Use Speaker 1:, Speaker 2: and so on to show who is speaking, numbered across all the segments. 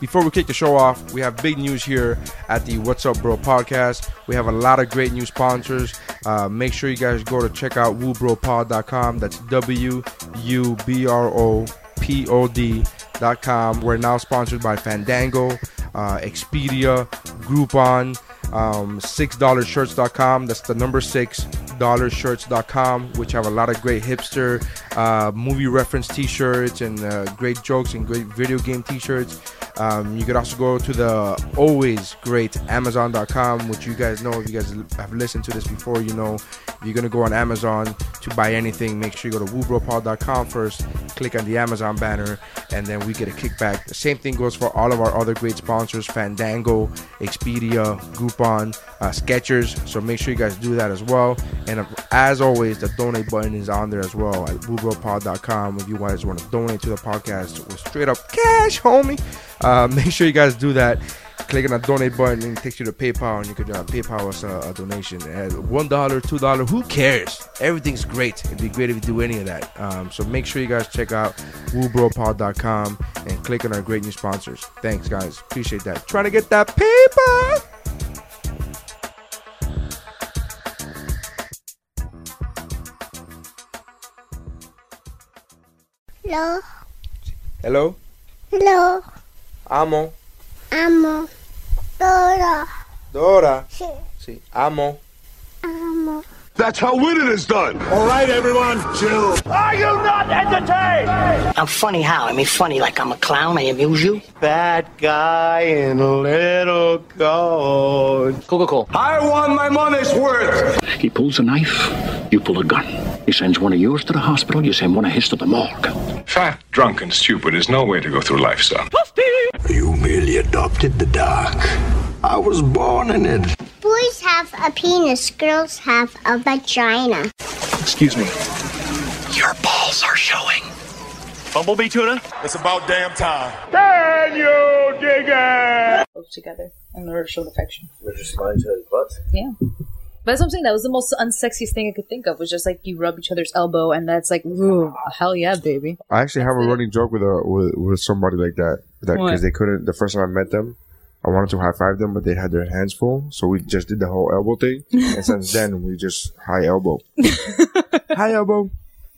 Speaker 1: Before we kick the show off, we have big news here at the What's Up Bro podcast. We have a lot of great new sponsors. Uh, make sure you guys go to check out woobropod.com. That's W U B R O P O D.com. We're now sponsored by Fandango, uh, Expedia, Groupon, um, $6shirts.com. That's the number six dollarshirts.com, which have a lot of great hipster uh, movie reference t-shirts and uh, great jokes and great video game t-shirts. Um, you could also go to the always great Amazon.com, which you guys know if you guys have listened to this before, you know if you're gonna go on Amazon to buy anything, make sure you go to woobropod.com first, click on the Amazon banner, and then we get a kickback. The same thing goes for all of our other great sponsors: Fandango, Expedia, Groupon, uh, Skechers. So make sure you guys do that as well. And uh, as always, the donate button is on there as well at woobropod.com if you guys want to donate to the podcast with straight up cash, homie. Uh, make sure you guys do that. Click on the donate button and it takes you to PayPal, and you can uh, PayPal us a, a donation at one dollar, two dollar. Who cares? Everything's great. It'd be great if you do any of that. Um, so make sure you guys check out woobropod.com and click on our great new sponsors. Thanks, guys. Appreciate that. Trying to get that paper.
Speaker 2: Lo,
Speaker 1: Hello,
Speaker 2: lo,
Speaker 1: amo
Speaker 2: amo, todo,
Speaker 1: Dora.
Speaker 2: sí,
Speaker 1: Sí, amo.
Speaker 2: amo.
Speaker 3: That's how winning is done. All right, everyone, chill.
Speaker 4: Are you not entertained?
Speaker 5: I'm funny how? I mean, funny like I'm a clown, I amuse you?
Speaker 6: That guy in a little coat.
Speaker 3: I want my money's worth.
Speaker 7: He pulls a knife, you pull a gun. He sends one of yours to the hospital, you send one of his to the morgue.
Speaker 3: Fat, drunk, and stupid is no way to go through life, son.
Speaker 8: You merely adopted the dark. I was born in it.
Speaker 2: Boys have a penis, girls have a vagina.
Speaker 3: Excuse me.
Speaker 7: Your balls are showing.
Speaker 6: Bumblebee tuna?
Speaker 3: It's about damn time.
Speaker 9: close together in order to show affection.
Speaker 10: They're just lying to his butt.
Speaker 9: Yeah. But that's what I'm saying. That was the most unsexiest thing I could think of. Was just like you rub each other's elbow, and that's like, ooh, hell yeah, baby.
Speaker 1: I actually have a running joke with a with, with somebody like that because
Speaker 9: What?
Speaker 1: they couldn't. The first time I met them, I wanted to high five them, but they had their hands full, so we just did the whole elbow thing. and since then, we just high elbow, high elbow.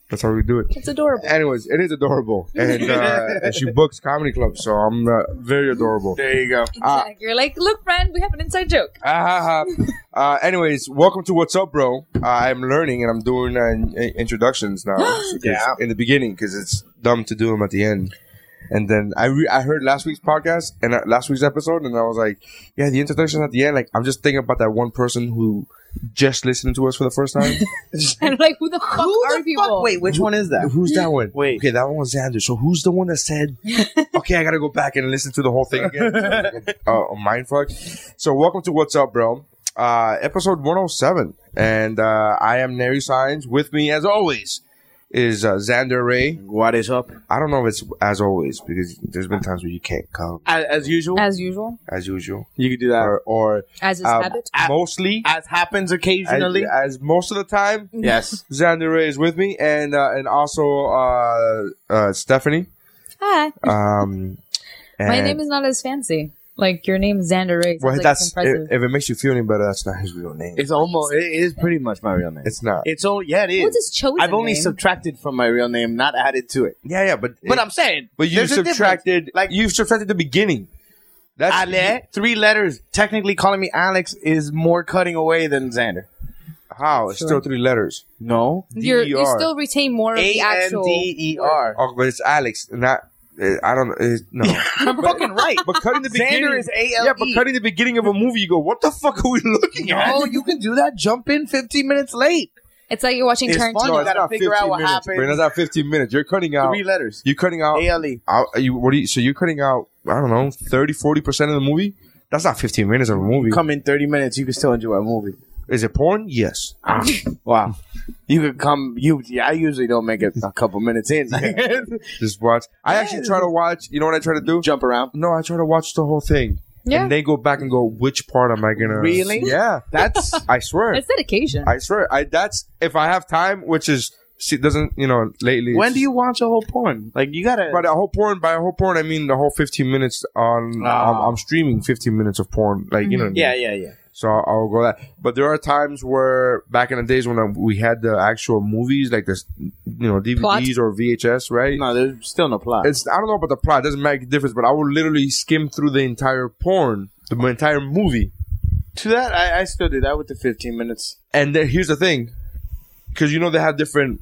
Speaker 1: That's how we do it.
Speaker 9: It's adorable.
Speaker 1: Anyways, it is adorable, and, uh, and she books comedy clubs, so I'm uh, very adorable.
Speaker 3: There you go.
Speaker 1: Ah.
Speaker 9: Exactly. You're like, look, friend, we have an inside joke.
Speaker 1: Ah, ha, ha. uh, anyways, welcome to What's Up, Bro. Uh, I'm learning and I'm doing uh, in- in- introductions now. 'cause-
Speaker 3: Yeah.
Speaker 1: In the beginning, because it's dumb to do them at the end. And then I re- I heard last week's podcast and uh, last week's episode, and I was like, yeah, the introduction at the end. Like, I'm just thinking about that one person who just listened to us for the first time.
Speaker 9: And like, who the fuck are people?
Speaker 6: Wait, which one is that?
Speaker 1: who's that one?
Speaker 6: Wait.
Speaker 1: okay, that one was Xander. So who's the one that said, okay, I gotta go back and listen to the whole thing again? Oh, mindfuck. So welcome to What's Up, Bro, uh, episode 107, and uh, I am Neri Signs. With me, as always, is uh, Xander Ray.
Speaker 6: What is up?
Speaker 1: I don't know if it's as always because there's been times where you can't come
Speaker 6: As, as usual,
Speaker 9: As usual,
Speaker 1: as usual,
Speaker 6: you can do that.
Speaker 1: or, or
Speaker 9: as is
Speaker 1: um,
Speaker 9: habit.
Speaker 1: mostly.
Speaker 6: As happens
Speaker 1: As,
Speaker 6: occasionally.
Speaker 1: as most of the time,
Speaker 6: yes.
Speaker 1: Xander Ray is with me, and uh, and also uh, uh, Stephanie.
Speaker 9: Hi.
Speaker 1: Um,
Speaker 9: My name is not as fancy. Like your name, is Xander Ray.
Speaker 1: Well,
Speaker 9: It's, like,
Speaker 1: that's uh,
Speaker 9: impressive.
Speaker 1: if, if it makes you feel any better, that's not his real name.
Speaker 6: It's almost, it is pretty much my real name.
Speaker 1: It's not.
Speaker 6: It's all, yeah, it is.
Speaker 9: What's his chosen
Speaker 6: I've only
Speaker 9: name?
Speaker 6: subtracted from my real name, not added to it.
Speaker 1: yeah, yeah, but
Speaker 6: But I'm saying,
Speaker 1: but you
Speaker 6: there's a difference.
Speaker 1: subtracted like
Speaker 6: Like,
Speaker 1: you subtracted the beginning. That's
Speaker 6: Ale, three letters. Technically, calling me Alex is more cutting away than Xander.
Speaker 1: how it's still three letters.
Speaker 6: No.
Speaker 9: You're, you
Speaker 1: DER.
Speaker 9: still retain more of the
Speaker 6: A N
Speaker 9: actual.
Speaker 6: D E R.
Speaker 1: Oh, but it's Alex, not. uh, I don't uh, no,
Speaker 6: I'm fucking right.
Speaker 1: but cutting the beginning
Speaker 6: Xander is A L E.
Speaker 1: Yeah, but cutting the beginning of a movie, you go, what the fuck are we looking at?
Speaker 6: No, you can do that. Jump in 15 minutes late.
Speaker 9: It's like you're watching
Speaker 6: It's funny.
Speaker 9: Tarantino.
Speaker 1: No,
Speaker 6: you gotta figure out
Speaker 1: 15
Speaker 6: what
Speaker 1: minutes,
Speaker 6: happened.
Speaker 1: Brandon, That's not fifteen minutes. You're cutting out.
Speaker 6: Three letters. E.
Speaker 1: You're cutting out.
Speaker 6: ALE.
Speaker 1: out- you, what do you? So you're cutting out. I don't know, 30, 40 percent of the movie. That's not fifteen minutes of a movie.
Speaker 6: Come in 30 minutes, you can still enjoy a movie.
Speaker 1: Is it porn? Yes.
Speaker 6: Wow. You could come. You. yeah, I usually don't make it a couple minutes in.
Speaker 1: Just watch. I actually try to watch. You know what I try to do?
Speaker 6: Jump around.
Speaker 1: No, I try to watch the whole thing.
Speaker 9: Yeah.
Speaker 1: And they go back and go, which part am I gonna?
Speaker 6: Really?
Speaker 1: Yeah.
Speaker 6: That's
Speaker 1: I swear.
Speaker 9: It's dedication.
Speaker 1: I swear. I that's if I have time, which is see doesn't you know lately.
Speaker 6: When
Speaker 1: it's-
Speaker 6: do you watch a whole porn? Like you gotta.
Speaker 1: By the whole porn, by whole porn, I mean the whole fifteen minutes on.
Speaker 6: Ah. Mm-hmm.
Speaker 1: I'm, I'm streaming fifteen minutes of porn, like you know. what I
Speaker 6: yeah,
Speaker 1: mean?
Speaker 6: yeah, yeah.
Speaker 1: So I'll, I'll go that. But there are times where back in the days when I, we had the actual movies, like this, you know, DVDs or VHS, right?
Speaker 6: No, there's still no plot.
Speaker 1: It's I don't know about the plot. It doesn't make a difference. But I will literally skim through the entire porn, the entire movie.
Speaker 6: to that, I, I still do that with the 15 minutes.
Speaker 1: And then, here's the thing, because you know they have different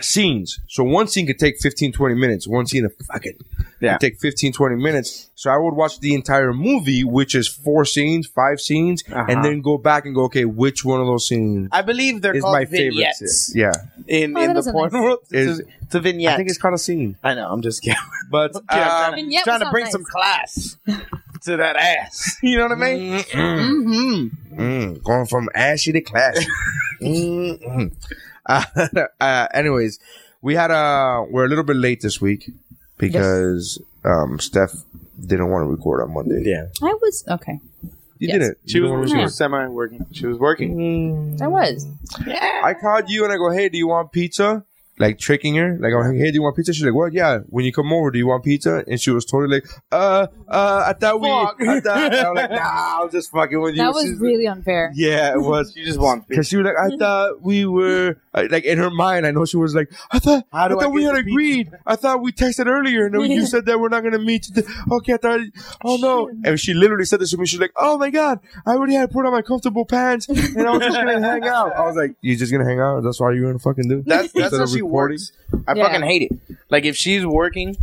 Speaker 1: scenes. So one scene could take 15, 20 minutes. One scene, fucking,
Speaker 6: Yeah.
Speaker 1: could take 15, 20 minutes. So I would watch the entire movie, which is four scenes, five scenes,
Speaker 6: Uh-huh.
Speaker 1: and then go back and go, okay, which one of those scenes
Speaker 6: I believe they're
Speaker 1: is
Speaker 6: called
Speaker 1: my favorite?
Speaker 6: vignettes
Speaker 1: Scene? Yeah,
Speaker 6: in,
Speaker 9: Oh,
Speaker 6: in
Speaker 9: that
Speaker 6: the
Speaker 9: is a
Speaker 6: porn
Speaker 9: nice-
Speaker 6: world.
Speaker 1: Is-
Speaker 6: It's, a- it's a vignette.
Speaker 1: I think it's called a scene.
Speaker 6: I know. I'm just kidding.
Speaker 1: But
Speaker 6: I'm kidding. I'm
Speaker 1: um,
Speaker 6: trying, to,
Speaker 9: Vignette
Speaker 6: trying
Speaker 9: was
Speaker 6: to
Speaker 9: not
Speaker 6: bring
Speaker 9: nice.
Speaker 6: some class to that ass. You know what I mean?
Speaker 9: Mm-hmm.
Speaker 1: Mm, going from ashy to classy. Mm-mm. uh, uh, anyways, we had a we're a little bit late this week because um, Steph didn't want to record on Monday.
Speaker 6: Yeah.
Speaker 9: I was okay.
Speaker 1: you
Speaker 9: Yes.
Speaker 1: didn't.
Speaker 6: She
Speaker 1: You didn't wanna
Speaker 6: was, she
Speaker 1: record.
Speaker 6: was semi working. She was working.
Speaker 9: I was.
Speaker 1: I called you and I go, hey, do you want pizza? Like tricking her, like I'm like, hey, do you want pizza? She's like, what? Yeah, when you come over, do you want pizza? And she was totally like, uh, uh, I thought we, I thought, I was like, nah, I'm just fucking with you.
Speaker 9: That was
Speaker 1: She's-
Speaker 9: really unfair.
Speaker 1: yeah, it was.
Speaker 6: She just wants.
Speaker 1: Because she was like,
Speaker 6: Mm-hmm.
Speaker 1: I thought we were uh, like in her mind. I know she was like, I thought,
Speaker 6: How
Speaker 1: I
Speaker 6: do I
Speaker 1: thought we
Speaker 6: get
Speaker 1: had
Speaker 6: the pizza?
Speaker 1: agreed. I thought we texted earlier, and then you said that we're not gonna meet. Today. Okay, I thought, oh no. And she literally said this to me. She's like, Oh my god, I already had put on my comfortable pants, and I was just gonna hang out. I was like, You just gonna hang out? That's all you're gonna fucking do?
Speaker 6: That's that's
Speaker 1: Instead
Speaker 6: how
Speaker 1: of
Speaker 6: she
Speaker 1: recording?
Speaker 6: works. I
Speaker 9: Yeah.
Speaker 6: fucking hate it. Like if she's working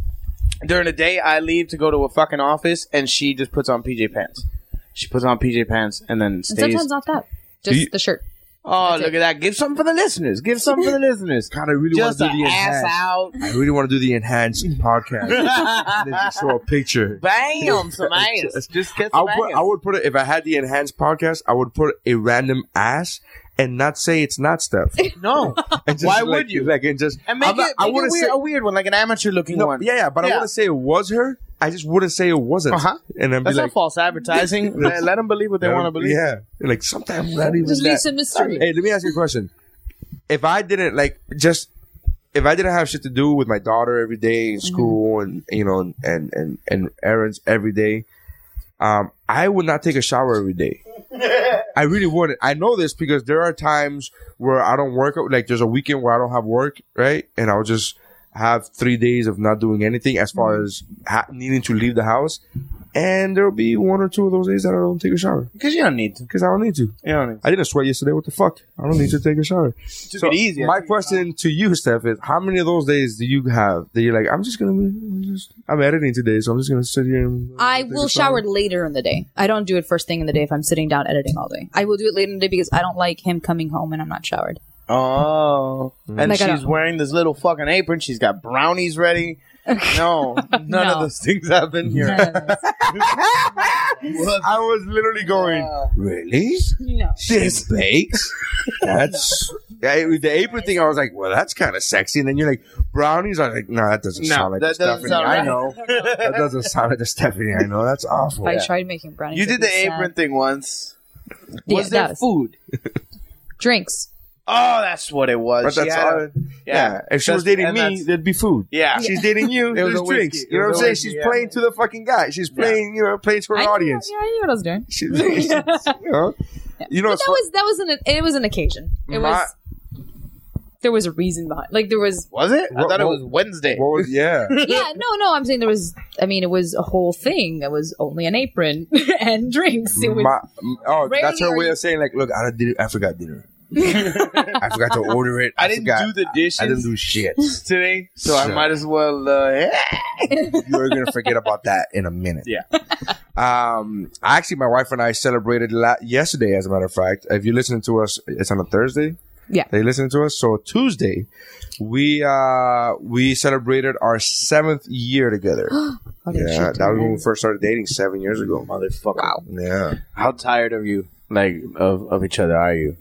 Speaker 6: during the day, I leave to go to a fucking office, and she just puts on PJ pants. She puts on PJ pants and then
Speaker 9: And
Speaker 6: stays.
Speaker 9: sometimes not that. Just
Speaker 1: you-
Speaker 9: the shirt.
Speaker 6: oh,
Speaker 9: That's
Speaker 6: look
Speaker 9: it.
Speaker 6: at that! Give something for the listeners. Give something for the listeners.
Speaker 1: God, I really want
Speaker 6: Just
Speaker 1: to
Speaker 6: an
Speaker 1: do the
Speaker 6: ass
Speaker 1: enhanced.
Speaker 6: out.
Speaker 1: I really want to do the enhanced podcast. and then just show a picture.
Speaker 6: Bam! Some ass. Just get
Speaker 1: I
Speaker 6: some
Speaker 1: would,
Speaker 6: ass.
Speaker 1: I would put it if I had the enhanced podcast. I would put a random ass and not say it's not Steph.
Speaker 6: no.
Speaker 1: And just,
Speaker 6: Why
Speaker 1: like-
Speaker 6: would you?
Speaker 1: Like and just
Speaker 6: And make
Speaker 1: I'm not-
Speaker 6: it, make it
Speaker 1: wouldn't
Speaker 6: weird,
Speaker 1: say
Speaker 6: a weird one, like an amateur looking
Speaker 1: no,
Speaker 6: one.
Speaker 1: yeah, yeah, but I
Speaker 6: Yeah.
Speaker 1: wouldn't say it was her. I just wouldn't say it wasn't.
Speaker 6: Uh-huh.
Speaker 1: And then
Speaker 6: That's
Speaker 1: be
Speaker 6: not
Speaker 1: like,
Speaker 6: false advertising. let, let them believe what they want to believe.
Speaker 1: Yeah, like sometimes not even
Speaker 9: Just
Speaker 1: that.
Speaker 9: leave some mystery.
Speaker 1: Hey, let me ask you a question. If I didn't like just if I didn't have shit to do with my daughter every day
Speaker 6: Mm-hmm.
Speaker 1: in school and you know and and and errands every day, um, I would not take a shower every day. I really wouldn't. I know this because there are times where I don't work. Like there's a weekend where I don't have work, right? And I'll just have three days of not doing anything as
Speaker 6: Mm-hmm.
Speaker 1: far as ha- needing to leave the house. And there'll be one or two of those days that I don't take a shower
Speaker 6: Because you don't need to.
Speaker 1: because I don't need to.
Speaker 6: You don't need
Speaker 1: I didn't sweat yesterday. What the fuck? I don't need to take a shower.
Speaker 6: to. Took it easy.
Speaker 1: My question to you, Steph, is how many of those days do you have that you're like, I'm just gonna, be, I'm, just, I'm editing today, so I'm just gonna sit here and
Speaker 9: I
Speaker 1: take a
Speaker 9: will shower later in the day. I don't do it first thing in the day if I'm sitting down editing all day. I will do it later in the day because I don't like him coming home and I'm not showered.
Speaker 6: Oh,
Speaker 1: Mm.
Speaker 6: and
Speaker 9: Like, I
Speaker 6: she's
Speaker 9: don't-
Speaker 6: wearing this little fucking apron. She's got brownies ready. No, none of
Speaker 9: No.
Speaker 6: those things happen here.
Speaker 1: I was literally going, really?
Speaker 9: no.
Speaker 1: This bakes? that's I, with the apron thing. I was like, well, that's kind of sexy. And then you're like, brownies. I was like, no, that doesn't sound
Speaker 6: no,
Speaker 1: like
Speaker 6: that doesn't
Speaker 1: Stephanie.
Speaker 6: sound right.
Speaker 1: I know that doesn't sound like the Stephanie. I know that's awful.
Speaker 9: If I tried making brownies,
Speaker 6: You did
Speaker 9: it'd
Speaker 6: the
Speaker 9: be sad.
Speaker 6: apron thing once.
Speaker 9: Yeah,
Speaker 6: Was
Speaker 9: that
Speaker 6: there food?
Speaker 9: Drinks.
Speaker 6: Oh, that's what it was.
Speaker 1: But
Speaker 6: She
Speaker 1: that's
Speaker 6: had
Speaker 1: all-
Speaker 6: a-
Speaker 1: yeah. If she was
Speaker 6: That's-
Speaker 1: dating
Speaker 6: and
Speaker 1: me,
Speaker 6: that's-
Speaker 1: there'd be food.
Speaker 6: yeah.
Speaker 1: She's dating you.
Speaker 6: It was
Speaker 1: There's
Speaker 6: a
Speaker 1: drinks.
Speaker 6: whiskey.
Speaker 1: You know
Speaker 6: It
Speaker 1: what I'm
Speaker 6: was
Speaker 1: saying?
Speaker 6: a
Speaker 1: She's
Speaker 6: whiskey, yeah.
Speaker 1: playing to the fucking guy. She's playing, you know, playing to her
Speaker 9: I knew-
Speaker 1: audience.
Speaker 9: yeah, I knew what I was doing.
Speaker 1: She- she's- you know, you know
Speaker 9: But
Speaker 1: it's
Speaker 9: that
Speaker 1: fu-
Speaker 9: was that was an it was an occasion. It
Speaker 1: My-
Speaker 9: was there was a reason behind. Like there was
Speaker 6: Was it? I
Speaker 1: What-
Speaker 6: thought it
Speaker 1: what-
Speaker 6: was Wednesday.
Speaker 1: what was- yeah.
Speaker 9: yeah no no I'm saying there was I mean it was a whole thing. It was only an apron and drinks. It was
Speaker 1: My- oh, that's her
Speaker 9: Rarely
Speaker 1: way
Speaker 9: are
Speaker 1: of saying like, look, I did, I forgot dinner. I forgot to order it. I,
Speaker 6: I didn't
Speaker 1: forgot-
Speaker 6: do the dishes
Speaker 1: I didn't do shit.
Speaker 6: today, so I
Speaker 1: Sure.
Speaker 6: might as well. Uh, yeah.
Speaker 1: You're gonna forget about that in a minute.
Speaker 6: Yeah.
Speaker 1: Um. Actually, my wife and I celebrated la- yesterday. As a matter of fact, if you're listening to us, it's on a Thursday.
Speaker 9: Yeah.
Speaker 1: They listen to us. So Tuesday, we uh we celebrated our seventh year together.
Speaker 9: Oh, there's
Speaker 1: yeah,
Speaker 9: shit.
Speaker 1: that was when we first started dating seven years ago.
Speaker 6: Motherfucker.
Speaker 1: Yeah.
Speaker 6: How tired are you? Like of, of each other? Are you?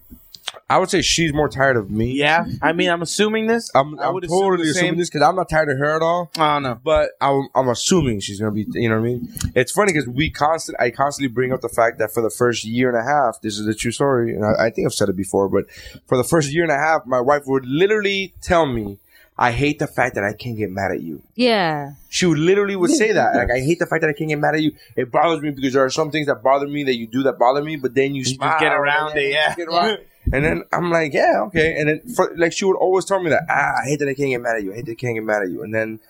Speaker 1: I would say she's more tired of me.
Speaker 6: Yeah, I mean, I'm assuming this.
Speaker 1: I'm,
Speaker 6: I
Speaker 1: I'm
Speaker 6: would assume
Speaker 1: totally
Speaker 6: the
Speaker 1: assuming
Speaker 6: same-
Speaker 1: this because I'm not tired of her at all.
Speaker 6: Oh no.
Speaker 1: But I'm, I'm assuming she's gonna be. You know what I mean? It's funny because we constant. I constantly bring up the fact that for the first year and a half, this is the true story, and I, I think I've said it before. But for the first year and a half, my wife would literally tell me, "I hate the fact that I can't get mad at you."
Speaker 9: Yeah.
Speaker 1: She would literally would say that. Like, I hate the fact that I can't get mad at you. It bothers me because there are some things that bother me that you do that bother me, but then you,
Speaker 6: just
Speaker 1: smile
Speaker 6: get
Speaker 1: and
Speaker 6: around
Speaker 1: then
Speaker 6: it,
Speaker 1: you
Speaker 6: yeah.
Speaker 1: get around- And then I'm like, yeah, okay. And then, for, like, she would always tell me that, ah, I hate that I can't get mad at you. I hate that I can't get mad at you. And then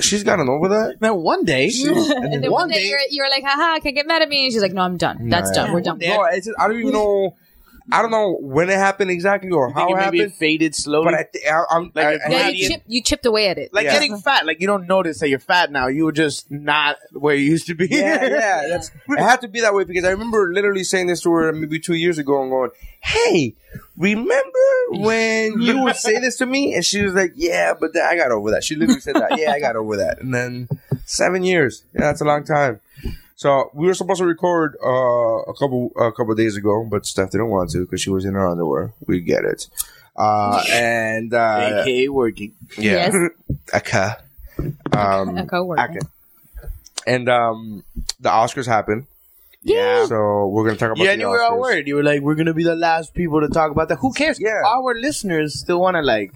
Speaker 1: she's gotten over that.
Speaker 6: Man, one day,
Speaker 9: And then one day you're, you're like, haha, can't get mad at me. And she's like, no, I'm done. That's done. We're done.
Speaker 1: No, it's just, I don't even know. I don't know when it happened exactly or how it
Speaker 6: it maybe
Speaker 1: happened.
Speaker 6: it faded slowly.
Speaker 1: But I, th- I, I'm
Speaker 6: Like,
Speaker 1: I-
Speaker 6: if
Speaker 1: I
Speaker 9: Yeah,
Speaker 1: had-
Speaker 9: you, chip, you chipped away at it.
Speaker 6: like
Speaker 1: Yeah.
Speaker 6: getting fat, like you don't notice that you're fat now. You were just not where you used to be.
Speaker 1: yeah, yeah. That's it had to be that way because I remember literally saying this to her maybe two years ago and going, "Hey, remember when you would say this to me?" And she was like, "Yeah, but then I got over that." She literally said that. Yeah, I got over that. And then seven years. Yeah, that's a long time. So we were supposed to record uh, a couple a couple days ago, but Steph didn't want to because she was in her underwear. We get it. Uh, and uh,
Speaker 6: AKA working.
Speaker 1: yeah,
Speaker 9: Yes.
Speaker 1: okay. Um,
Speaker 9: a coworker.
Speaker 1: okay. And um, the Oscars happened.
Speaker 6: Yeah.
Speaker 1: So we're gonna talk about.
Speaker 6: Yeah,
Speaker 1: the
Speaker 6: and you were all
Speaker 1: Oscars.
Speaker 6: worried. You were like, "We're gonna be the last people to talk about that." Who cares?
Speaker 1: Yeah.
Speaker 6: our listeners still want to like.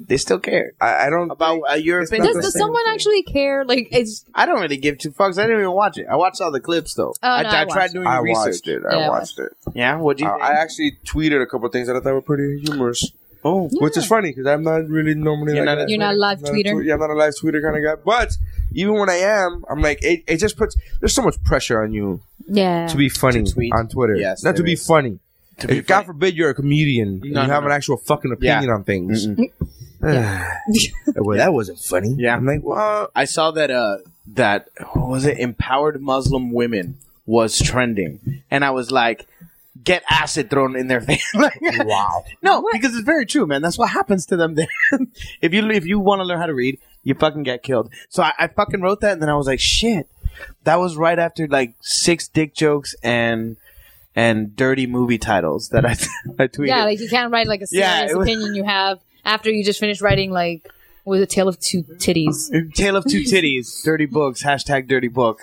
Speaker 6: They still care
Speaker 1: I, I don't.
Speaker 6: about uh, your
Speaker 1: It's
Speaker 6: opinion.
Speaker 9: Does,
Speaker 1: not the
Speaker 9: does
Speaker 1: same
Speaker 9: someone
Speaker 1: thing.
Speaker 9: actually care? Like, it's
Speaker 6: I don't really give two fucks. I didn't even watch it. I watched all the clips though.
Speaker 9: Oh,
Speaker 6: I,
Speaker 9: no,
Speaker 6: I,
Speaker 9: I
Speaker 6: tried
Speaker 9: watched.
Speaker 6: doing
Speaker 1: I
Speaker 6: the research.
Speaker 1: watched it.
Speaker 9: Yeah,
Speaker 1: I
Speaker 9: I
Speaker 1: watched it.
Speaker 6: Yeah, what do
Speaker 1: I,
Speaker 6: you?
Speaker 1: I actually tweeted a couple things that I thought were pretty humorous,
Speaker 6: oh,
Speaker 1: which is funny because I'm not really normally
Speaker 6: You're
Speaker 1: like
Speaker 6: not
Speaker 1: that.
Speaker 6: a-
Speaker 9: You're not a live
Speaker 1: Not a
Speaker 9: tweeter?
Speaker 1: tw- yeah, I'm not a live tweeter kind of guy. But even when I am, I'm like it. It just puts there's so much pressure on you
Speaker 9: yeah.
Speaker 1: to be funny
Speaker 6: To tweet.
Speaker 1: on Twitter.
Speaker 6: Yes,
Speaker 1: not to
Speaker 6: there
Speaker 1: be
Speaker 6: is.
Speaker 1: funny.
Speaker 6: be
Speaker 1: If- God
Speaker 6: funny.
Speaker 1: forbid you're a comedian and you
Speaker 6: No, no,
Speaker 1: have an
Speaker 6: no.
Speaker 1: actual fucking opinion on things. well, that wasn't funny.
Speaker 6: Yeah.
Speaker 1: I'm like, well,
Speaker 6: I saw that uh that what was it empowered Muslim women was trending, and I was like, get acid thrown in their face. Like,
Speaker 1: wow.
Speaker 6: no, because it's very true, man. That's what happens to them. There, if you if you want to learn how to read, you fucking get killed. So I, I fucking wrote that, and then I was like, shit, that was right after like six dick jokes and and dirty movie titles that I I tweeted.
Speaker 9: yeah, like you can't write like a
Speaker 6: Yeah,
Speaker 9: serious
Speaker 6: it was-
Speaker 9: opinion you have after you just finished writing like with a tale of two titties.
Speaker 6: Tale of Two Titties, Dirty Books, hashtag Dirty Book.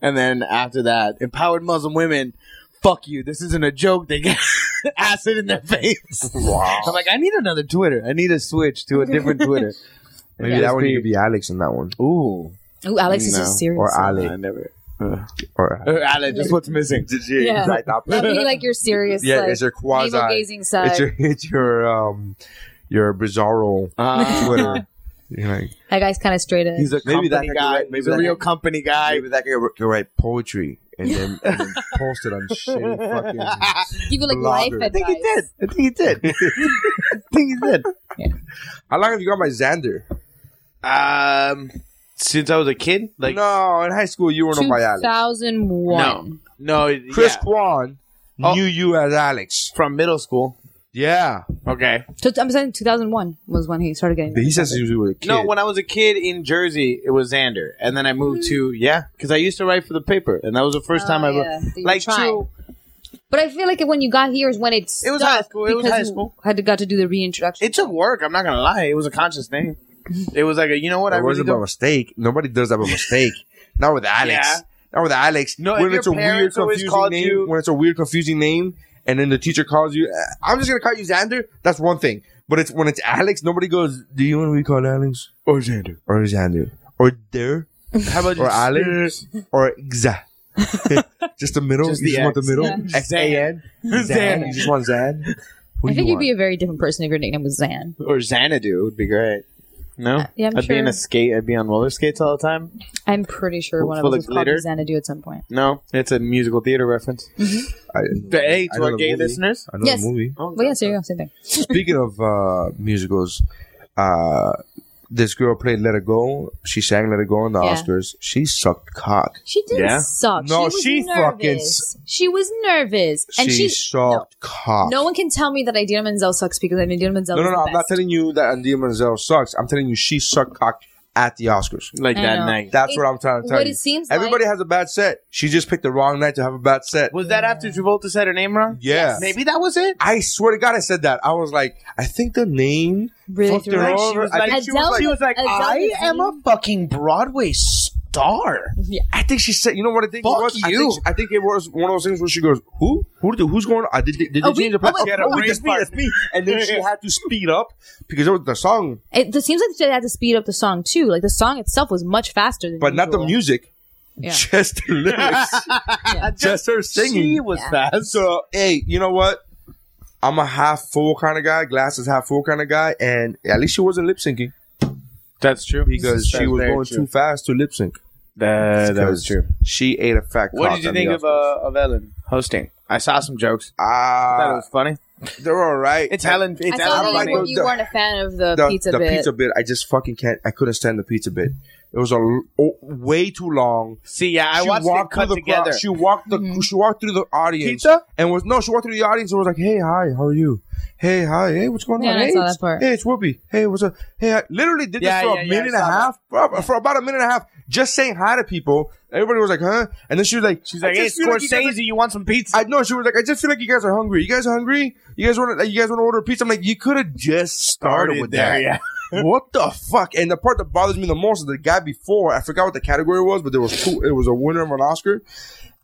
Speaker 6: And then after that, empowered Muslim women, fuck you. This isn't a joke. They get acid in their face. I'm like, I need another Twitter. I need a switch to a different Twitter.
Speaker 1: Maybe that one you could be Alex in that one.
Speaker 6: Ooh.
Speaker 9: Ooh, Alex is
Speaker 6: No.
Speaker 9: just serious.
Speaker 1: Or
Speaker 6: I
Speaker 1: Ali.
Speaker 6: never.
Speaker 1: Or
Speaker 6: Uh, Ale, just what's missing.
Speaker 9: Yeah. That'd be like your serious.
Speaker 1: Yeah,
Speaker 9: like,
Speaker 1: it's your quasi-
Speaker 9: navel gazing side.
Speaker 1: It's your it's your um your bizarro
Speaker 6: Uh,
Speaker 1: Twitter. You're like
Speaker 9: that guy's kind of straight edge.
Speaker 6: he's a
Speaker 1: Maybe
Speaker 6: company
Speaker 1: that guy could
Speaker 6: guy.
Speaker 1: write- maybe
Speaker 6: he's a
Speaker 1: that
Speaker 6: real
Speaker 1: guy-
Speaker 6: company guy.
Speaker 1: maybe that guy could write poetry and then, and then post it on shitty fucking.
Speaker 9: Give you like life
Speaker 1: blogger.
Speaker 9: advice.
Speaker 1: I
Speaker 6: I think he did. I think he did. I think he did.
Speaker 1: How long have you got my Xander?
Speaker 6: Um, since I was a kid, like
Speaker 1: no, in high school you were on my Alex.
Speaker 9: 2001.
Speaker 6: no, no,
Speaker 1: Chris
Speaker 6: yeah.
Speaker 1: Kwan
Speaker 6: Oh.
Speaker 1: knew you as Alex.
Speaker 6: from middle school.
Speaker 1: Yeah,
Speaker 6: Okay.
Speaker 9: So I'm saying 2001 was when he started getting.
Speaker 1: he says he was a kid.
Speaker 6: No, when I was a kid in Jersey, it was Xander, and then I moved to yeah, because I used to write for the paper, and that was the first time I wrote.
Speaker 9: Mm-hmm. Oh, yeah, that you
Speaker 6: Like
Speaker 9: tried.
Speaker 6: true,
Speaker 9: But I feel like when you got here is when it's
Speaker 6: It was high school, it was high school.
Speaker 9: Had to got to do the reintroduction.
Speaker 6: it took work. I'm not gonna lie, it was a conscious thing. It was like a, you know what? I
Speaker 1: It
Speaker 6: really
Speaker 1: wasn't by
Speaker 6: don't.
Speaker 1: mistake. Nobody does that by mistake. Not with Alex.
Speaker 6: Yeah.
Speaker 1: Not with Alex.
Speaker 6: No,
Speaker 1: when
Speaker 6: if
Speaker 1: it's a
Speaker 6: your
Speaker 1: weird
Speaker 6: parents always
Speaker 1: confusing
Speaker 6: called
Speaker 1: name,
Speaker 6: you-
Speaker 1: when it's a weird confusing name, and then the teacher calls you, "Uh, I'm just gonna call you Xander. That's one thing. But it's when it's Alex, nobody goes, "Do you want to be called Alex
Speaker 6: Or Xander.
Speaker 1: or Xander or there
Speaker 6: How about
Speaker 1: or
Speaker 6: just-
Speaker 1: Alex or Xa?" just the middle.
Speaker 6: Just
Speaker 1: you
Speaker 6: the
Speaker 1: just want the
Speaker 6: X.
Speaker 1: middle.
Speaker 9: Yeah.
Speaker 1: X A N. Zan. You just want Zan. What
Speaker 9: I
Speaker 1: do
Speaker 9: think
Speaker 1: you
Speaker 9: you'd
Speaker 1: want?
Speaker 9: be a very different person if your nickname was Zan.
Speaker 6: or Xanadu would be great. No,
Speaker 9: yeah, I'm
Speaker 6: would be in
Speaker 9: sure.
Speaker 6: a skate. I'd be on roller skates all the time.
Speaker 9: I'm pretty sure one of
Speaker 6: Full
Speaker 9: us
Speaker 6: of
Speaker 9: was called
Speaker 6: glitter?
Speaker 9: Xanadu at some point.
Speaker 6: No, it's a musical theater reference.
Speaker 1: I,
Speaker 6: But, hey,
Speaker 1: I
Speaker 6: to
Speaker 1: know
Speaker 6: our
Speaker 1: the
Speaker 6: gay
Speaker 1: movie.
Speaker 6: listeners,
Speaker 1: I know
Speaker 9: Yes.
Speaker 1: the movie.
Speaker 9: Well, Oh, yeah, so you go. Same thing.
Speaker 1: Speaking of uh, musicals, uh, this girl played "Let It Go." She sang "Let It Go" on the
Speaker 9: Yeah.
Speaker 1: Oscars. She sucked cock.
Speaker 9: She didn't
Speaker 6: Yeah.
Speaker 9: suck.
Speaker 1: No,
Speaker 9: she, was
Speaker 1: she
Speaker 9: nervous.
Speaker 1: fucking s-
Speaker 9: She was nervous, and
Speaker 1: she
Speaker 9: she.
Speaker 1: sucked cock.
Speaker 9: no one can tell me that Idina Menzel sucks because Idina Menzel.
Speaker 1: no, no,
Speaker 9: is
Speaker 1: no,
Speaker 9: the
Speaker 1: I'm not
Speaker 9: best.
Speaker 1: telling you that Andrea Menzel sucks. I'm telling you she sucked cock at the Oscars.
Speaker 6: like
Speaker 9: I
Speaker 6: that
Speaker 9: know.
Speaker 6: night.
Speaker 1: That's
Speaker 9: It-
Speaker 1: what I'm trying to tell
Speaker 9: what
Speaker 1: you.
Speaker 9: it seems
Speaker 1: Everybody
Speaker 9: like-
Speaker 1: has a bad set. She just picked the wrong night to have a bad set.
Speaker 6: was that after Travolta said her name wrong?
Speaker 1: Yeah.
Speaker 6: Maybe that was it.
Speaker 1: I swear to God, I said that. I was like, I think the name.
Speaker 9: Really
Speaker 1: Fucked
Speaker 9: threw
Speaker 1: her
Speaker 9: me.
Speaker 1: over. I think
Speaker 9: she was Adele- like-
Speaker 6: she was like,
Speaker 9: Adele
Speaker 6: I
Speaker 9: is
Speaker 6: am a
Speaker 9: mean.
Speaker 6: fucking Broadway star.
Speaker 1: I think she said. You know what I think
Speaker 6: Fuck
Speaker 1: it was? I,
Speaker 6: you.
Speaker 1: think, I think it was one of those things where she goes, "Who? Who? Did, who's going? on? Did, did, did
Speaker 9: Oh,
Speaker 1: they change the
Speaker 9: we- oh,
Speaker 1: plan?
Speaker 9: wait,
Speaker 1: Yeah,
Speaker 9: oh,
Speaker 1: oh, it's me, it's me." And then she had to speed up because it was the song,
Speaker 9: It, it seems like they had to speed up the song too. Like the song itself was much faster than
Speaker 1: but not the
Speaker 9: usual.
Speaker 1: music.
Speaker 9: Yeah.
Speaker 1: Just the lyrics, just her singing.
Speaker 6: She was fast.
Speaker 1: So, hey, you know what? I'm a half full kind of guy, glasses half full kind of guy, and at least she wasn't lip syncing
Speaker 6: That's true.
Speaker 1: because she was going too fast to lip sync.
Speaker 6: That, that was true.
Speaker 1: She ate a fat.
Speaker 6: What
Speaker 1: cock
Speaker 6: did you
Speaker 1: on the
Speaker 6: think of
Speaker 1: Oscars.
Speaker 6: uh, of Ellen hosting? I saw some jokes. I thought it
Speaker 1: Ah,
Speaker 6: was funny.
Speaker 1: they're all right.
Speaker 6: It's Helen.
Speaker 9: I
Speaker 6: It's
Speaker 9: thought
Speaker 1: don't
Speaker 9: you,
Speaker 6: Ellen.
Speaker 1: like
Speaker 9: were-
Speaker 1: those-
Speaker 6: Funny.
Speaker 9: you
Speaker 1: the-
Speaker 9: weren't a fan of the,
Speaker 1: the,
Speaker 9: pizza
Speaker 1: the
Speaker 9: bit.
Speaker 1: pizza bit. I just fucking can't. I couldn't stand the pizza bit. It was a l- o- way too long.
Speaker 6: See, yeah, I
Speaker 1: She
Speaker 6: watched it
Speaker 1: walked
Speaker 6: cut
Speaker 1: through the crowd-
Speaker 6: together. Mm-hmm.
Speaker 1: She walked the. She walked through the audience
Speaker 6: Pizza?
Speaker 1: and was no. She walked through the audience and was like, "Hey, hi, how are you? Hey, hi, hey, what's going
Speaker 9: Yeah,
Speaker 1: on?
Speaker 9: I
Speaker 1: hey,
Speaker 9: saw
Speaker 1: it's-
Speaker 9: that part.
Speaker 1: hey, it's Whoopi. Hey, what's up? Hey, I literally did
Speaker 6: Yeah,
Speaker 1: this for
Speaker 6: yeah,
Speaker 1: a
Speaker 6: yeah,
Speaker 1: minute and
Speaker 6: I
Speaker 1: a
Speaker 6: saw
Speaker 1: half, for, for about a minute and a half, just saying hi to people. Everybody was like, "Huh?" And then she was like,
Speaker 6: She's like,
Speaker 1: "I
Speaker 6: "Hey,
Speaker 1: just feel like you guys are
Speaker 6: Scorsese, you want some pizza?"
Speaker 1: I know she was like, I just feel like you guys are hungry. You guys are hungry. You guys want to? You guys want to order pizza? I'm like, you could have just started with that. what the fuck? And the part that bothers me the most is the guy before. I forgot what the category was, but there was two. It was a winner of an Oscar,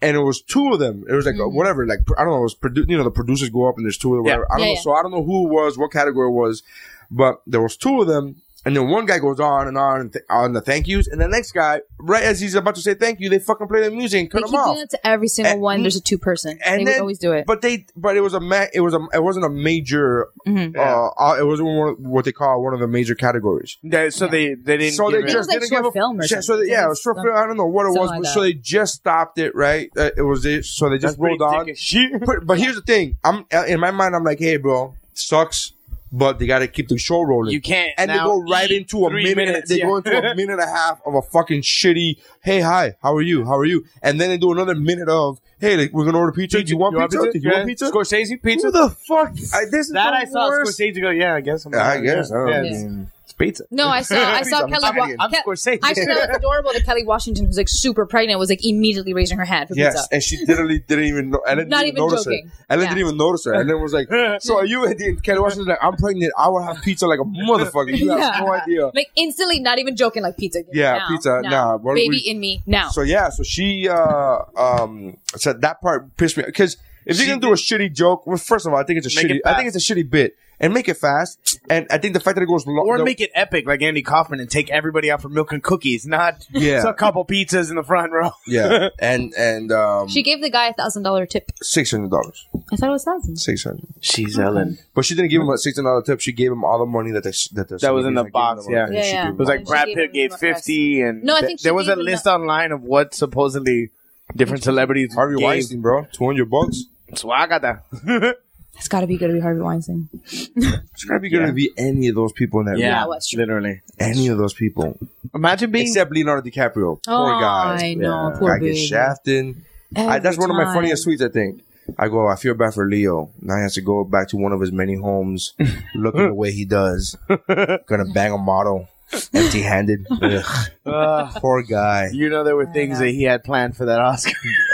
Speaker 1: and it was two of them. It was like uh,
Speaker 9: Mm-hmm.
Speaker 1: whatever. Like I don't know. It was produ- you know the producers go up and there's two of them.
Speaker 6: Yeah.
Speaker 1: Whatever. I don't
Speaker 9: Yeah,
Speaker 1: know.
Speaker 9: yeah.
Speaker 1: So I don't know who it was, what category it was, but there was two of them. And then one guy goes on and on and th- on the thank yous, and the next guy, right as he's about to say thank you, they fucking play the music and
Speaker 9: They
Speaker 1: cut
Speaker 9: keep
Speaker 1: him off
Speaker 9: doing it to every single
Speaker 1: And-
Speaker 9: one. There's a two person. They would always do it.
Speaker 1: but they, but it was a, ma- it was a, it wasn't a major.
Speaker 9: Mm-hmm.
Speaker 1: Uh, uh, it was one of, what they call one of the major categories.
Speaker 6: They- so they they didn't.
Speaker 1: So
Speaker 6: give
Speaker 1: they
Speaker 6: it-
Speaker 9: was
Speaker 1: just
Speaker 9: like
Speaker 1: didn't
Speaker 9: short
Speaker 1: give a
Speaker 9: film or
Speaker 1: yeah, So
Speaker 9: something.
Speaker 1: they, yeah, it was short film. I don't know what it was,
Speaker 9: Something like
Speaker 1: but so
Speaker 9: that.
Speaker 1: they just stopped it. Right, uh, it was it. So they
Speaker 6: That's
Speaker 1: just rolled on.
Speaker 6: pretty thick as shit.
Speaker 1: But, but here's the thing. I'm uh, in my mind. I'm like, hey, bro, sucks. But they got to keep the show rolling.
Speaker 6: You can't
Speaker 1: and they
Speaker 6: now
Speaker 1: go right
Speaker 6: eat
Speaker 1: into a
Speaker 6: three
Speaker 1: minute.
Speaker 6: minutes,
Speaker 1: they
Speaker 6: yeah.
Speaker 1: go into a minute and a half of a fucking shitty. Hey, hi, how are you? How are you? And then they do another minute of, hey, like, we're gonna order pizza. Do you want pizza? Do you want pizza?
Speaker 6: Scorsese pizza.
Speaker 1: Who the fuck? I, this is
Speaker 6: that
Speaker 1: the
Speaker 6: I saw
Speaker 1: worst.
Speaker 6: Scorsese go. Yeah, I guess. I'm
Speaker 1: I guess. I don't
Speaker 6: Yeah,
Speaker 1: know.
Speaker 6: it's- It's pizza.
Speaker 9: No, I saw I saw
Speaker 1: I'm
Speaker 9: Kelly. Wa-
Speaker 1: Italian.
Speaker 6: I'm
Speaker 9: Ke-
Speaker 6: Scorsese.
Speaker 9: Actually, that was adorable that Kelly Washington was like super pregnant, was like immediately raising her hand for
Speaker 1: Yes,
Speaker 9: pizza.
Speaker 1: and she literally didn't even know. Ellen
Speaker 9: Not
Speaker 1: didn't
Speaker 9: even
Speaker 1: notice
Speaker 9: joking.
Speaker 1: her. Ellen
Speaker 9: Yeah.
Speaker 1: didn't even notice her. And then was like, "So are you?" And then Kelly Washington's like, "I'm pregnant. I will have pizza like a motherfucker. You
Speaker 9: Yeah.
Speaker 1: have no idea."
Speaker 9: Like instantly, not even joking, like pizza. Give me
Speaker 1: Yeah,
Speaker 9: now,
Speaker 1: pizza,
Speaker 9: now.
Speaker 1: nah, what
Speaker 9: baby
Speaker 1: we-
Speaker 9: in me now.
Speaker 1: So yeah, so she uh um said that part pissed me because if you're
Speaker 6: She
Speaker 1: gonna do a shitty joke, well, first of all, I think it's a
Speaker 6: Make
Speaker 1: shitty.
Speaker 6: it
Speaker 1: I think it's a shitty bit and make it fast. And I think the fact that it goes long,
Speaker 6: Or make it epic like Andy Kaufman and take everybody out for milk and cookies, not
Speaker 1: Yeah.
Speaker 6: just a couple pizzas in the front row.
Speaker 1: yeah, and and um
Speaker 9: she gave the guy a thousand dollar tip.
Speaker 1: six hundred dollars,
Speaker 9: I thought it was thousand.
Speaker 1: six hundred.
Speaker 6: She's Ellen.
Speaker 1: But she didn't give him a six hundred dollar tip. She gave him all the money that they, that, the
Speaker 6: That was in the
Speaker 1: celebrities had given
Speaker 6: box,
Speaker 1: them.
Speaker 6: yeah.
Speaker 1: And
Speaker 9: Yeah,
Speaker 1: she
Speaker 9: yeah.
Speaker 1: gave
Speaker 6: It
Speaker 1: him
Speaker 6: was
Speaker 1: all
Speaker 6: like
Speaker 9: She
Speaker 6: Brad
Speaker 9: gave
Speaker 6: Pitt
Speaker 9: him
Speaker 6: gave
Speaker 9: the rest.
Speaker 6: fifty, and
Speaker 9: No, I
Speaker 6: th-
Speaker 9: think she
Speaker 6: there was a
Speaker 9: gave him
Speaker 6: list
Speaker 9: the-
Speaker 6: online of what supposedly different celebrities.
Speaker 1: the- Harvey
Speaker 6: gave.
Speaker 1: Weinstein, bro, two hundred bucks.
Speaker 6: So I got that.
Speaker 9: That's got to be good to be Harvey Weinstein.
Speaker 1: It's gotta be gonna be any of those people in that room.
Speaker 9: Yeah, that's true.
Speaker 6: literally.
Speaker 1: Any of those people,
Speaker 6: Imagine being
Speaker 1: except Leonardo DiCaprio. Poor
Speaker 9: Oh,
Speaker 1: guy.
Speaker 9: I know, poor
Speaker 1: I get
Speaker 9: baby.
Speaker 1: shafted. I, that's one of my funniest tweets, I think. I go, I feel bad for Leo. Now he has to go back to one of his many homes looking the way he does. Gonna bang a model empty handed.
Speaker 6: Ugh.
Speaker 1: Poor guy.
Speaker 6: uh, you know, there were things that he had planned for that Oscar.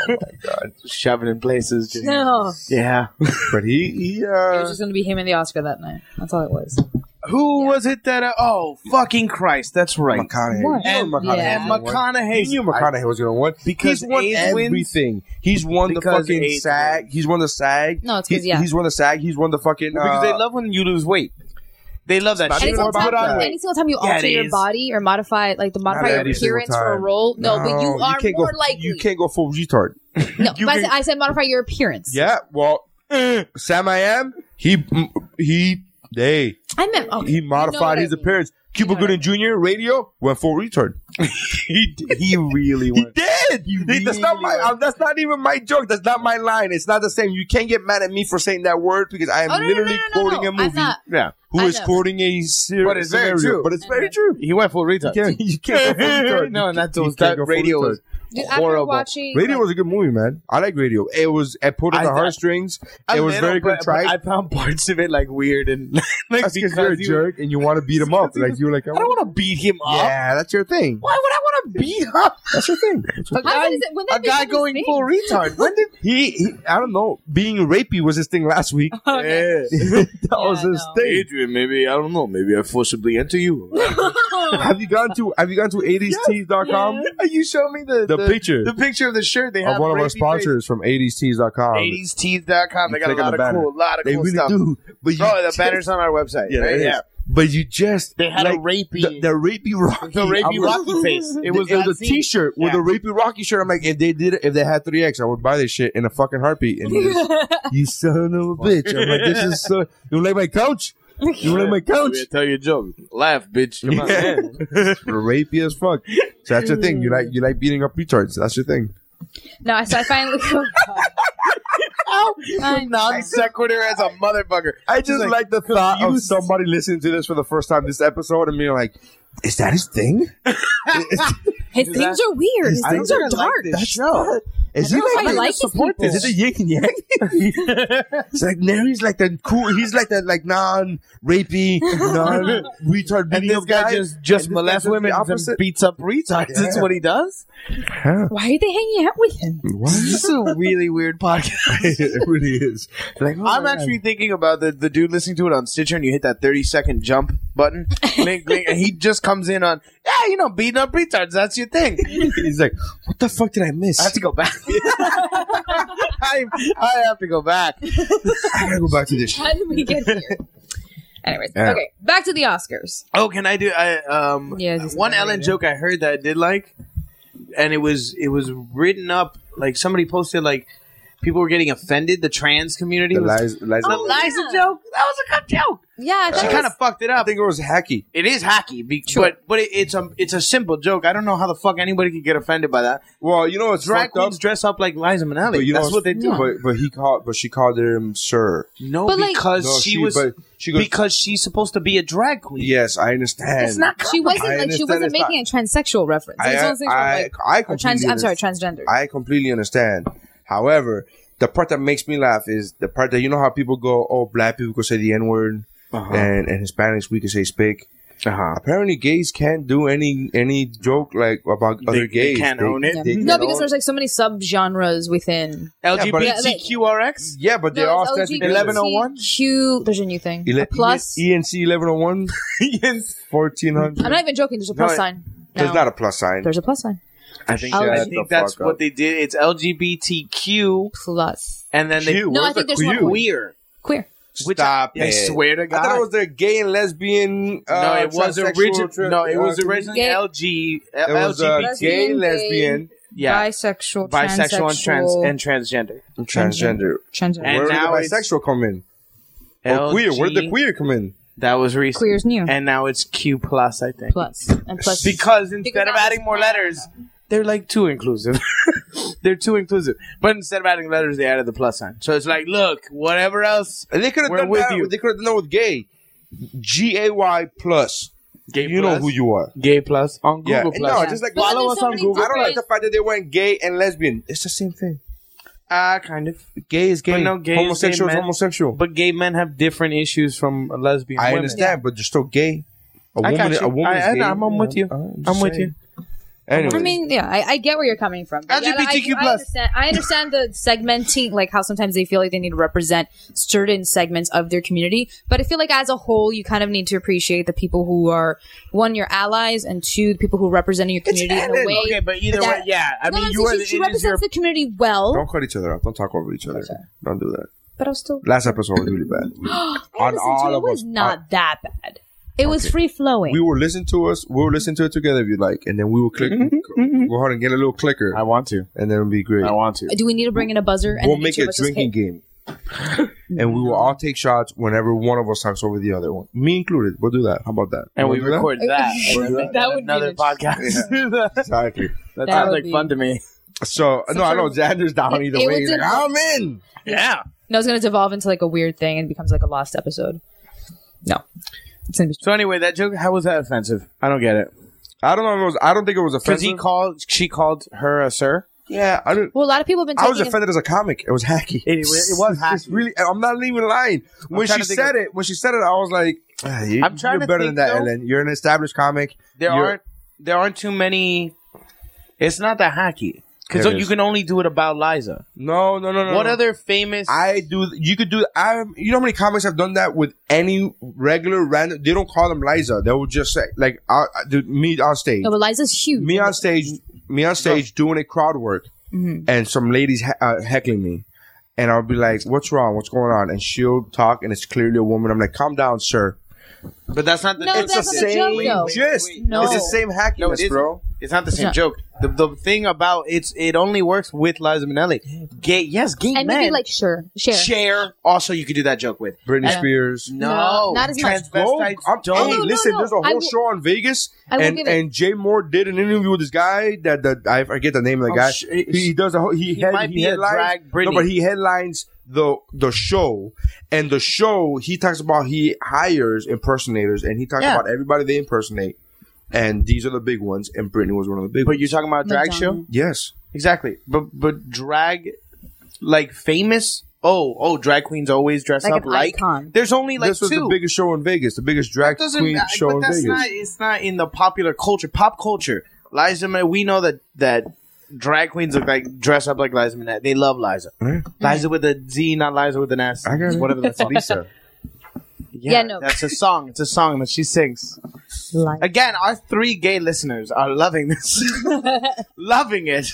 Speaker 6: oh my god, shoving in places. Just,
Speaker 9: No,
Speaker 6: Yeah.
Speaker 1: But he, he
Speaker 9: it
Speaker 1: uh,
Speaker 9: was just gonna be him and the Oscar that night. That's all it was.
Speaker 6: Who was it that? Uh, oh, fucking Christ! That's right.
Speaker 1: McConaughey.
Speaker 9: What?
Speaker 1: You know McConaughey
Speaker 9: Yeah.
Speaker 1: was gonna win.
Speaker 6: And McConaughey.
Speaker 1: He knew McConaughey was gonna win
Speaker 6: Because
Speaker 1: he's won
Speaker 6: AIDS wins?
Speaker 1: everything. He's won the
Speaker 6: Because
Speaker 1: fucking
Speaker 6: AIDS
Speaker 1: SAG. He's won the SAG.
Speaker 9: No, it's 'cause,
Speaker 1: he's,
Speaker 9: yeah.
Speaker 1: he's won the SAG. He's won the fucking.
Speaker 6: Well, because
Speaker 1: uh,
Speaker 6: they love when you lose weight. They love that.
Speaker 1: Not
Speaker 6: shit.
Speaker 9: Any
Speaker 1: even
Speaker 9: single,
Speaker 1: about
Speaker 9: time,
Speaker 1: that.
Speaker 9: any single time you
Speaker 6: Yeah,
Speaker 9: alter
Speaker 6: it
Speaker 9: your
Speaker 6: is.
Speaker 9: body or modify, like the modify
Speaker 1: Not
Speaker 9: your
Speaker 1: every single
Speaker 9: appearance for a
Speaker 1: time.
Speaker 9: role, no, but you
Speaker 1: No,
Speaker 9: are
Speaker 1: can't
Speaker 9: more
Speaker 1: go,
Speaker 9: likely.
Speaker 1: You can't go full retard.
Speaker 9: no,
Speaker 1: you
Speaker 9: but I
Speaker 1: can-
Speaker 9: said- I said modify your appearance.
Speaker 1: Yeah, well, eh, Sam I am. He mm, he they
Speaker 9: I meant oh, okay,
Speaker 1: he
Speaker 9: you know what
Speaker 1: modified
Speaker 9: I
Speaker 1: his
Speaker 9: mean.
Speaker 1: appearance. Cuba
Speaker 9: know what I
Speaker 1: Gooding Jr. Radio went full retard.
Speaker 6: he, he really
Speaker 1: He
Speaker 6: went.
Speaker 1: did. He- that's not my.
Speaker 6: really
Speaker 1: uh, that's not even my joke. That's not my line. It's not the same. You can't get mad at me for saying that word because I am
Speaker 9: Oh, no, no, no,
Speaker 1: literally
Speaker 9: no, no,
Speaker 1: quoting
Speaker 9: no.
Speaker 1: a movie.
Speaker 9: I'm not.
Speaker 6: Yeah,
Speaker 1: Who is
Speaker 9: I know.
Speaker 1: quoting a serious
Speaker 6: But it's very true.
Speaker 1: But it's very true.
Speaker 6: he went full retard.
Speaker 1: You can't, you can't go full retard.
Speaker 6: no, and that's
Speaker 1: You
Speaker 6: what
Speaker 1: can't
Speaker 6: that
Speaker 1: go full
Speaker 6: radio
Speaker 1: retard.
Speaker 6: was.
Speaker 9: Dude, after
Speaker 6: horrible.
Speaker 9: watching
Speaker 1: Radio
Speaker 9: like,
Speaker 1: was a good movie, man. I like Radio. It was it pulled at
Speaker 6: I
Speaker 1: the
Speaker 6: thought-
Speaker 1: heartstrings.
Speaker 6: A
Speaker 1: It was
Speaker 6: little,
Speaker 1: very good
Speaker 6: but- but
Speaker 1: track.
Speaker 6: I found parts of it like weird and like
Speaker 1: That's because you're a
Speaker 6: you-
Speaker 1: jerk and you want to beat him up.
Speaker 6: because he
Speaker 1: Like
Speaker 6: was-
Speaker 1: you're like, "Oh,
Speaker 6: I don't want to beat him up.
Speaker 1: Yeah, that's your thing.
Speaker 6: Why would I want to beat up
Speaker 1: That's your thing. That's
Speaker 6: a
Speaker 1: your-
Speaker 9: How
Speaker 6: guy?
Speaker 9: is it- when they
Speaker 6: A
Speaker 9: do
Speaker 6: guy
Speaker 9: these
Speaker 6: going
Speaker 9: things?
Speaker 6: full retard. When did?
Speaker 1: He, he, I don't know. Being rapey was his thing last week. that was his
Speaker 9: no.
Speaker 1: thing.
Speaker 6: Adrian, maybe I don't know. Maybe I forcibly enter you.
Speaker 1: Have you gone to Have you gone to 80stees.com?
Speaker 6: you show me the,
Speaker 1: The picture.
Speaker 6: the picture of the shirt they have
Speaker 1: Of one of our
Speaker 6: rapey
Speaker 1: sponsors from 80stees.com.
Speaker 6: 80stees.com. They
Speaker 1: You
Speaker 6: got a
Speaker 1: click on
Speaker 6: lot
Speaker 1: the
Speaker 6: of
Speaker 1: banner.
Speaker 6: cool, lot of
Speaker 1: They
Speaker 6: cool
Speaker 1: really
Speaker 6: stuff.
Speaker 1: do. But you
Speaker 6: Bro, the
Speaker 1: just-
Speaker 6: banner's on our website.
Speaker 1: Yeah,
Speaker 6: right?
Speaker 1: it is.
Speaker 6: yeah.
Speaker 1: But you just
Speaker 6: They had a
Speaker 1: like, the,
Speaker 6: rapey-
Speaker 1: the rapey Rocky,
Speaker 6: The rapey
Speaker 1: I was-
Speaker 6: Rocky face. It was
Speaker 1: it
Speaker 6: that
Speaker 1: was a
Speaker 6: scene.
Speaker 1: T-shirt with a
Speaker 6: Yeah.
Speaker 1: rapey Rocky shirt. I'm like, if they did, it, if they had 3x, I would buy this shit in a fucking heartbeat. And you, just, you son of a bitch. I'm like, this is so. You like my couch? You like my couch?
Speaker 6: Maybe I tell you a joke. Laugh, bitch. Come on.
Speaker 1: Yeah. rapey as fuck. So that's your thing. You like you like beating up retards. That's your thing.
Speaker 9: No, so I finally. Oh, God. I know.
Speaker 6: Non sequitur as a motherfucker.
Speaker 1: I just
Speaker 6: like,
Speaker 1: like, the thought of
Speaker 6: confused.
Speaker 1: somebody listening to this for the first time this episode and being like, "Is that his thing?
Speaker 9: His things are weird. His
Speaker 1: I don't
Speaker 9: things are
Speaker 6: think I like
Speaker 9: dark.
Speaker 6: this.
Speaker 1: That's not. Is he
Speaker 9: don't know
Speaker 1: like,
Speaker 9: if I like these
Speaker 1: support
Speaker 9: people.
Speaker 1: Is it a yin and yang? it's like no, he's like the cool. He's like the like non rapey, non retard.
Speaker 6: And this guy, just just molests women and beats up retards. That's
Speaker 1: Yeah.
Speaker 6: what he does.
Speaker 9: Why are they hanging out with him?
Speaker 6: This is a really weird podcast.
Speaker 1: it really is. Like, oh
Speaker 6: I'm
Speaker 1: my
Speaker 6: actually thinking about the, the dude listening to it on Stitcher, and you hit that 30 second jump button, blink, blink, and he just comes in on, yeah, you know, beating up retards. That's your thing.
Speaker 1: God. he's like, what the fuck did I miss?
Speaker 6: I have to go back. I, I have to go back.
Speaker 1: I gotta go back to this. shit.
Speaker 9: How did we get here? Anyways,
Speaker 1: Yeah.
Speaker 9: okay, back to the Oscars.
Speaker 6: Oh, can I do? I um,
Speaker 9: Yeah, just
Speaker 6: one
Speaker 9: go
Speaker 6: Ellen
Speaker 9: ahead.
Speaker 6: joke I heard that I did like, and it was it was written up like somebody posted like people were getting offended. The trans community
Speaker 1: The
Speaker 6: was Oh.
Speaker 1: lies, lies.
Speaker 6: the Liza joke. That was a good joke.
Speaker 9: Yeah,
Speaker 6: She kind of fucked it
Speaker 1: I
Speaker 6: up.
Speaker 1: think it was hacky.
Speaker 6: It is hacky, be- but but it, it's a it's a simple joke. I don't know how the fuck anybody could get offended by that.
Speaker 1: Well, you know it's
Speaker 6: Drag
Speaker 1: fucked up.
Speaker 6: queens dress up like Liza
Speaker 1: But
Speaker 6: Minnelli.
Speaker 1: you know
Speaker 6: That's what they do.
Speaker 1: But but he called, but she called him sir.
Speaker 6: No,
Speaker 9: But, like-
Speaker 6: because
Speaker 1: No,
Speaker 6: she,
Speaker 1: she-
Speaker 6: was
Speaker 1: but she goes-
Speaker 6: because she's supposed to be a drag queen.
Speaker 1: Yes, I understand.
Speaker 6: It's not.
Speaker 9: she wasn't
Speaker 1: I
Speaker 9: like she
Speaker 1: understand
Speaker 9: wasn't
Speaker 1: it's not-
Speaker 9: making a transsexual reference.
Speaker 1: I,
Speaker 9: It's one of those things where I'm
Speaker 1: I,
Speaker 9: like-
Speaker 1: I,
Speaker 9: or
Speaker 1: completely
Speaker 9: trans, I'm sorry,
Speaker 1: understand.
Speaker 9: transgender.
Speaker 1: I completely understand. However, the part that makes me laugh is the part that you know how people go, oh, black people could say the N word, and and Hispanics we could say spick.
Speaker 6: Uh-huh.
Speaker 1: Apparently, gays can't do any any joke like about other
Speaker 6: they
Speaker 1: gays.
Speaker 6: can't own it.
Speaker 9: Yeah.
Speaker 1: they
Speaker 9: No,
Speaker 1: can't
Speaker 9: because
Speaker 1: own-
Speaker 9: there's like so many subgenres within.
Speaker 6: LGBTQRX?
Speaker 1: yeah, but they
Speaker 9: No,
Speaker 1: all
Speaker 9: it's
Speaker 1: stand together.
Speaker 6: 1101?
Speaker 9: LGBTQ. There's a new thing.
Speaker 1: Ele- E-
Speaker 9: A plus.
Speaker 1: ENC 1101,
Speaker 6: yes.
Speaker 1: 1400.
Speaker 9: I'm not even joking. There's a plus
Speaker 6: No, it-
Speaker 9: sign.
Speaker 1: There's
Speaker 9: now.
Speaker 1: not a plus sign.
Speaker 9: There's a plus sign.
Speaker 1: I think,
Speaker 9: I'll-
Speaker 1: shut the
Speaker 6: I think that's
Speaker 1: fuck
Speaker 6: what
Speaker 1: up.
Speaker 6: they did. It's LGBTQ,
Speaker 9: Plus.
Speaker 6: and then they
Speaker 1: Q,
Speaker 9: No,
Speaker 1: where's
Speaker 9: I think
Speaker 1: the
Speaker 9: there's one
Speaker 1: Q?
Speaker 9: more.
Speaker 6: queer.
Speaker 9: Queer.
Speaker 6: Which
Speaker 1: Stop
Speaker 6: I, I
Speaker 1: it.
Speaker 6: swear to God.
Speaker 1: I thought it was the gay and lesbian. Uh,
Speaker 6: no, it was
Speaker 1: transsexual
Speaker 6: originally.
Speaker 1: trip.
Speaker 6: No, it was
Speaker 1: Uh,
Speaker 6: originally
Speaker 9: Gay-
Speaker 6: LG,
Speaker 1: It was uh,
Speaker 6: LGBT,
Speaker 1: gay,
Speaker 9: Lesbian,
Speaker 1: lesbian,
Speaker 6: yeah,
Speaker 9: Bisexual.
Speaker 6: bisexual, and trans
Speaker 9: transsexual,
Speaker 6: and transgender.
Speaker 1: and transgender.
Speaker 9: transgender.
Speaker 6: And
Speaker 1: Where did
Speaker 6: now
Speaker 1: the
Speaker 6: it's-
Speaker 1: bisexual come in? Or queer? Where did the
Speaker 6: LG
Speaker 1: queer come in?
Speaker 6: That was recent.
Speaker 9: Queer's new.
Speaker 6: and now it's Q plus. I think
Speaker 9: plus. And plus.
Speaker 6: because instead
Speaker 9: Because
Speaker 6: of
Speaker 9: that
Speaker 6: adding
Speaker 9: was
Speaker 6: more
Speaker 9: plus.
Speaker 6: letters, they're like too inclusive. they're too inclusive. But instead of adding letters, they added the plus sign. So it's like, look, whatever else.
Speaker 1: And they could have
Speaker 6: We're
Speaker 1: done
Speaker 6: with
Speaker 1: that.
Speaker 6: you.
Speaker 1: They could have done that with gay, G A Y plus.
Speaker 6: Gay
Speaker 1: You know who you are.
Speaker 6: Gay plus on Google
Speaker 1: Yeah.
Speaker 6: Plus.
Speaker 1: No, just like
Speaker 9: But then
Speaker 6: follow
Speaker 9: there's
Speaker 6: us
Speaker 9: so
Speaker 6: on
Speaker 9: many
Speaker 6: Google.
Speaker 1: I don't like
Speaker 9: different-
Speaker 1: the fact that they went gay and lesbian. It's the same thing.
Speaker 6: Ah, kind of.
Speaker 1: Gay is gay.
Speaker 6: But no, gay is gay,
Speaker 1: homosexual is
Speaker 6: man.
Speaker 1: homosexual.
Speaker 6: But gay men have different issues from lesbian.
Speaker 1: I
Speaker 6: women.
Speaker 1: understand, but you're still gay. A
Speaker 6: I
Speaker 1: woman,
Speaker 6: got you.
Speaker 1: a woman
Speaker 6: I,
Speaker 1: is
Speaker 6: I,
Speaker 1: gay.
Speaker 6: I'm, I'm with you.
Speaker 1: Uh, just
Speaker 6: I'm with
Speaker 1: saying.
Speaker 6: you.
Speaker 1: Anyway,
Speaker 9: I mean, yeah, I, I get where you're coming from. But yeah,
Speaker 6: LGBTQ+.
Speaker 9: I, I understand, I understand the segmenting, like how sometimes they feel like they need to represent certain segments of their community. But I feel like as a whole, you kind of need to appreciate the people who are one your allies, and two the people who are representing your community in a way.
Speaker 6: Okay, but either
Speaker 9: that-
Speaker 6: way, yeah. I
Speaker 9: No,
Speaker 6: mean,
Speaker 9: I'm saying
Speaker 6: you are
Speaker 9: she,
Speaker 6: the
Speaker 9: she
Speaker 6: it is
Speaker 9: represents
Speaker 6: your
Speaker 9: the community well,
Speaker 1: don't cut each other up. Don't talk over each other. Don't do that.
Speaker 9: but I was still
Speaker 1: Last episode was really bad.
Speaker 9: I listened to it, it was not that bad. It was free flowing.
Speaker 1: we will listen to us. We will listen to it together if you like, and then we will click.
Speaker 9: Mm-hmm,
Speaker 1: Go ahead and get a little clicker,
Speaker 6: I want to.
Speaker 1: and then it'll be great.
Speaker 6: I want to.
Speaker 9: Do we need to bring in a buzzer? And
Speaker 1: we'll
Speaker 9: then
Speaker 1: make
Speaker 9: each
Speaker 1: it
Speaker 9: of
Speaker 1: a
Speaker 9: us just
Speaker 1: drinking
Speaker 9: hit?
Speaker 1: game, and we will all take shots whenever one of us talks over the other one, me included. We'll do that. How about that?
Speaker 6: And
Speaker 1: We'll
Speaker 6: we
Speaker 1: do that?
Speaker 6: record that.
Speaker 9: That would be
Speaker 6: another
Speaker 9: interesting.
Speaker 6: podcast.
Speaker 1: exactly.
Speaker 6: that
Speaker 9: That
Speaker 6: sounds
Speaker 9: would
Speaker 6: like
Speaker 9: be-
Speaker 6: fun to me.
Speaker 1: So, no, I know Xander's down
Speaker 9: It-
Speaker 1: either
Speaker 9: it
Speaker 1: way. He's
Speaker 9: was
Speaker 1: like,
Speaker 9: in-
Speaker 1: I'm in.
Speaker 6: Yeah.
Speaker 9: No, it's going to devolve into like a weird thing and becomes like a lost episode. No, it's going to be.
Speaker 6: So anyway, that joke. How was that offensive? I don't get it.
Speaker 1: I don't know. If it was, I don't think it was
Speaker 6: Because
Speaker 1: offensive.
Speaker 6: he called, she called her a sir.
Speaker 1: yeah, I don't.
Speaker 9: Well, a lot of people have been.
Speaker 1: I was
Speaker 9: taking-
Speaker 1: offended as a comic. It was hacky.
Speaker 6: It, it was
Speaker 1: It's really. I'm not even lying. When
Speaker 6: trying
Speaker 1: she
Speaker 6: to think
Speaker 1: said
Speaker 6: of-
Speaker 1: it, when she said it, I was like, "Ah, you,
Speaker 6: I'm trying
Speaker 1: "You're
Speaker 6: to
Speaker 1: better than
Speaker 6: think,
Speaker 1: that,
Speaker 6: though.
Speaker 1: Ellen. You're an established comic.
Speaker 6: there
Speaker 1: You're-
Speaker 6: aren't there aren't too many. It's not that hacky because
Speaker 1: There
Speaker 6: you
Speaker 1: is.
Speaker 6: can only do it Hmm. about Liza.
Speaker 1: No, no, no, no.
Speaker 6: What
Speaker 1: no.
Speaker 6: other famous?
Speaker 1: I do. You could do. I. You know how many comics have done that with any regular random. They don't call them Liza. They will just say like, I, I- dude, "Me on stage."
Speaker 9: No, but Liza's huge.
Speaker 1: me on stage, me on stage doing a crowd work, and some ladies he- uh, heckling me, and I'll be like, "What's wrong? What's going on?" And she'll talk, and it's clearly a woman. I'm like, "Calm down, sir."
Speaker 6: but that's not the.
Speaker 9: No,
Speaker 6: that's
Speaker 9: that's
Speaker 6: the
Speaker 9: not the joke,
Speaker 6: same-
Speaker 9: though.
Speaker 1: Just
Speaker 9: No.
Speaker 1: it's the same hackiness,
Speaker 6: No, it isn't.
Speaker 1: bro.
Speaker 6: It's not the same
Speaker 9: not-
Speaker 6: joke. The, the thing about it's it only works with Liza Minnelli. Gay, yes, gay
Speaker 9: and maybe
Speaker 6: men.
Speaker 9: like sure, share.
Speaker 6: share. Also, you could do that joke with.
Speaker 1: Britney
Speaker 9: Yeah.
Speaker 1: Spears.
Speaker 6: No,
Speaker 9: not as much.
Speaker 1: Go, I'm,
Speaker 6: Transvestites
Speaker 1: hey,
Speaker 6: don't.
Speaker 9: no, no,
Speaker 1: listen,
Speaker 9: no.
Speaker 1: there's a
Speaker 9: I
Speaker 1: whole
Speaker 9: will-
Speaker 1: show on Vegas,
Speaker 9: I will
Speaker 1: and
Speaker 9: give it-
Speaker 1: and Jay Moore did an interview with this guy that that I forget the name of the
Speaker 6: Oh,
Speaker 1: guy.
Speaker 6: sh-
Speaker 1: he, he does a whole, he, head,
Speaker 6: might
Speaker 1: he
Speaker 6: be a
Speaker 1: headlines-
Speaker 6: drag
Speaker 1: no,
Speaker 6: Britney.
Speaker 1: but he headlines the the show, and the show he talks about he hires impersonators, and he talks
Speaker 6: Yeah.
Speaker 1: about everybody they impersonate, and these are the big ones, and Britney was one of the big.
Speaker 6: But
Speaker 1: ones.
Speaker 6: you're talking about a drag show,
Speaker 9: Madonna.
Speaker 1: yes,
Speaker 6: exactly. But but drag, like famous. Oh oh, drag queens always dress
Speaker 9: Like
Speaker 6: up
Speaker 9: an
Speaker 6: like.
Speaker 9: icon.
Speaker 6: There's only like
Speaker 1: this was
Speaker 6: two.
Speaker 1: the biggest show in Vegas, the biggest drag
Speaker 6: doesn't
Speaker 1: queen
Speaker 6: I-
Speaker 1: show
Speaker 6: but
Speaker 1: in
Speaker 6: that's
Speaker 1: Vegas.
Speaker 6: not it's not in the popular culture pop culture liza Min- we know that that drag queens look like dress up like liza Minnelli. they love liza
Speaker 9: Mm-hmm.
Speaker 1: Yeah.
Speaker 6: liza with a z not liza with an s
Speaker 1: I got it.
Speaker 6: whatever that's called.
Speaker 1: Lisa.
Speaker 9: Yeah, no.
Speaker 6: that's a song it's a song that she sings
Speaker 9: Like-
Speaker 6: again our three gay listeners are loving this loving it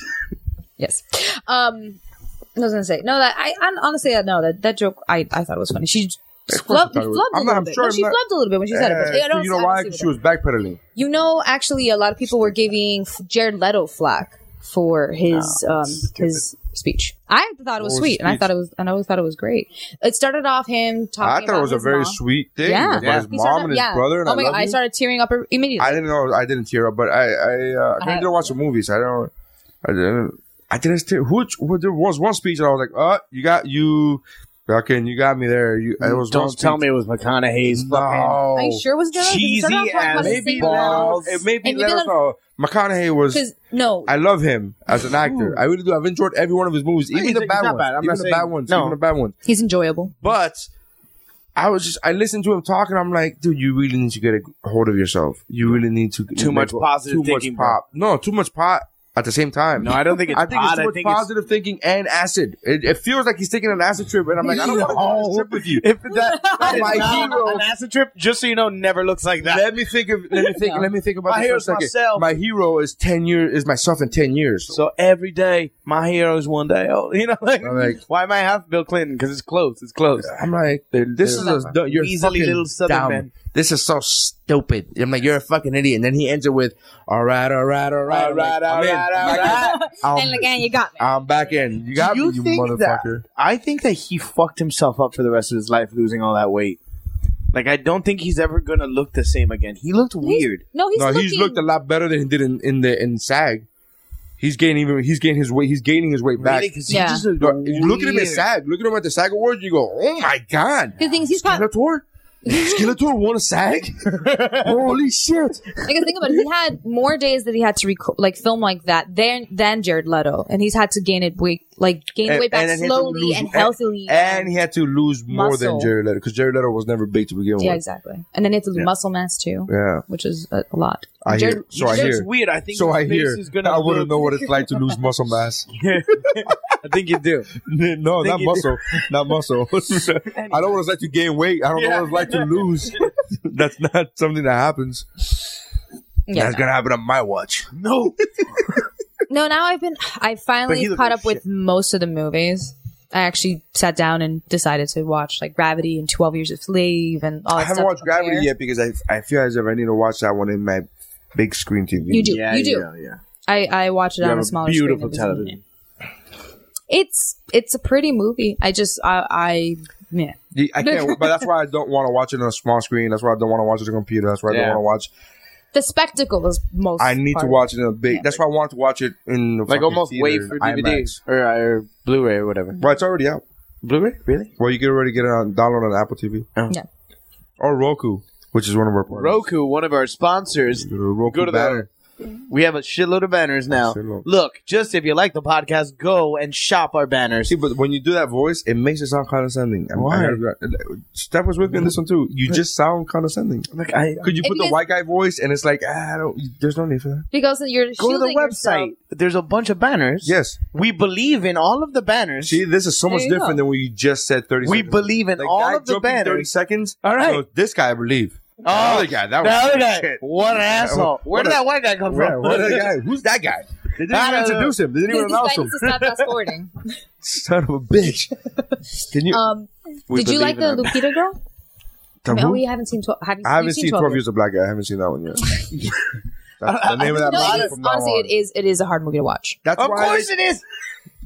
Speaker 9: Yes. Um, I was gonna say no. That I, I honestly uh, no that that joke I, I thought it was funny. She
Speaker 1: course
Speaker 9: flubbed,
Speaker 1: I thought it was-
Speaker 9: flubbed a
Speaker 1: I'm not-
Speaker 9: little
Speaker 1: I'm
Speaker 9: bit.
Speaker 1: sure
Speaker 9: no,
Speaker 1: I'm
Speaker 9: she
Speaker 1: not-
Speaker 9: flubbed a little bit when she said it. But, I
Speaker 1: Uh,
Speaker 9: don't,
Speaker 1: you know
Speaker 9: I don't
Speaker 1: why?
Speaker 9: see what
Speaker 1: She was backpedaling.
Speaker 9: You know, actually, a lot of people were giving Jared Leto flack for his um his speech. I thought it
Speaker 1: What
Speaker 9: was
Speaker 1: was
Speaker 9: sweet, and I
Speaker 1: speech?
Speaker 9: thought it was, and I always thought it was great. It started off him
Speaker 1: I
Speaker 9: talking.
Speaker 1: thought it
Speaker 9: about
Speaker 1: was a
Speaker 9: his
Speaker 1: very
Speaker 9: mom.
Speaker 1: sweet thing.
Speaker 9: Yeah,
Speaker 1: about his
Speaker 9: He
Speaker 1: mom
Speaker 9: started-
Speaker 1: and his
Speaker 9: yeah.
Speaker 1: brother. And
Speaker 9: oh
Speaker 1: I
Speaker 9: my
Speaker 1: love
Speaker 9: god, I
Speaker 1: you.
Speaker 9: started tearing up immediately.
Speaker 1: I didn't know. I didn't tear up, but I I uh, I
Speaker 9: I-
Speaker 1: didn't watch the movies. I don't. I didn't. I didn't tear. Who, who- there was one speech that I was like, "Uh, you got you, fucking, you got me there." You, it was one
Speaker 6: don't tell
Speaker 1: speech-
Speaker 6: me it was mcconaughey's fucking
Speaker 1: No,
Speaker 9: Are you sure it was Jared? Leto? 'Cause he started off talking
Speaker 6: cheesy
Speaker 9: about
Speaker 6: ass
Speaker 9: his
Speaker 6: maybe
Speaker 9: single-
Speaker 6: balls
Speaker 1: It made me
Speaker 9: And you
Speaker 1: let us
Speaker 9: didn't-
Speaker 1: know. McConaughey was.
Speaker 9: 'Cause- no,
Speaker 1: I love him as an actor. I really do. I've enjoyed every one of his movies, even
Speaker 6: he's-
Speaker 1: the
Speaker 6: he's
Speaker 1: bad
Speaker 6: not
Speaker 1: ones,
Speaker 6: bad. I'm
Speaker 1: even
Speaker 6: not
Speaker 1: the
Speaker 6: saying-
Speaker 1: bad ones,
Speaker 6: no.
Speaker 1: even the bad ones.
Speaker 9: he's enjoyable.
Speaker 1: But I was just I listened to him talk and I'm like, dude, you really need to get a hold of yourself. You really need to
Speaker 6: Too much positive
Speaker 1: too
Speaker 6: thinking,
Speaker 1: much
Speaker 6: bro.
Speaker 1: pop. No, too much pot at the same time.
Speaker 6: no i don't think it's
Speaker 1: I think
Speaker 6: odd.
Speaker 1: it's too much positive thinking and acid. It, it feels like he's taking an acid trip, and I'm like, I don't want to go on this trip with you.
Speaker 6: If that, that
Speaker 1: My
Speaker 6: my
Speaker 1: hero.
Speaker 6: hero, an acid trip, just so you know, never looks like that.
Speaker 1: Let me think of. Let me think.
Speaker 9: No.
Speaker 1: Let me think about
Speaker 6: My
Speaker 1: this for a
Speaker 6: hero's
Speaker 1: second.
Speaker 6: myself.
Speaker 1: My hero is ten years. Is myself in ten years.
Speaker 6: So every day, my hero is one day old. You know, like,
Speaker 1: I'm like-
Speaker 6: why am I half Bill Clinton? Because it's close. It's close.
Speaker 1: I'm like, this is a du- you're
Speaker 6: Weaselly
Speaker 1: fucking
Speaker 6: little southern
Speaker 1: dumb.
Speaker 6: man.
Speaker 1: This is so stupid. I'm like, you're a fucking idiot. And then he ends it with, all right, all right, all right, all right, all right, all right. I'm,
Speaker 9: And again, you got me.
Speaker 1: I'm back in. You got
Speaker 6: You
Speaker 1: me, you
Speaker 6: think
Speaker 1: motherfucker.
Speaker 6: I think that he fucked himself up for the rest of his life, losing all that weight. Like, I don't think he's ever gonna look the same again. He looked
Speaker 9: He's-
Speaker 6: weird.
Speaker 9: No, he's
Speaker 1: no,
Speaker 9: looking.
Speaker 1: he's looked a lot better than he did in, in the in SAG. He's gaining even. He's gaining his weight. He's gaining his weight back.
Speaker 6: Really? 'Cause
Speaker 9: Yeah.
Speaker 6: looked
Speaker 1: No, you look at him at
Speaker 6: weird.
Speaker 1: SAG. Look at him at the SAG Awards. You go, oh my god.
Speaker 9: the thing is, he's probably
Speaker 1: Skeletor. Skeletor won a SAG. Holy shit!
Speaker 9: Because think about it, he had more days that he had to rec- like film like that than than Jared Leto, and he's had to gain it weight like gain weight back
Speaker 1: then he had to
Speaker 9: slowly
Speaker 1: lose-
Speaker 9: and healthily.
Speaker 1: And, and he had to lose more than
Speaker 9: Muscle.
Speaker 1: Jerry Letter because Jerry Letter was never big to begin
Speaker 9: yeah,
Speaker 1: with.
Speaker 9: exactly. And then he had to lose muscle mass too,
Speaker 1: Yeah,
Speaker 9: which is a, a lot.
Speaker 1: I hear.
Speaker 9: Jared-
Speaker 1: So I
Speaker 6: That's
Speaker 1: hear.
Speaker 6: weird. I think
Speaker 1: So
Speaker 6: his
Speaker 1: I
Speaker 6: face
Speaker 1: hear.
Speaker 6: is gonna
Speaker 1: I wouldn't
Speaker 6: look-
Speaker 1: know what it's like to lose muscle mass.
Speaker 6: I think you do.
Speaker 1: no, not
Speaker 6: you.
Speaker 1: muscle. Not muscle. I don't want it's like to gain weight. I don't know what it's like to lose. That's not something that happens.
Speaker 9: Yeah.
Speaker 1: That's gonna happen on my watch. No.
Speaker 9: No, now I've been I
Speaker 6: But he
Speaker 9: finally
Speaker 6: looked
Speaker 9: caught
Speaker 6: like
Speaker 9: up with most of the movies. I actually sat down and decided to watch like Gravity and Twelve Years a Slave and all. That
Speaker 1: I haven't
Speaker 9: stuff
Speaker 1: watched
Speaker 9: from there.
Speaker 1: Gravity yet because I I feel as if I need to watch that one in my big screen TV.
Speaker 9: You do. you do.
Speaker 6: Yeah, yeah.
Speaker 9: I, I watch it
Speaker 6: You
Speaker 9: on
Speaker 6: have
Speaker 9: a
Speaker 6: a
Speaker 9: smaller
Speaker 6: beautiful
Speaker 9: screen than this
Speaker 6: television.
Speaker 9: one. It's it's a pretty movie. I just I I yeah.
Speaker 1: The- I can't, but that's why I don't want to watch it on a small screen. That's why I don't want to watch it on a computer. That's why I
Speaker 6: Yeah.
Speaker 1: don't want to watch.
Speaker 9: The spectacle is most.
Speaker 1: I need to
Speaker 9: part.
Speaker 1: watch it in a big.
Speaker 9: Yeah.
Speaker 1: that's why I wanted to watch it in the
Speaker 6: Like
Speaker 1: fucking
Speaker 6: almost
Speaker 1: theater,
Speaker 6: wait for
Speaker 1: IMAX.
Speaker 6: DVDs or, uh, or Blu-ray or whatever.
Speaker 1: Well, it's already out.
Speaker 6: Blu-ray, really?
Speaker 1: Well, you can already get it on download on Apple TV.
Speaker 9: Yeah.
Speaker 1: Or Roku, which is one of our partners.
Speaker 6: Roku, one of our sponsors.
Speaker 1: Go to the Roku
Speaker 6: Go to
Speaker 1: banner.
Speaker 6: the We have a shitload of banners now.
Speaker 1: Shitload.
Speaker 6: Look, just if you like the podcast, go and shop our banners.
Speaker 1: See, but when you do that voice, it makes it sound condescending. I'm-
Speaker 6: Why?
Speaker 1: I gotta- uh, Steph was with me on this one too. You just sound condescending.
Speaker 6: Look, I
Speaker 1: Could you put the
Speaker 9: because-
Speaker 1: white guy voice and it's like ah, I don't. There's no need for that.
Speaker 9: because you're
Speaker 6: go to the
Speaker 9: shielding
Speaker 6: website.
Speaker 9: yourself.
Speaker 6: There's a bunch of banners.
Speaker 1: Yes.
Speaker 6: we believe in all of the banners.
Speaker 1: See, this is so
Speaker 9: There
Speaker 1: much
Speaker 9: you go.
Speaker 1: different than what you just said. Thirty.
Speaker 6: we
Speaker 1: seconds.
Speaker 6: believe in
Speaker 1: Like
Speaker 6: all
Speaker 1: that
Speaker 6: of the
Speaker 1: joke in Thirty
Speaker 6: banners.
Speaker 1: seconds.
Speaker 6: All right.
Speaker 1: So this guy, I believe. the other Oh, guy. That was
Speaker 6: the other guy.
Speaker 1: shit.
Speaker 6: What an asshole. Where
Speaker 1: What
Speaker 6: did
Speaker 1: a-
Speaker 6: that white guy come
Speaker 1: Right,
Speaker 6: from?
Speaker 1: what that guy? Who's that guy? They didn't
Speaker 6: I
Speaker 1: even
Speaker 6: don't know.
Speaker 1: introduce him. They didn't even
Speaker 9: This guy
Speaker 1: announce him.
Speaker 9: needs to stop fast forwarding.
Speaker 1: Son of a bitch. Can you?
Speaker 9: Um,
Speaker 1: We
Speaker 9: did you like
Speaker 1: believe
Speaker 9: the
Speaker 1: in him.
Speaker 9: Lupita girl?
Speaker 1: The
Speaker 9: No,
Speaker 1: who?
Speaker 9: we haven't seen. Tw- have you,
Speaker 1: I haven't
Speaker 9: you've
Speaker 1: seen 12 Years a Black Guy. I haven't seen that one yet. That's the name of that
Speaker 9: No,
Speaker 1: movie
Speaker 9: it is,
Speaker 1: from now
Speaker 9: honestly,
Speaker 1: on.
Speaker 9: it is. It is a hard movie to watch.
Speaker 1: That's
Speaker 6: Of
Speaker 1: why
Speaker 6: course it is.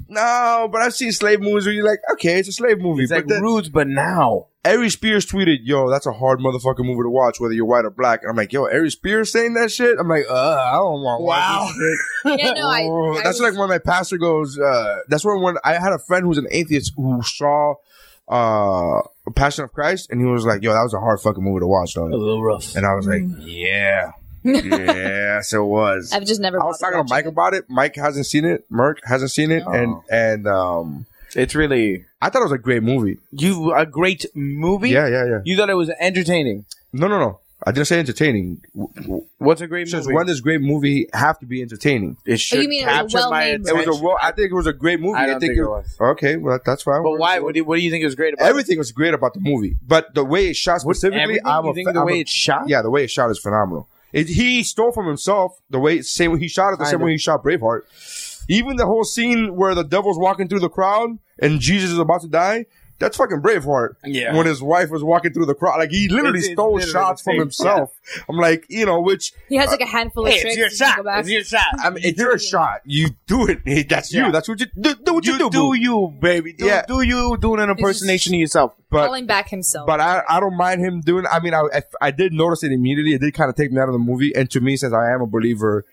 Speaker 1: No, but I've seen slave movies where you're like, okay, it's a slave movie.
Speaker 6: It's
Speaker 1: but
Speaker 6: like
Speaker 1: then
Speaker 6: Roots, but now.
Speaker 1: Ari Spears tweeted, yo, that's a hard motherfucking movie to watch, whether you're white or black. And I'm like, yo, Ari Spears saying that shit? I'm like, uh, I don't want to watch this shit.
Speaker 9: Yeah, no, I.
Speaker 1: Oh,
Speaker 9: I
Speaker 1: that's
Speaker 9: was-
Speaker 1: like when my pastor goes. Uh, that's when when I had a friend who's an atheist who saw uh, Passion of Christ, and he was like, "Yo, that was a hard fucking movie to watch, though." A little rough. And I was
Speaker 6: Mm.
Speaker 1: like, "Yeah, yes, it was."
Speaker 9: I've just never.
Speaker 1: I was
Speaker 9: bothered
Speaker 1: talking to
Speaker 9: watching
Speaker 1: Mike
Speaker 9: it.
Speaker 1: about it. Mike hasn't seen it. Merk hasn't seen it, and
Speaker 6: Oh.
Speaker 1: and um,
Speaker 6: It's really
Speaker 1: I thought it was a great movie.
Speaker 6: you a great movie.
Speaker 1: Yeah, yeah, yeah.
Speaker 6: You thought it was entertaining.
Speaker 1: No, no, no. I didn't say entertaining. W- w-
Speaker 6: What's a great
Speaker 1: Since
Speaker 6: movie?
Speaker 1: when does great movie have to be entertaining?
Speaker 6: it should
Speaker 9: you mean it was a
Speaker 6: capture my
Speaker 9: well-made
Speaker 1: It
Speaker 6: attention.
Speaker 9: movie?
Speaker 1: was a. Well, I think it was a great movie.
Speaker 6: I don't think it was.
Speaker 1: Okay, well that's fine.
Speaker 6: But why? What do, you, what do you think it was great about? it?
Speaker 1: Everything was great about the movie, but the way it's shot specifically,
Speaker 6: Everything?
Speaker 1: I'm
Speaker 6: you
Speaker 1: a,
Speaker 6: think
Speaker 1: fa-
Speaker 6: the
Speaker 1: I'm
Speaker 6: way
Speaker 1: a-
Speaker 6: it's shot.
Speaker 1: yeah, the way it's shot is phenomenal. It, he stole from himself the way same way he shot it, the same
Speaker 6: Kinda.
Speaker 1: way he shot Braveheart. Even the whole scene where the devil's walking through the crowd and Jesus is about to die, that's fucking Braveheart.
Speaker 6: Yeah.
Speaker 1: when his wife was walking through the crowd, like he literally
Speaker 6: It's- it's
Speaker 1: stole
Speaker 6: literally
Speaker 1: shots
Speaker 6: the
Speaker 1: from
Speaker 6: same.
Speaker 1: himself. I'm like, you know, which
Speaker 9: He has like a handful of
Speaker 6: Hey,
Speaker 9: tricks.
Speaker 6: it's your
Speaker 9: and you
Speaker 6: shot.
Speaker 9: go back.
Speaker 6: It's your shot.
Speaker 1: I mean, if you're a shot, you do it. That's
Speaker 6: Yeah.
Speaker 1: you. That's what you do. Do what you, do. boo.
Speaker 6: You do you, baby. Do,
Speaker 1: Yeah.
Speaker 6: do you doing an impersonation of yourself?
Speaker 1: but
Speaker 9: Calling back himself.
Speaker 1: But I, I don't mind him doing. I mean, I, I I did notice it immediately. It did kind of take me out of the movie. And to me, since I am a believer,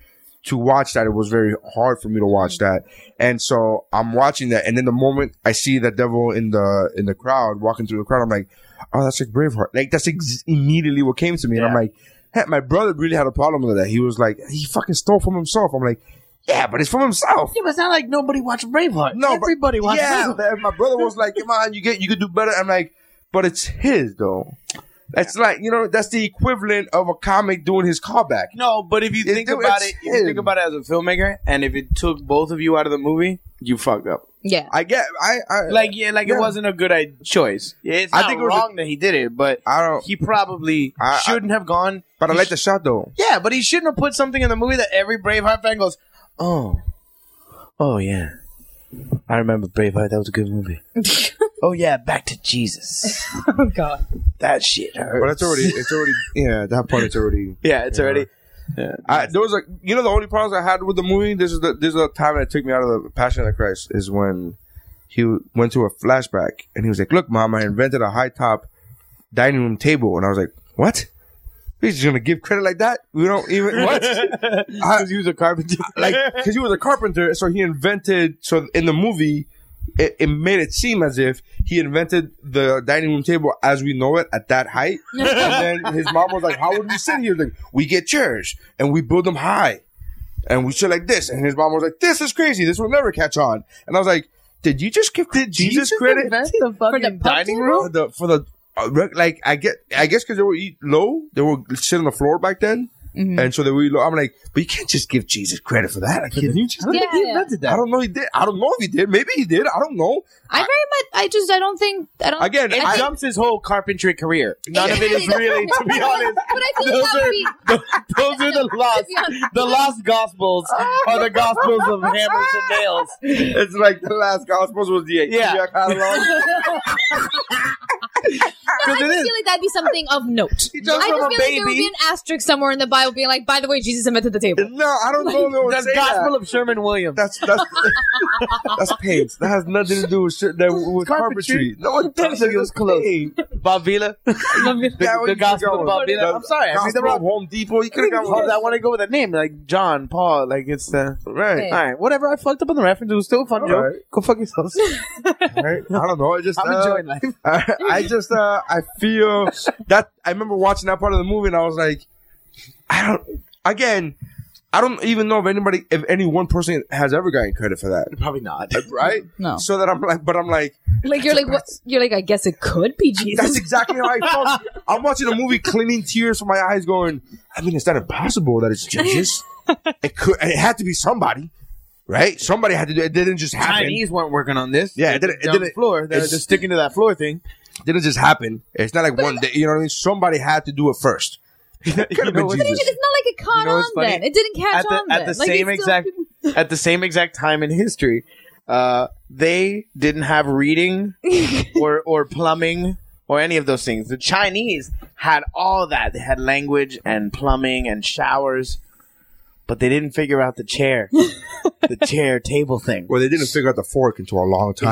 Speaker 1: to watch that it was very hard for me to watch that. And so I'm watching that, and then the moment I see the devil in the in the crowd walking through the crowd, I'm like, oh, that's like Braveheart. Like that's ex- immediately what came to me, and I'm like, heck, my brother really had a problem with that. He was like, he fucking stole from himself. I'm like, yeah, but it's from himself.
Speaker 6: Yeah, but it's not like nobody watched Braveheart.
Speaker 1: but- Yeah, but my brother was like, "Come on, you get, you could do better." I'm like, "But it's his though." That's like you know, that's the equivalent of a comic doing his callback.
Speaker 6: No, but if you
Speaker 1: It-
Speaker 6: think
Speaker 1: it-
Speaker 6: about
Speaker 1: it's
Speaker 6: it, if you think
Speaker 1: him.
Speaker 6: about it as a filmmaker, and if it took both of you out of the movie, you fucked up.
Speaker 9: yeah.
Speaker 1: I get, I, I
Speaker 6: Like, yeah, like
Speaker 1: Yeah.
Speaker 6: it wasn't a good i- choice. It's
Speaker 1: I
Speaker 6: not
Speaker 1: think
Speaker 6: I think
Speaker 1: it was
Speaker 6: wrong that he did it, but
Speaker 1: I don't-
Speaker 6: He probably
Speaker 1: I- I-
Speaker 6: shouldn't have gone.
Speaker 1: but I
Speaker 6: He
Speaker 1: like the
Speaker 6: sh-
Speaker 1: shot though.
Speaker 6: Yeah, but he shouldn't have put something in the movie that every Braveheart fan goes, "Oh, oh yeah, I remember Braveheart. That was a good movie. oh yeah, back to Jesus.
Speaker 9: Oh god.
Speaker 6: That shit hurts.
Speaker 1: But it's already, it's already, yeah, that part it's already.
Speaker 6: yeah, it's already.
Speaker 1: I, there was like, you know, the only problems I had with the movie. This is the this is the time that took me out of the Passion of the Christ is when he went to a flashback and he was like, "Look, mom, I invented a high top dining room table," and I was like, "What?" He's just gonna give credit like that? We don't even what?
Speaker 6: Because he was a carpenter.
Speaker 1: like because he was a carpenter, so he invented. So in the movie, it, it made it seem as if he invented the dining room table as we know it at that height. and then his mom was like, "How would we sit here? Like, we get chairs and we build them high, and we sit like this." And his mom was like, "This is crazy. This will never catch on." And I was like, "Did you just give Jesus, credit
Speaker 6: the
Speaker 9: fucking the pub dining table?
Speaker 1: for the for the uh, rec- like I get I guess because they were eat low, they were sit on the floor back then, and so they were eat low. I'm like, but you can't just give Jesus credit for that. Like, can you just?
Speaker 9: think he Yeah. invented
Speaker 1: I don't know. He did. I don't know if he did. Maybe he did. I don't know.
Speaker 9: I very much. I just. I don't think. I don't.
Speaker 1: Again,
Speaker 9: I
Speaker 6: It
Speaker 1: I-
Speaker 9: think-
Speaker 6: jumps his whole carpentry career. None of it is really, to be honest.
Speaker 9: But I feel like
Speaker 6: Those
Speaker 9: that
Speaker 6: are,
Speaker 9: would be.
Speaker 6: those are the lost, the lost gospels are the gospels of hammers and nails.
Speaker 1: It's like the last gospels was the
Speaker 6: Yeah.
Speaker 1: IKEA catalog.
Speaker 6: Because it
Speaker 9: I
Speaker 6: is.
Speaker 9: feel like that'd be something of note. I just
Speaker 6: from
Speaker 9: feel
Speaker 6: a
Speaker 9: like there would
Speaker 6: baby.
Speaker 9: be an asterisk somewhere in the Bible being like, by the way, Jesus invented the table.
Speaker 1: no, I don't know. if they would
Speaker 6: The
Speaker 1: say that.
Speaker 6: gospel of Sherman Williams.
Speaker 1: That's that's that's paint. That has nothing to do with shit that with carpentry.
Speaker 6: Carpentry.
Speaker 1: No one does
Speaker 6: Look at those clothes.
Speaker 1: Hey,
Speaker 6: Bob Vila.
Speaker 1: that
Speaker 6: the
Speaker 1: was-
Speaker 6: gospel of Bob
Speaker 1: the-
Speaker 6: Vila. I'm sorry, I mean, the
Speaker 1: Gospel of Home Depot. You could have got
Speaker 6: I want to go with a name like John, Paul, like it's the.
Speaker 1: Right.
Speaker 9: Hey.
Speaker 6: All right, whatever. I fucked up on the reference. It was still a fun
Speaker 1: All
Speaker 6: joke.
Speaker 1: right.
Speaker 6: Go fuck yourselves.
Speaker 1: right? I don't know. I just
Speaker 6: I'm
Speaker 1: uh,
Speaker 6: enjoying life.
Speaker 1: I, I just uh, I feel that I remember watching that part of the movie and I was like, I don't. Again, I don't even know if anybody, if any one person has ever gotten credit for that,
Speaker 6: Probably not.
Speaker 1: right?
Speaker 9: No.
Speaker 1: So that I'm like, but I'm like,
Speaker 9: Like you're like what? You're like I guess it could be
Speaker 1: that's
Speaker 9: Jesus.
Speaker 1: exactly how I felt. I'm watching a movie, cleaning tears from my eyes, going, I mean, is that impossible that it's Jesus? it could, it had to be somebody, right? Somebody had to do it. It didn't just happen.
Speaker 6: Chinese weren't working on this.
Speaker 1: Yeah, it
Speaker 6: They're
Speaker 1: didn't- it
Speaker 6: down the
Speaker 1: didn't-
Speaker 6: floor. They're
Speaker 1: it's-
Speaker 6: just sticking to that floor thing.
Speaker 1: It didn't just happen. It's not like one day. You know what I mean? Somebody had to do it first. It could have
Speaker 6: know
Speaker 1: been
Speaker 6: what-
Speaker 9: But
Speaker 1: Jesus.
Speaker 9: it's not like it caught
Speaker 6: You know
Speaker 9: on
Speaker 6: what's funny?
Speaker 9: then. It didn't catch
Speaker 6: at the,
Speaker 9: on
Speaker 6: at
Speaker 9: then.
Speaker 6: the
Speaker 9: Like, it's still-
Speaker 6: same exact at the same exact time in history. Uh, they didn't have reading or or plumbing or any of those things. The Chinese had all that. They had language and plumbing and showers, but they didn't figure out the chair, the chair table thing.
Speaker 1: Well, they didn't figure out the fork until a long time.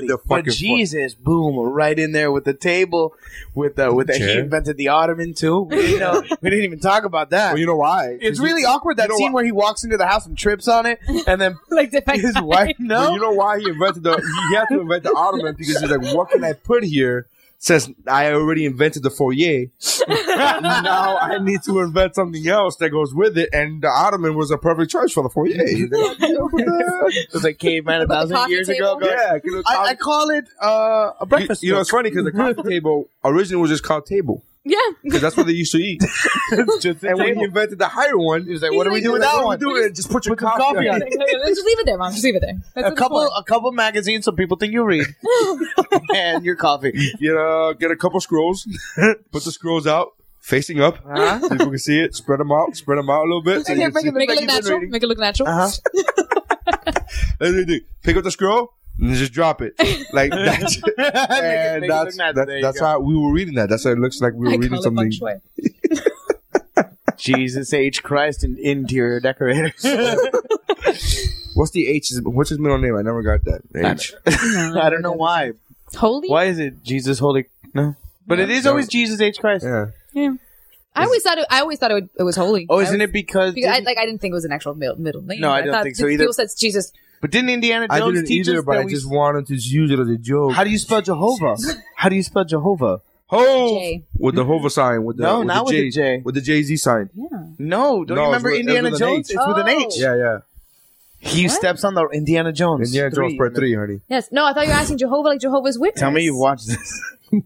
Speaker 1: the, the
Speaker 6: but
Speaker 1: fucking fork.
Speaker 6: Jesus, boom, right in there with the table, with the with the he
Speaker 1: Chair.
Speaker 6: invented the ottoman too. We didn't, know, we didn't even talk about that.
Speaker 1: Well, you know why?
Speaker 6: It's really awkward that
Speaker 1: know
Speaker 6: scene
Speaker 1: what-
Speaker 6: where he walks into the house and trips on it, and then
Speaker 9: Like the fact
Speaker 6: his
Speaker 9: that-
Speaker 6: wife. No,
Speaker 1: Well, you know why he invented the he- he had to invent the ottoman because he's like, what can I put here? Since I already invented the foyer, now I need to invent something else that goes with it, and the ottoman was a perfect choice for the foyer.
Speaker 6: it was like caveman a thousand
Speaker 9: coffee
Speaker 6: years ago.
Speaker 9: table?
Speaker 6: going,
Speaker 1: yeah, you know,
Speaker 6: I, I call it uh, a
Speaker 1: you,
Speaker 6: breakfast.
Speaker 1: you know it's funny because the coffee table originally was just called table
Speaker 9: Yeah.
Speaker 1: because that's what they used to eat. and when he invented the higher one, he was like,
Speaker 6: what do we do with that one?
Speaker 1: do it? Just put your
Speaker 6: some
Speaker 1: coffee,
Speaker 6: coffee
Speaker 1: on
Speaker 6: on
Speaker 1: it.
Speaker 6: it.
Speaker 9: Just leave it there, mom. Just leave it there. That's
Speaker 6: a
Speaker 9: what it's
Speaker 6: couple,
Speaker 9: for.
Speaker 6: a couple magazines, so people think you read, and your coffee.
Speaker 1: You know, get a couple scrolls, put the scrolls out facing up. so People can see it. Spread them out. Spread them out a little bit. So you
Speaker 9: Yeah,
Speaker 1: can
Speaker 9: make
Speaker 1: see.
Speaker 9: it, make it
Speaker 1: Like
Speaker 9: look
Speaker 1: you've been
Speaker 9: natural.
Speaker 1: reading.
Speaker 9: Make it look natural.
Speaker 6: Uh-huh.
Speaker 1: That's what you do. Pick up the scroll and just drop it. Like that's
Speaker 6: it
Speaker 1: and
Speaker 6: look
Speaker 1: that's
Speaker 6: natural.
Speaker 1: that-
Speaker 6: There you
Speaker 1: that's
Speaker 6: go.
Speaker 1: how we were reading that. That's how it looks like we were
Speaker 9: I
Speaker 1: reading
Speaker 9: call it
Speaker 1: something.
Speaker 9: feng shui.
Speaker 6: Jesus H. Christ, an interior decorator.
Speaker 1: What's the H? What's his middle name? I never got that. H.
Speaker 6: I don't know why.
Speaker 9: Holy.
Speaker 6: Why is it Jesus Holy? No, but it is always Jesus H. Christ.
Speaker 1: Yeah.
Speaker 9: I always thought it, I always thought it, would, it was holy.
Speaker 6: Oh,
Speaker 9: I
Speaker 6: isn't
Speaker 9: always-
Speaker 6: it because?
Speaker 9: Because I,
Speaker 6: didn't-
Speaker 9: like I didn't think it was an actual middle, middle name.
Speaker 6: No, I don't
Speaker 9: thought
Speaker 6: think so
Speaker 9: pe-
Speaker 6: either.
Speaker 9: People said it's Jesus.
Speaker 6: but didn't Indiana
Speaker 1: I
Speaker 6: Jones
Speaker 1: didn't
Speaker 6: teach
Speaker 1: either,
Speaker 6: us
Speaker 1: but
Speaker 6: that
Speaker 1: I
Speaker 6: we-
Speaker 1: just wanted to use it as a joke.
Speaker 6: How do you spell Jehovah? How do you spell Jehovah?
Speaker 1: Ho
Speaker 9: J.
Speaker 1: with the Hova sign with the
Speaker 6: No,
Speaker 1: with
Speaker 6: not
Speaker 1: the
Speaker 6: with
Speaker 1: J
Speaker 6: the J.
Speaker 1: with the Jay Z sign.
Speaker 6: No, don't
Speaker 1: No,
Speaker 6: you remember
Speaker 1: it's with- it's
Speaker 6: Indiana
Speaker 1: with an
Speaker 6: Jones?
Speaker 1: H.
Speaker 6: It's with an H.
Speaker 1: Oh. Yeah, yeah.
Speaker 6: He steps on the Indiana Jones.
Speaker 1: Indiana Jones
Speaker 6: three.
Speaker 1: part three, honey.
Speaker 9: Yes. No, I thought you were asking Jehovah, like Jehovah's Witness.
Speaker 6: Tell me you watched this.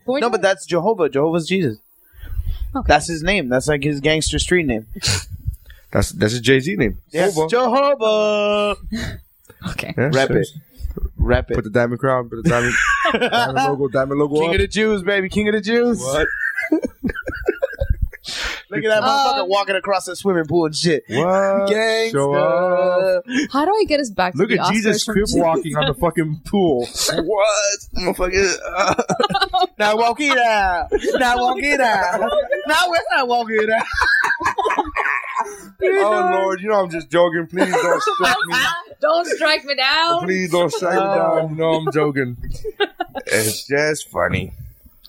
Speaker 9: Born
Speaker 6: no, but
Speaker 9: again.
Speaker 6: that's Jehovah. Jehovah's Jesus. That's his name. That's like his gangster street name.
Speaker 1: That's that's a Jay Z name. Hova.
Speaker 6: Jehovah.
Speaker 9: okay.
Speaker 1: Yeah,
Speaker 6: Rep
Speaker 1: sure.
Speaker 6: it. Rep
Speaker 1: Put
Speaker 6: it.
Speaker 1: the diamond crown. Put the diamond, diamond logo. Diamond logo.
Speaker 6: King
Speaker 1: up.
Speaker 6: of the Jews, baby. King of the Jews.
Speaker 1: What?
Speaker 6: Look at that motherfucker
Speaker 9: Um,
Speaker 6: walking across the swimming pool and shit.
Speaker 1: What?
Speaker 6: Gangster.
Speaker 1: Show up.
Speaker 9: How do I get us back?
Speaker 1: Look
Speaker 9: to the
Speaker 1: at Jesus
Speaker 9: Oscars from-
Speaker 1: crib walking on the fucking pool.
Speaker 6: What? Motherfucker. now walk it out. Now walk it out. Now we're not walking it out.
Speaker 1: oh Lord, you know I'm just joking. Please don't strike me.
Speaker 9: Don't strike me down.
Speaker 1: Please don't strike me down. You know I'm joking. It's just funny.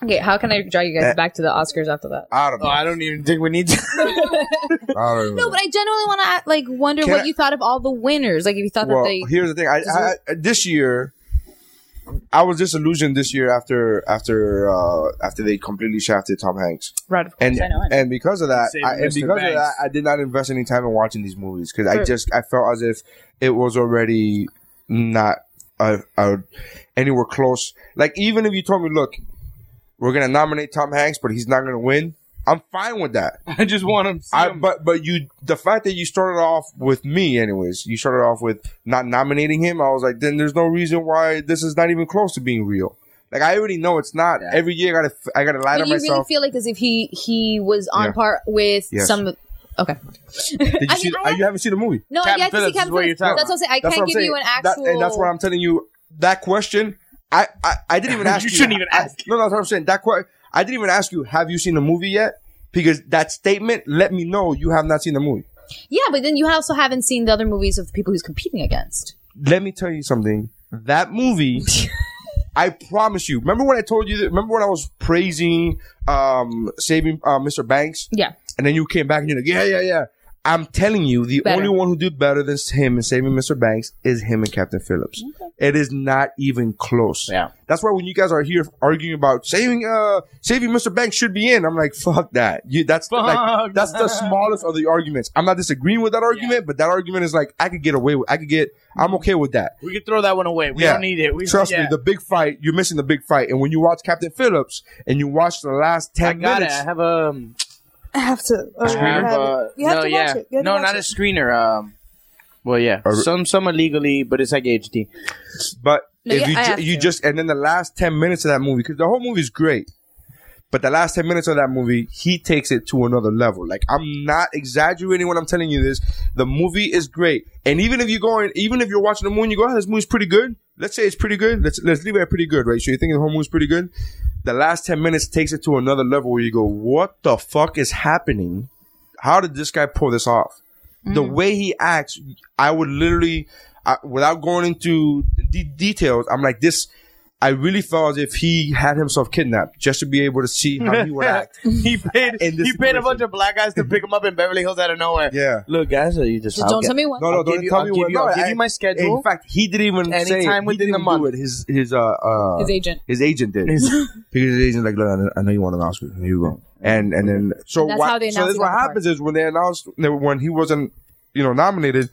Speaker 9: Okay, how can I drag you guys back to the Oscars after that?
Speaker 1: I don't know.
Speaker 6: Oh, I don't even think we need to.
Speaker 1: I don't know.
Speaker 9: No, but I genuinely want to like wonder
Speaker 1: Can
Speaker 9: what
Speaker 1: I-
Speaker 9: you thought of all the winners. Like if you thought
Speaker 1: well,
Speaker 9: that they
Speaker 1: here's the thing. I, I, I this year, I was disillusioned this year after after uh, after they completely shafted Tom Hanks,
Speaker 9: right, of course,
Speaker 1: and
Speaker 9: I know. I know.
Speaker 1: and because of that,
Speaker 6: Save
Speaker 1: I, and
Speaker 6: Mr.
Speaker 1: because of that,
Speaker 6: Banks.
Speaker 1: I did not invest any time in watching these movies because I
Speaker 9: Sure.
Speaker 1: just I felt as if it was already not uh uh anywhere close. Like even if you told me, look, we're gonna nominate Tom Hanks, but he's not gonna win. I'm fine with that.
Speaker 6: I just want him.
Speaker 1: I, but but you the fact that you started off with me anyways you started off with not nominating him I was like then there's no reason why this is not even close to being real like I already know it's not every year I gotta f- I gotta lie
Speaker 9: But
Speaker 1: to
Speaker 9: you really
Speaker 1: myself
Speaker 9: feel like as if he he was on
Speaker 1: Yeah.
Speaker 9: par with
Speaker 1: Yes.
Speaker 9: some. Okay.
Speaker 1: did you
Speaker 9: I
Speaker 1: see
Speaker 9: mean,
Speaker 1: the- uh,
Speaker 9: I
Speaker 1: you haven't seen the movie
Speaker 9: No,
Speaker 6: Captain
Speaker 9: I get to see
Speaker 6: Phillips is
Speaker 9: Captain
Speaker 6: what you're
Speaker 9: Phillips.
Speaker 6: talking
Speaker 9: That's what I'm saying. I
Speaker 1: that's
Speaker 9: can't
Speaker 1: what I'm
Speaker 9: give
Speaker 1: saying
Speaker 9: you an
Speaker 1: That-
Speaker 9: actual.
Speaker 1: and that's what I'm telling you that question I I, I didn't even ask you,
Speaker 6: shouldn't even ask.
Speaker 1: no that's what I'm saying that que- I didn't even ask you have you seen the movie yet because that statement let me know you have not seen the movie
Speaker 9: Yeah, but then you also haven't seen the other movies of the people he's competing against.
Speaker 1: let me tell you something. That movie, I promise you. Remember when I told you? That, remember when I was praising um, Saving uh, Mr. Banks,
Speaker 9: Yeah.
Speaker 1: and then you came back and you're like, "Yeah, yeah, yeah." I'm telling you, the
Speaker 9: Better.
Speaker 1: only one who did better than him in saving Mr. Banks is him and Captain Phillips. It is not even close.
Speaker 6: Yeah.
Speaker 1: That's why when you guys are here arguing about saving uh saving Mr. Banks should be in, I'm like, fuck that. You that's like
Speaker 6: Fuck
Speaker 1: that's the
Speaker 6: that.
Speaker 1: smallest of the arguments. I'm not disagreeing with that argument, but that argument is like I could get away with I could get I'm okay with that.
Speaker 6: We could throw that one away. We
Speaker 1: Yeah.
Speaker 6: don't need it. We,
Speaker 1: Trust
Speaker 6: yeah.
Speaker 1: me, the big fight, you're missing the big fight. And when you watch Captain Phillips and you watch the last ten
Speaker 6: I got
Speaker 1: minutes,
Speaker 6: it. I have a. Um,
Speaker 9: I have to. Oh,
Speaker 6: I have, uh,
Speaker 9: you have
Speaker 6: no,
Speaker 9: to watch
Speaker 6: yeah.
Speaker 9: it. You have to
Speaker 6: no,
Speaker 9: watch
Speaker 6: not
Speaker 9: it.
Speaker 6: a screener. Um, well, yeah,
Speaker 1: A-
Speaker 6: some some illegally, but it's like HD.
Speaker 1: But
Speaker 9: No,
Speaker 1: if
Speaker 9: yeah,
Speaker 1: you
Speaker 9: I
Speaker 1: ju-
Speaker 9: have
Speaker 1: you
Speaker 9: to.
Speaker 1: just and then the last ten minutes of that movie because the whole movie's great, but the last ten minutes of that movie he takes it to another level. Like I'm not exaggerating when I'm telling you this. The movie is great, and even if you're going, even if you're watching the movie, and you go, oh, "This movie's pretty good." Let's say it's pretty good. Let's let's leave it at pretty good, right? So you think the whole movie's pretty good. The last ten minutes takes it to another level where you go, "What the fuck is happening? How did this guy pull this off?" the way he acts, I would literally, I, without going into the details, I'm like this. I really felt as if he had himself kidnapped just to be able to see how he would act.
Speaker 6: he paid.
Speaker 1: In this
Speaker 6: He paid
Speaker 1: situation.
Speaker 6: a bunch of black guys to pick him up in Beverly Hills out of nowhere.
Speaker 1: Yeah.
Speaker 6: Look, guys, you just,
Speaker 9: Just don't tell me what.
Speaker 1: No, no,
Speaker 6: I'll
Speaker 1: don't
Speaker 6: give you-
Speaker 1: tell
Speaker 6: I'll
Speaker 1: me
Speaker 6: give
Speaker 1: what.
Speaker 6: you-
Speaker 1: no,
Speaker 6: I'll give you my schedule.
Speaker 1: In fact, he didn't even
Speaker 6: Anytime
Speaker 1: say he
Speaker 6: within
Speaker 1: didn't
Speaker 6: the month.
Speaker 1: do it. His his uh, uh
Speaker 9: His agent.
Speaker 1: His agent did because his agent like, look, I know you want an Oscar, here you go. And and then so
Speaker 9: That's
Speaker 1: why-
Speaker 9: how they
Speaker 1: so
Speaker 9: announced
Speaker 1: this
Speaker 9: he
Speaker 1: what
Speaker 9: got the part.
Speaker 1: happens is when they announced when he wasn't you know nominated,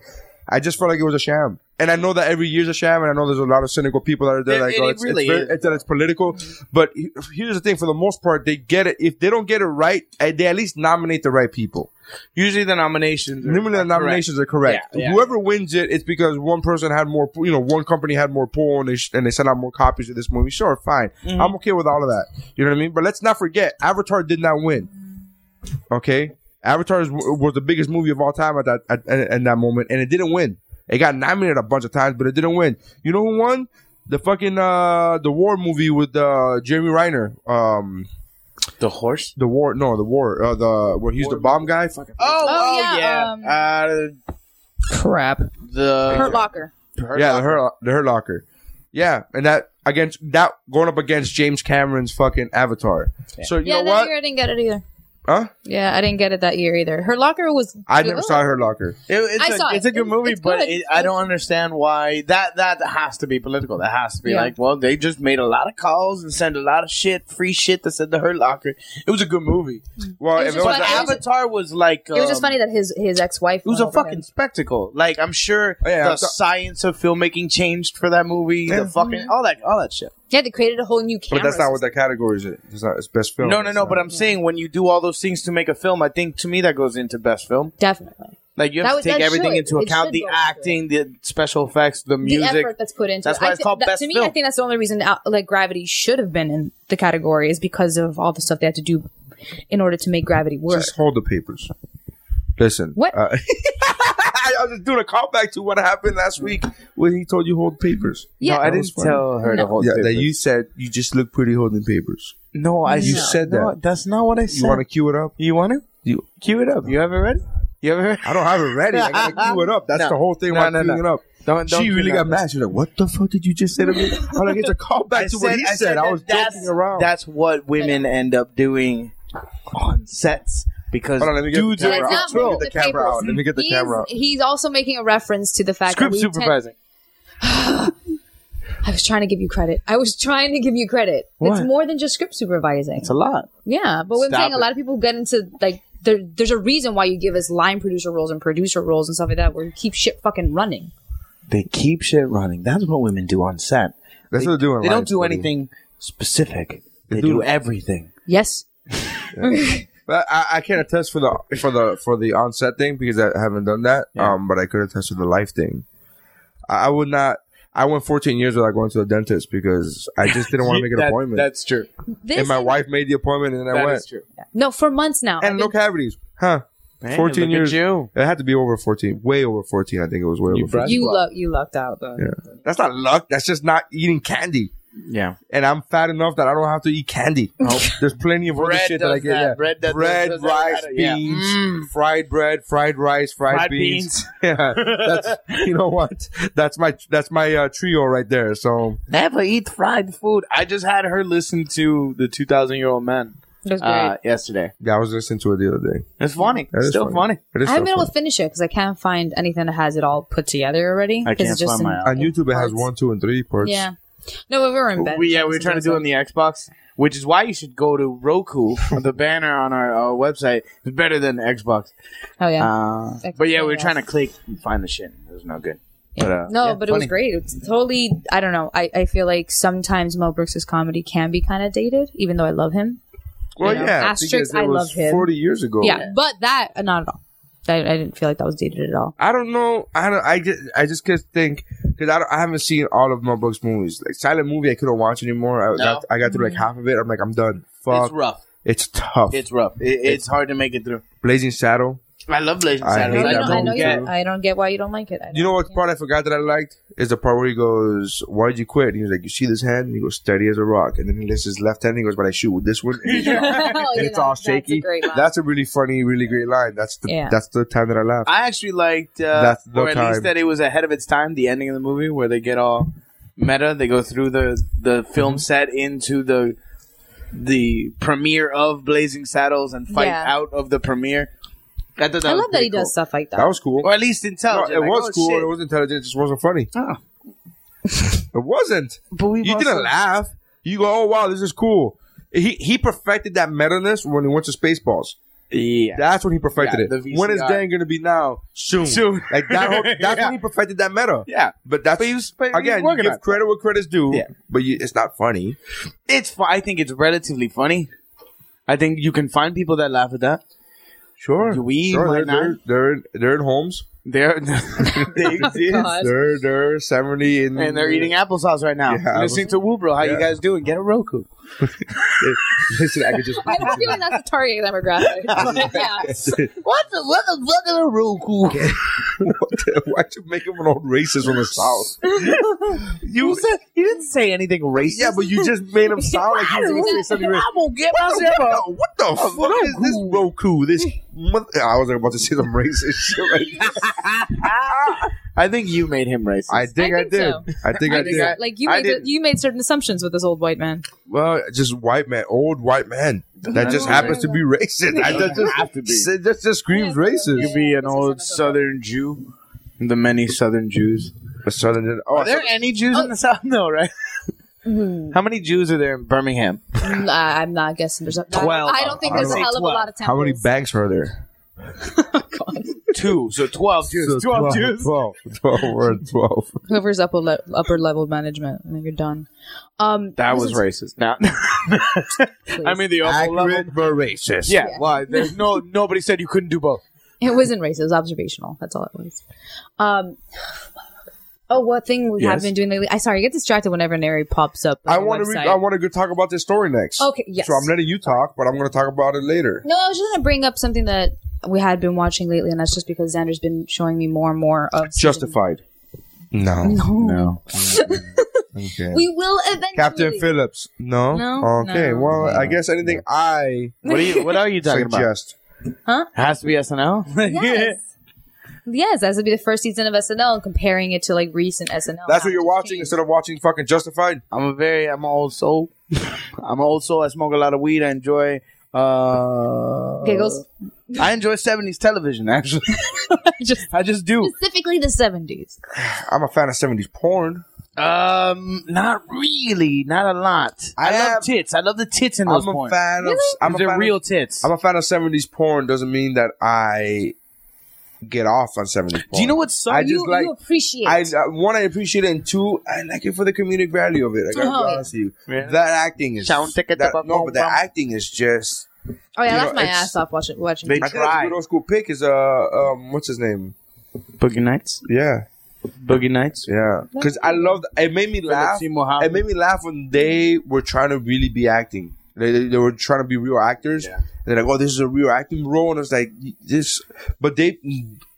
Speaker 1: I just felt like it was a sham. And I know that every year's a sham, and I know there's a lot of cynical people that are there
Speaker 6: It-
Speaker 1: like,
Speaker 6: it
Speaker 1: oh, it's,
Speaker 6: really
Speaker 1: it's, very-
Speaker 6: is.
Speaker 1: it's that it's political. But he- here's the thing: for the most part, they get it. If they don't get it right, eh, they at least nominate the right people.
Speaker 6: usually the nominations. are-
Speaker 1: Normally, the
Speaker 6: are
Speaker 1: nominations are correct.
Speaker 6: Yeah, yeah.
Speaker 1: Whoever wins it, it's because one person had more, you know, one company had more pull and they, sh- and they sent out more copies of this movie. Sure, fine. I'm okay with all of that. You know what I mean? But let's not forget, Avatar did not win. Okay? Avatar is, was the biggest movie of all time at that at, at, at that moment, and it didn't win. It got nominated a bunch of times, but it didn't win. You know who won? The fucking uh the war movie with uh Jeremy Reiner. Um
Speaker 6: correct. The horse.
Speaker 1: the war no, the war uh the where he's the bomb guy. Fuck, I forgot.
Speaker 6: Oh,
Speaker 9: yeah, um,
Speaker 6: uh, crap. The
Speaker 9: Hurt Locker.
Speaker 1: yeah, the Hurt, the Hurt Locker. Yeah, and that against that going up against James Cameron's fucking Avatar. So you
Speaker 9: Yeah,
Speaker 1: know
Speaker 9: that
Speaker 1: what?
Speaker 9: year I didn't get it either.
Speaker 1: Huh?
Speaker 9: Yeah, I didn't get it that year either. Her Locker was.
Speaker 1: I
Speaker 9: good.
Speaker 1: never saw Hurt Locker.
Speaker 6: It, it's,
Speaker 9: I
Speaker 6: a-
Speaker 9: saw it.
Speaker 6: it's a good
Speaker 9: It's-
Speaker 6: movie,
Speaker 9: it's
Speaker 6: but
Speaker 9: good.
Speaker 6: it, I don't understand why that that has to be political. That has to be
Speaker 9: Yeah.
Speaker 6: like, well, they just made a lot of calls and sent a lot of shit, free shit that said the Hurt Locker. It was a good movie.
Speaker 1: Well,
Speaker 9: It
Speaker 1: if
Speaker 9: was
Speaker 1: it
Speaker 9: just
Speaker 1: was
Speaker 9: like-
Speaker 1: a-
Speaker 9: it was-
Speaker 6: Avatar was like um,
Speaker 9: It was just funny that his his ex wife.
Speaker 6: It was a fucking spectacle. Like I'm sure
Speaker 1: Oh, Yeah,
Speaker 6: the
Speaker 1: I thought-
Speaker 6: science of filmmaking changed for that movie.
Speaker 1: Yeah.
Speaker 6: The fucking all that all that shit.
Speaker 9: Yeah, they created a whole new camera.
Speaker 1: but that's not what
Speaker 9: system.
Speaker 1: that category is. It's not. It's best film.
Speaker 6: No, no,
Speaker 1: It's
Speaker 6: no.
Speaker 1: not.
Speaker 6: But I'm saying when you do all those things to make a film, I think to me that goes into best film.
Speaker 9: Definitely.
Speaker 6: Like you have
Speaker 9: That was-
Speaker 6: to take
Speaker 9: that
Speaker 6: everything
Speaker 9: should.
Speaker 6: into
Speaker 9: It
Speaker 6: account:
Speaker 9: should
Speaker 6: the
Speaker 9: go into it.
Speaker 6: acting, the special effects, the music.
Speaker 9: the effort that's put into
Speaker 6: That's
Speaker 9: it.
Speaker 6: why
Speaker 9: I
Speaker 6: it's
Speaker 9: thi-
Speaker 6: called
Speaker 9: that-
Speaker 6: best
Speaker 9: To me,
Speaker 6: film.
Speaker 9: I think that's the only reason uh, like Gravity should have been in the category is because of all the stuff they had to do in order to make Gravity work.
Speaker 1: Just hold the papers. Listen.
Speaker 9: What?
Speaker 1: Uh, I was just doing a callback to what happened last week when he told you hold papers.
Speaker 9: yeah,
Speaker 6: no, I
Speaker 1: That
Speaker 6: didn't
Speaker 1: was funny.
Speaker 6: tell her to hold
Speaker 1: Yeah,
Speaker 6: it.
Speaker 1: that you said you just look pretty holding papers.
Speaker 6: No, I
Speaker 1: You
Speaker 6: no,
Speaker 1: said
Speaker 6: no,
Speaker 1: that.
Speaker 6: That's not what I
Speaker 1: You
Speaker 6: said.
Speaker 1: want to cue it up?
Speaker 6: You want to?
Speaker 1: You-
Speaker 6: cue it up. You have it ready? You have it ready?
Speaker 1: I don't have it ready. I gotta cue it up. That's
Speaker 6: No.
Speaker 1: the whole thing.
Speaker 6: No,
Speaker 1: why
Speaker 6: no,
Speaker 1: I'm
Speaker 6: no.
Speaker 1: queuing it up.
Speaker 6: Don't,
Speaker 1: she
Speaker 6: do
Speaker 1: really got
Speaker 6: nothing.
Speaker 1: mad. She's like, "What the fuck did you just say to me?" I'm like, "It's a
Speaker 6: I
Speaker 1: callback to what he
Speaker 6: I
Speaker 1: said." I
Speaker 6: that
Speaker 1: was
Speaker 6: that's-
Speaker 1: joking around.
Speaker 6: That's what women end up doing on sets because
Speaker 1: Hold on, let me get
Speaker 6: dudes
Speaker 1: the
Speaker 9: But
Speaker 1: camera
Speaker 6: are
Speaker 1: out.
Speaker 9: it's not
Speaker 1: Let me
Speaker 9: moving
Speaker 1: get the camera
Speaker 9: papers.
Speaker 1: out. Let me get the
Speaker 9: He's-
Speaker 1: camera out.
Speaker 9: He's also making a reference to the fact
Speaker 6: script
Speaker 9: that we tend-
Speaker 6: supervising.
Speaker 9: I was trying to give you credit. I was trying to give you credit. It's
Speaker 6: What?
Speaker 9: more than just script supervising.
Speaker 6: It's a lot.
Speaker 9: Yeah, but what I'm
Speaker 6: Stop
Speaker 9: saying a
Speaker 6: it.
Speaker 9: lot of people get into like there, there's a reason why you give us line producer roles and producer roles and stuff like that where you keep shit fucking running.
Speaker 6: They keep shit running. That's what women do on set.
Speaker 1: That's what they're doing.
Speaker 6: They
Speaker 1: live,
Speaker 6: don't do
Speaker 1: buddy.
Speaker 6: anything specific. They,
Speaker 1: do-
Speaker 6: do, everything.
Speaker 9: Yes.
Speaker 1: But I, I can't attest for the for the for the onset thing because I haven't done that.
Speaker 6: Yeah.
Speaker 1: Um, but I could attest to the life thing. I, I would not. I went 14 years without going to the dentist because I just didn't want to make an
Speaker 6: That-
Speaker 1: appointment.
Speaker 6: That's true.
Speaker 9: This
Speaker 1: and my
Speaker 9: is-
Speaker 1: wife made the appointment, and then I
Speaker 6: That
Speaker 1: went.
Speaker 6: is true.
Speaker 9: No, for months now.
Speaker 1: And
Speaker 9: I've
Speaker 1: no
Speaker 9: been-
Speaker 1: cavities, huh?
Speaker 6: Hey,
Speaker 1: 14
Speaker 6: look at
Speaker 1: years.
Speaker 6: you.
Speaker 1: It had to be over 14, way over 14. I think it was way
Speaker 6: You
Speaker 1: over. 14.
Speaker 6: brushed-
Speaker 9: you
Speaker 6: Well.
Speaker 9: luck you lucked out though.
Speaker 1: That's not luck. That's just not eating candy.
Speaker 6: Yeah.
Speaker 1: and I'm fat enough that I don't have to eat candy. There's plenty of other
Speaker 6: Bread
Speaker 1: shit that I
Speaker 6: does
Speaker 1: get.
Speaker 6: that.
Speaker 1: Yeah.
Speaker 6: Bread does-
Speaker 1: bread
Speaker 6: does that.
Speaker 1: rice,
Speaker 6: Yeah.
Speaker 1: beans,
Speaker 9: Mm.
Speaker 1: fried bread, fried rice, fried,
Speaker 6: Fried
Speaker 1: beans.
Speaker 6: beans.
Speaker 1: yeah, that's you know what? That's my that's my uh, trio right there. So
Speaker 6: Never eat fried food. I just had her listen to the 2000 year old man.
Speaker 9: It was great.
Speaker 6: uh, yesterday.
Speaker 1: Yeah, I was listening to it the other day.
Speaker 6: It's funny.
Speaker 1: That is
Speaker 6: Still funny.
Speaker 1: It is
Speaker 9: I haven't
Speaker 1: so
Speaker 9: been able
Speaker 1: funny.
Speaker 9: to finish it because I can't find anything that has it all put together already.
Speaker 6: I
Speaker 9: 'cause
Speaker 6: can't
Speaker 9: it's just
Speaker 6: find
Speaker 9: in-
Speaker 6: my
Speaker 1: On YouTube, it has one, two, and three parts.
Speaker 9: Yeah. No, we were in bed.
Speaker 6: We, yeah, we were trying to do it on the Xbox, which is why you should go to Roku. the banner on our, uh website is better than Xbox.
Speaker 9: Oh yeah.
Speaker 6: Uh,
Speaker 9: Xbox,
Speaker 6: but yeah, we were
Speaker 9: yes.
Speaker 6: trying to click and find the shit. It was no good. But, uh,
Speaker 9: no,
Speaker 6: yeah,
Speaker 9: but it was
Speaker 6: funny.
Speaker 9: great. It's totally. I don't know. I, I feel like sometimes Mel Brooks's comedy can be kind of dated, even though I love him.
Speaker 1: Well,
Speaker 9: You know,
Speaker 1: yeah.
Speaker 9: asterisk,
Speaker 1: because
Speaker 9: I
Speaker 1: it was
Speaker 9: love him.
Speaker 1: Forty years ago.
Speaker 9: yeah, but that uh, not at all. I, I didn't feel like that was dated at all.
Speaker 1: I don't know. I don't. I just. I just could think because I, don't- I haven't seen all of Mel Brooks movies. Like Silent Movie, I couldn't watch anymore. I, got, I got through like
Speaker 9: Mm-hmm.
Speaker 1: half of it. I'm like, I'm done. Fuck.
Speaker 6: It's rough.
Speaker 1: It's tough.
Speaker 6: It's rough. It, it's hard to make it through.
Speaker 1: Blazing Saddle.
Speaker 6: I love Blazing
Speaker 1: I
Speaker 6: Saddles.
Speaker 1: hate
Speaker 9: I,
Speaker 1: that
Speaker 9: don't, I, know
Speaker 1: movie.
Speaker 9: you,
Speaker 6: get-
Speaker 1: too.
Speaker 9: I don't get why you don't like it. I don't
Speaker 1: You know what
Speaker 9: get-
Speaker 1: part I forgot that I liked is the part where he goes, "Why'd you quit?" And he was like, "You see this hand?" And he goes, "Steady as a rock." And then he lifts his left hand. and He goes, "But I shoot with this one."
Speaker 9: Oh,
Speaker 1: And
Speaker 9: you
Speaker 1: it's
Speaker 9: know,
Speaker 1: all
Speaker 9: that's a
Speaker 1: shaky.
Speaker 9: great line.
Speaker 1: That's a really funny, really great line. That's the
Speaker 9: Yeah.
Speaker 1: that's the time that I laughed.
Speaker 6: I actually liked, uh,
Speaker 1: That's the
Speaker 6: or at
Speaker 1: time.
Speaker 6: least that it was ahead of its time. The ending of the movie where they get all meta, they go through the the film
Speaker 1: Mm-hmm.
Speaker 6: set into the the premiere of Blazing Saddles and fight
Speaker 9: Yeah.
Speaker 6: out of the premiere. I, thought
Speaker 9: I
Speaker 6: was
Speaker 9: love that he
Speaker 6: pretty
Speaker 9: does
Speaker 6: cool.
Speaker 9: stuff like that.
Speaker 1: that was cool.
Speaker 6: or at least
Speaker 1: No,
Speaker 6: intelligent.
Speaker 1: it
Speaker 6: Like,
Speaker 1: was
Speaker 6: oh,
Speaker 1: cool.
Speaker 6: shit.
Speaker 1: It was intelligent. It just wasn't funny.
Speaker 6: Oh.
Speaker 1: It wasn't.
Speaker 6: But we
Speaker 1: You didn't laugh. You go, oh wow, this is cool. He he perfected that meta-ness when he went to Spaceballs.
Speaker 6: Yeah.
Speaker 1: That's when he perfected
Speaker 6: Yeah,
Speaker 1: it.
Speaker 6: the
Speaker 1: When is
Speaker 6: VCR.
Speaker 1: Dan gonna be now? Soon.
Speaker 6: Soon.
Speaker 1: Like that. Whole, that's
Speaker 6: Yeah.
Speaker 1: when he perfected that meta.
Speaker 6: yeah.
Speaker 1: But that's
Speaker 6: But he was- but he was
Speaker 1: again. You
Speaker 6: working on
Speaker 1: give
Speaker 6: it.
Speaker 1: credit where credit's due.
Speaker 6: Yeah.
Speaker 1: But you, it's not funny.
Speaker 6: It's fu- I think it's relatively funny. I think you can find people that laugh at that.
Speaker 1: Sure.
Speaker 6: We
Speaker 1: sure,
Speaker 6: might
Speaker 1: they're, they're,
Speaker 6: not.
Speaker 1: they're in- they're in homes.
Speaker 6: They're,
Speaker 9: Oh
Speaker 6: they exist.
Speaker 9: God.
Speaker 1: They're they're seventy in,
Speaker 6: And they're eating applesauce right now.
Speaker 1: Yeah,
Speaker 6: Listening to Woobro. How
Speaker 1: Yeah.
Speaker 6: you guys doing? Get a Roku.
Speaker 1: Listen, I could just.
Speaker 9: I don't feel like that's the target demographic. But yeah.
Speaker 6: What the what the fuck is a Roku?
Speaker 1: What the- Why'd you make him an old racist on the south?
Speaker 6: You said you didn't say anything racist.
Speaker 1: Yeah, but you just made him sound like he was gonna say something racist.
Speaker 6: I'm gonna get
Speaker 1: What
Speaker 6: myself
Speaker 1: the,
Speaker 6: up.
Speaker 1: what the fuck is this Roku? This month- I was about to say some racist shit. Right
Speaker 6: I think you made him racist.
Speaker 1: I think I,
Speaker 9: think
Speaker 1: did.
Speaker 9: so.
Speaker 1: I think I,
Speaker 6: think
Speaker 1: did.
Speaker 6: I-
Speaker 9: Like you
Speaker 6: I
Speaker 9: made the,
Speaker 6: didn't-
Speaker 9: you made certain assumptions with this old white man.
Speaker 1: Well, just white man, old white man that just happens to be racist. I just, just
Speaker 6: have to be.
Speaker 1: It just, just screams racist.
Speaker 6: You'd be an old Southern Jew. The many Southern Jews.
Speaker 1: A southern. Oh,
Speaker 6: Are there any Jews in the South? No, right? How many Jews are there in Birmingham?
Speaker 9: Mm, I- I'm not guessing. There's a,
Speaker 6: Twelve.
Speaker 9: I don't think
Speaker 6: I
Speaker 9: there's a
Speaker 6: don't know.
Speaker 9: hell of a lot of temples.
Speaker 1: how many banks are there?
Speaker 6: Two, so twelve Jews.
Speaker 1: So
Speaker 6: twelve, Jews.
Speaker 1: 12, 12, we're at 12.
Speaker 9: Whoever's upper le- upper level management, and then you're done. Um,
Speaker 6: That
Speaker 9: this
Speaker 6: was
Speaker 9: is-
Speaker 6: racist. Now, I mean the awful level.
Speaker 1: but racist.
Speaker 6: Yeah, why? There's no nobody said you couldn't do both.
Speaker 9: It wasn't racist. It was observational. That's all it was. Um. Oh, what thing we have
Speaker 6: Yes?
Speaker 9: been doing lately? I sorry, I get distracted whenever Nary pops up. on
Speaker 1: I
Speaker 9: the
Speaker 1: want to. Re-
Speaker 9: website.
Speaker 1: I want to go talk about this story next.
Speaker 9: Okay, yes.
Speaker 1: So I'm letting you talk, but I'm going to talk about it later.
Speaker 9: No, I was just gonna bring up something that we had been watching lately, and that's just because Xander's been showing me more and more of.
Speaker 1: Justified. No.
Speaker 6: No.
Speaker 1: Okay.
Speaker 9: We will eventually.
Speaker 1: Captain Phillips. No.
Speaker 9: No,
Speaker 1: Okay.
Speaker 9: no.
Speaker 1: Well, I guess anything I
Speaker 6: What are you? What are you talking about?
Speaker 1: suggest.
Speaker 6: Has to be SNL.
Speaker 9: Yes. Yes, that would be the first season of SNL and comparing it to like recent SNL.
Speaker 1: That's
Speaker 9: how
Speaker 1: what you're
Speaker 9: it's
Speaker 1: watching
Speaker 9: changed.
Speaker 1: instead of watching fucking Justified.
Speaker 6: I'm a very I'm an old soul. I'm an old soul. I smoke a lot of weed. I enjoy uh
Speaker 9: Giggles.
Speaker 6: I enjoy seventies television actually.
Speaker 9: Just-
Speaker 6: I just
Speaker 1: Oh.
Speaker 6: do.
Speaker 9: Specifically the 70s.
Speaker 1: I'm a fan of 70s porn.
Speaker 6: Um not really, not a lot. I,
Speaker 1: I
Speaker 6: love
Speaker 1: am-
Speaker 6: tits. I love the tits in those
Speaker 1: I'm a
Speaker 6: porn.
Speaker 1: fan of. I'm a
Speaker 6: They're
Speaker 1: fan
Speaker 6: real
Speaker 1: Of,
Speaker 6: tits.
Speaker 1: I'm a fan of 70s porn. Doesn't mean that I get off on 70s porn.
Speaker 6: do you know what song
Speaker 1: I
Speaker 6: you
Speaker 1: just like.
Speaker 9: you appreciate.
Speaker 1: I uh, one, I appreciate it, and two, I like it for the comedic value of it. I gotta
Speaker 9: Oh,
Speaker 1: be
Speaker 9: yeah.
Speaker 1: honest with you.
Speaker 6: Yeah.
Speaker 1: That acting is
Speaker 6: Sound ticket
Speaker 1: that,
Speaker 6: to
Speaker 1: no, but that
Speaker 6: bum.
Speaker 1: acting is just.
Speaker 9: oh yeah,
Speaker 1: you
Speaker 9: I
Speaker 1: know,
Speaker 9: laughed my
Speaker 1: it's-
Speaker 9: ass off watching watching.
Speaker 6: They-
Speaker 1: I think that's a
Speaker 6: Try.
Speaker 1: good old school pick is uh um what's his name?
Speaker 6: Boogie Nights?
Speaker 1: Yeah,
Speaker 6: Boogie Nights?
Speaker 1: yeah. Because I loved it. Made me laugh.
Speaker 6: Seymour Hoffman.
Speaker 1: It made me laugh when they were trying to really be acting. They, they, they were trying to be real actors.
Speaker 6: Yeah.
Speaker 1: And they're like, oh, this is a real acting role, and it's like this. But they,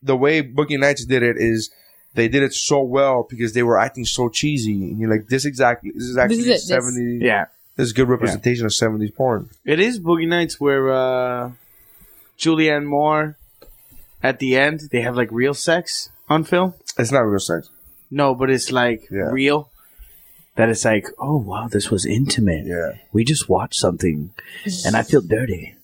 Speaker 1: the way Boogie Nights did it is. They did it so well because they were acting so cheesy, and you're like, "This exactly, this is actually
Speaker 9: it, this-
Speaker 1: seventy.
Speaker 6: Yeah.
Speaker 1: This is good representation of seventies porn.
Speaker 6: It is Boogie Nights where uh, Julianne Moore, at the end, they have like real sex on film.
Speaker 1: It's not real sex.
Speaker 6: No, but it's like
Speaker 1: Yeah.
Speaker 6: real. that it's like, oh wow, this was intimate.
Speaker 1: Yeah.
Speaker 6: we just watched something, and I feel dirty.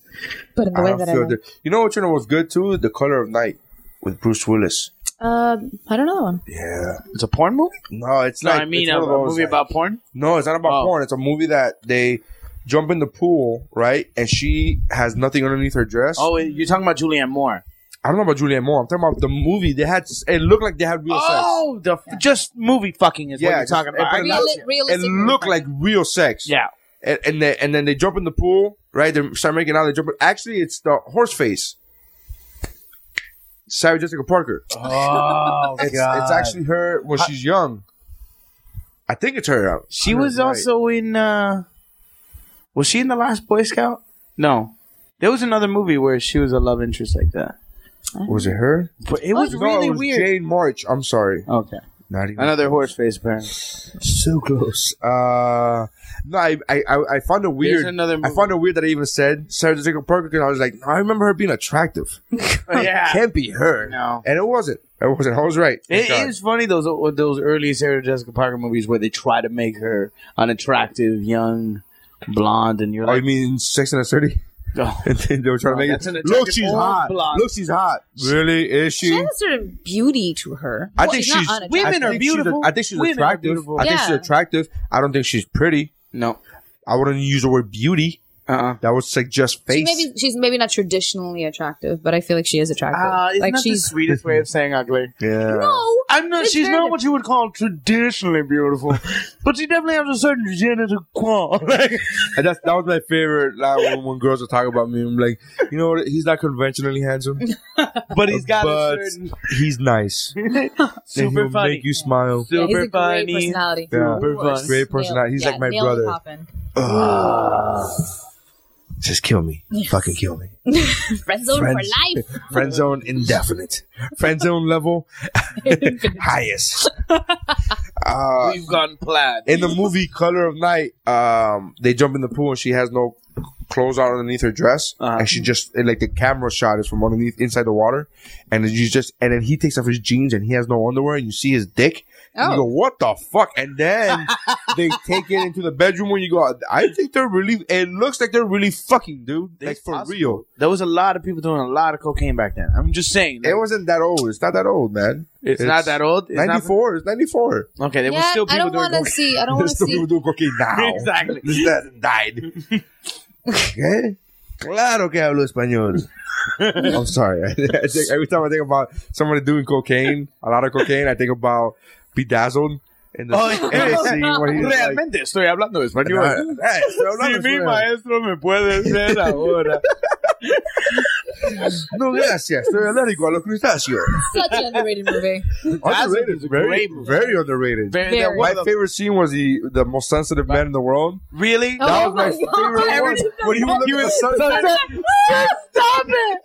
Speaker 9: But in the
Speaker 1: I
Speaker 9: way
Speaker 1: don't
Speaker 9: that I
Speaker 1: feel
Speaker 9: want.
Speaker 1: the- you know what you know was good too? The Color of Night with Bruce Willis.
Speaker 9: Um, I don't know that one.
Speaker 1: Yeah.
Speaker 6: It's a porn movie.
Speaker 1: No, it's not. it's
Speaker 6: uh,
Speaker 1: one of those, like-
Speaker 6: porn.
Speaker 1: No, it's not about
Speaker 6: Oh.
Speaker 1: porn. It's a movie that they jump in the pool, right? And she has nothing underneath her dress.
Speaker 6: Oh, you're talking about Julianne Moore.
Speaker 1: I don't know about Julianne Moore. I'm talking about the movie. They had. s- It looked like they had real sex.
Speaker 6: Oh, the f- just movie fucking is
Speaker 1: Yeah,
Speaker 6: what you're
Speaker 1: just-
Speaker 6: talking about.
Speaker 1: but
Speaker 6: I
Speaker 1: it
Speaker 6: got
Speaker 1: looks-
Speaker 6: you.
Speaker 1: It
Speaker 9: realistic.
Speaker 1: looked like real sex.
Speaker 6: yeah,
Speaker 1: And and, they, and then they jump in the pool, right? They start making out. They jump. In. Actually, it's the horse face. Sarah Jessica Parker.
Speaker 6: Oh
Speaker 1: It's, it's actually her when she's young. I think it's her. I- I
Speaker 6: she
Speaker 1: don't
Speaker 6: was
Speaker 1: know, right.
Speaker 6: also in. uh Was she in the last Boy Scout? No, there was another movie where she was a love interest like that.
Speaker 1: Was it her?
Speaker 6: But it was
Speaker 1: No,
Speaker 6: Mm-hmm. really
Speaker 1: it was
Speaker 6: weird.
Speaker 1: Jane March. I'm sorry.
Speaker 6: okay,
Speaker 1: Not even.
Speaker 6: another horse face apparently.
Speaker 1: So close. Uh, no, I I, I I found it weird.
Speaker 6: another
Speaker 1: I
Speaker 6: movie.
Speaker 1: found it weird that I even said Sarah Jessica Parker because I was like, no, I remember her being attractive.
Speaker 6: yeah,
Speaker 1: Can't be her.
Speaker 6: No.
Speaker 1: and it wasn't. It wasn't. I was right.
Speaker 6: it
Speaker 1: Thank God.
Speaker 6: is funny those those early Sarah Jessica Parker movies where they try to make her unattractive, young, blonde, and you're
Speaker 1: Oh, you
Speaker 6: like,
Speaker 1: mean Sex and the City?
Speaker 6: oh,
Speaker 1: And then they were trying to make
Speaker 6: That's an
Speaker 1: it.
Speaker 6: attractive
Speaker 1: Look, she's
Speaker 6: old
Speaker 1: hot.
Speaker 6: blonde.
Speaker 1: Look, she's hot. Really? Is
Speaker 9: She
Speaker 1: she?
Speaker 9: has a sort of beauty to her.
Speaker 1: I
Speaker 9: Well,
Speaker 1: think
Speaker 9: not
Speaker 1: she's
Speaker 9: unattractive.
Speaker 6: Women
Speaker 1: I
Speaker 6: are
Speaker 1: think she's a-
Speaker 6: beautiful.
Speaker 1: I think she's
Speaker 6: Women are
Speaker 1: attractive.
Speaker 6: beautiful.
Speaker 1: I think she's
Speaker 9: Yeah.
Speaker 1: attractive. I don't think she's pretty.
Speaker 6: no,
Speaker 1: I wouldn't use the word beauty.
Speaker 6: uh, uh
Speaker 1: That would suggest face.
Speaker 9: Maybe she's maybe not traditionally attractive, but I feel like she is attractive.
Speaker 6: Ah,
Speaker 9: like she's
Speaker 6: sweetest way of saying ugly.
Speaker 1: yeah.
Speaker 9: no.
Speaker 6: I'm not.
Speaker 9: It's
Speaker 6: she's
Speaker 9: very-
Speaker 6: not what you would call traditionally beautiful, but she definitely has a certain je ne sais quoi. Like,
Speaker 1: And that's that was my favorite line when, when girls would talk about me. I'm like, you know what? He's not conventionally handsome,
Speaker 6: but he's got
Speaker 1: but
Speaker 6: a certain
Speaker 1: he's nice. And
Speaker 6: super
Speaker 1: he'll
Speaker 6: funny,
Speaker 1: make you smile.
Speaker 9: Yeah,
Speaker 6: super
Speaker 9: he's a great
Speaker 6: funny.
Speaker 9: personality.
Speaker 1: Yeah.
Speaker 6: Super
Speaker 9: Of course.
Speaker 6: funny.
Speaker 1: Great personality. He's
Speaker 9: Yeah,
Speaker 1: like my
Speaker 9: nail
Speaker 1: brother.
Speaker 9: poppin'.
Speaker 1: Just kill me, fucking kill me.
Speaker 9: Friend zone for
Speaker 1: Friends.
Speaker 9: life.
Speaker 1: Friend zone indefinite. Friend zone level highest. Uh,
Speaker 6: We've gone plaid.
Speaker 1: in the movie Color of Night, um, they jump in the pool and she has no clothes on underneath her dress,
Speaker 6: Uh-huh.
Speaker 1: and she just and, like the camera shot is from underneath inside the water, and then you just and then he takes off his jeans and he has no underwear, and you see his dick. And you
Speaker 9: Oh.
Speaker 1: go, what the fuck? And then they take it into the bedroom when you go, I think they're really, it looks like they're really fucking, dude. like,
Speaker 6: It's
Speaker 1: for
Speaker 6: possible.
Speaker 1: real.
Speaker 6: There was a lot of people doing a lot of cocaine back then. I'm just saying.
Speaker 1: It wasn't that old. It's not that old, man.
Speaker 6: it's, not that old. It's not-
Speaker 1: 94. It's 94.
Speaker 6: okay, there were
Speaker 9: Yeah,
Speaker 6: still
Speaker 9: I
Speaker 6: people
Speaker 9: don't
Speaker 6: doing
Speaker 9: want to
Speaker 6: cocaine.
Speaker 9: see. I don't want to
Speaker 1: There's still
Speaker 9: see.
Speaker 1: people doing cocaine now.
Speaker 6: Exactly.
Speaker 1: This hasn't died. okay. Claro que hablo español. I'm sorry. I think every time I think about somebody doing cocaine, a lot of cocaine, I think about Bedazzled in the,
Speaker 6: Oh,
Speaker 1: in the scene where he's like,
Speaker 6: Realmente estoy hablando español.
Speaker 1: "Hey, estoy hablando
Speaker 6: Si mi
Speaker 1: español."
Speaker 6: maestro me puede ser ahora.
Speaker 1: No, gracias. Estoy alérgico a los crustáceos.
Speaker 9: Such an underrated movie.
Speaker 1: Underrated.
Speaker 6: is a
Speaker 1: very,
Speaker 6: great movie.
Speaker 1: very underrated.
Speaker 6: Very-
Speaker 9: Very.
Speaker 6: they're one
Speaker 1: My
Speaker 6: of the-
Speaker 1: favorite scene was the the most sensitive man in the world.
Speaker 6: Really?
Speaker 9: Oh,
Speaker 1: That was my,
Speaker 9: my God.
Speaker 1: favorite one. When he would look at the sunset.
Speaker 6: Stop it!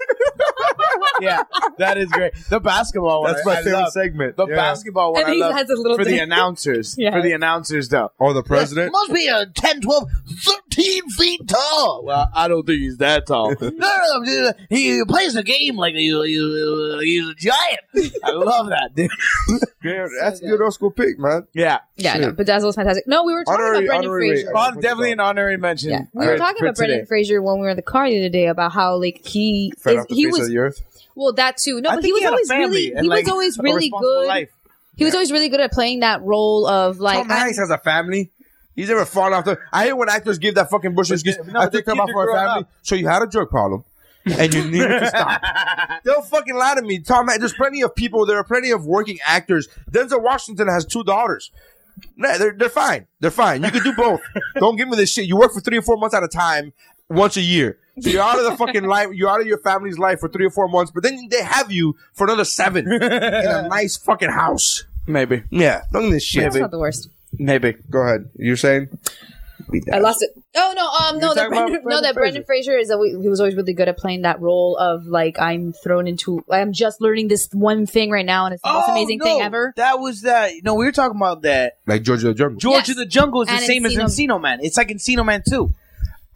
Speaker 6: yeah, that is great. The basketball one.
Speaker 1: That's my
Speaker 6: I- I
Speaker 1: favorite
Speaker 6: love.
Speaker 1: segment.
Speaker 6: The
Speaker 1: Yeah.
Speaker 6: basketball one.
Speaker 9: And
Speaker 6: I
Speaker 9: he
Speaker 6: love
Speaker 9: has a little
Speaker 6: for
Speaker 9: thing.
Speaker 6: the announcers.
Speaker 9: Yeah.
Speaker 6: For the announcers, though.
Speaker 1: Or Oh, the president.
Speaker 6: Must be a 10, 12, 13 feet tall. Well, I don't think he's that tall. no, no, no, he plays the game like he's, he's, he's a giant. I love that, dude.
Speaker 1: Yeah, that's a good old school pick, man.
Speaker 6: Yeah.
Speaker 9: Yeah, no, Bedazzle was fantastic. No, we were talking
Speaker 1: Honorary-
Speaker 9: about Brendan
Speaker 1: honorary-
Speaker 9: Fraser.
Speaker 1: Well,
Speaker 6: Well, definitely an honorary mention.
Speaker 1: Mm.
Speaker 9: Yeah, we were
Speaker 6: for-
Speaker 9: talking
Speaker 6: for
Speaker 9: about Brendan
Speaker 6: today.
Speaker 9: Fraser when we were in the car the other day about how like he
Speaker 1: Fed
Speaker 9: is-
Speaker 1: off the
Speaker 9: he
Speaker 1: face of
Speaker 9: was
Speaker 1: the earth.
Speaker 9: well that too. No,
Speaker 6: I
Speaker 9: but
Speaker 6: think
Speaker 9: he was
Speaker 6: had a
Speaker 9: always
Speaker 6: family
Speaker 9: really
Speaker 6: and,
Speaker 9: he
Speaker 6: like,
Speaker 9: was always
Speaker 6: a
Speaker 9: really
Speaker 6: responsible
Speaker 9: good.
Speaker 6: life.
Speaker 9: He was always really good at playing that role of like
Speaker 1: Tom Hanks has a family. He's never fallen off the. I hate when actors give that fucking bush excuse.
Speaker 6: they- no,
Speaker 1: I
Speaker 6: but
Speaker 1: took
Speaker 6: the
Speaker 1: time out
Speaker 6: kids
Speaker 1: for
Speaker 6: are
Speaker 1: a
Speaker 6: grown
Speaker 1: family,
Speaker 6: up.
Speaker 1: so you had a drug problem, and you needed to stop. Don't fucking lie to me, Tom. Hanks- There's plenty of people. There are plenty of working actors. Denzel Washington has two daughters. Nah, they're they're fine. They're fine. You could do both. Don't give me this shit. You work for three or four months at a time, once a year. So you're out of the fucking life. You're out of your family's life for three or four months, but then they have you for another seven in a nice fucking house.
Speaker 6: Maybe.
Speaker 1: Yeah, don't give me this shit.
Speaker 9: that's not the worst.
Speaker 6: Maybe.
Speaker 1: Go ahead. You're saying?
Speaker 9: I lost it. Oh no, um, no, that
Speaker 1: talking about
Speaker 9: Brendan, no,
Speaker 1: Brendan
Speaker 9: that Brendan Fraser is that we, he was always really good at playing that role of like I'm thrown into I'm just learning this one thing right now and it's the
Speaker 6: Oh,
Speaker 9: most amazing thing ever.
Speaker 6: That was that. No, we were talking about that.
Speaker 1: Like Georgia the Jungle.
Speaker 6: George
Speaker 9: Yes.
Speaker 6: of the Jungle is the
Speaker 9: And
Speaker 6: same as
Speaker 9: Encino-
Speaker 6: Encino Man. It's like Encino Man too.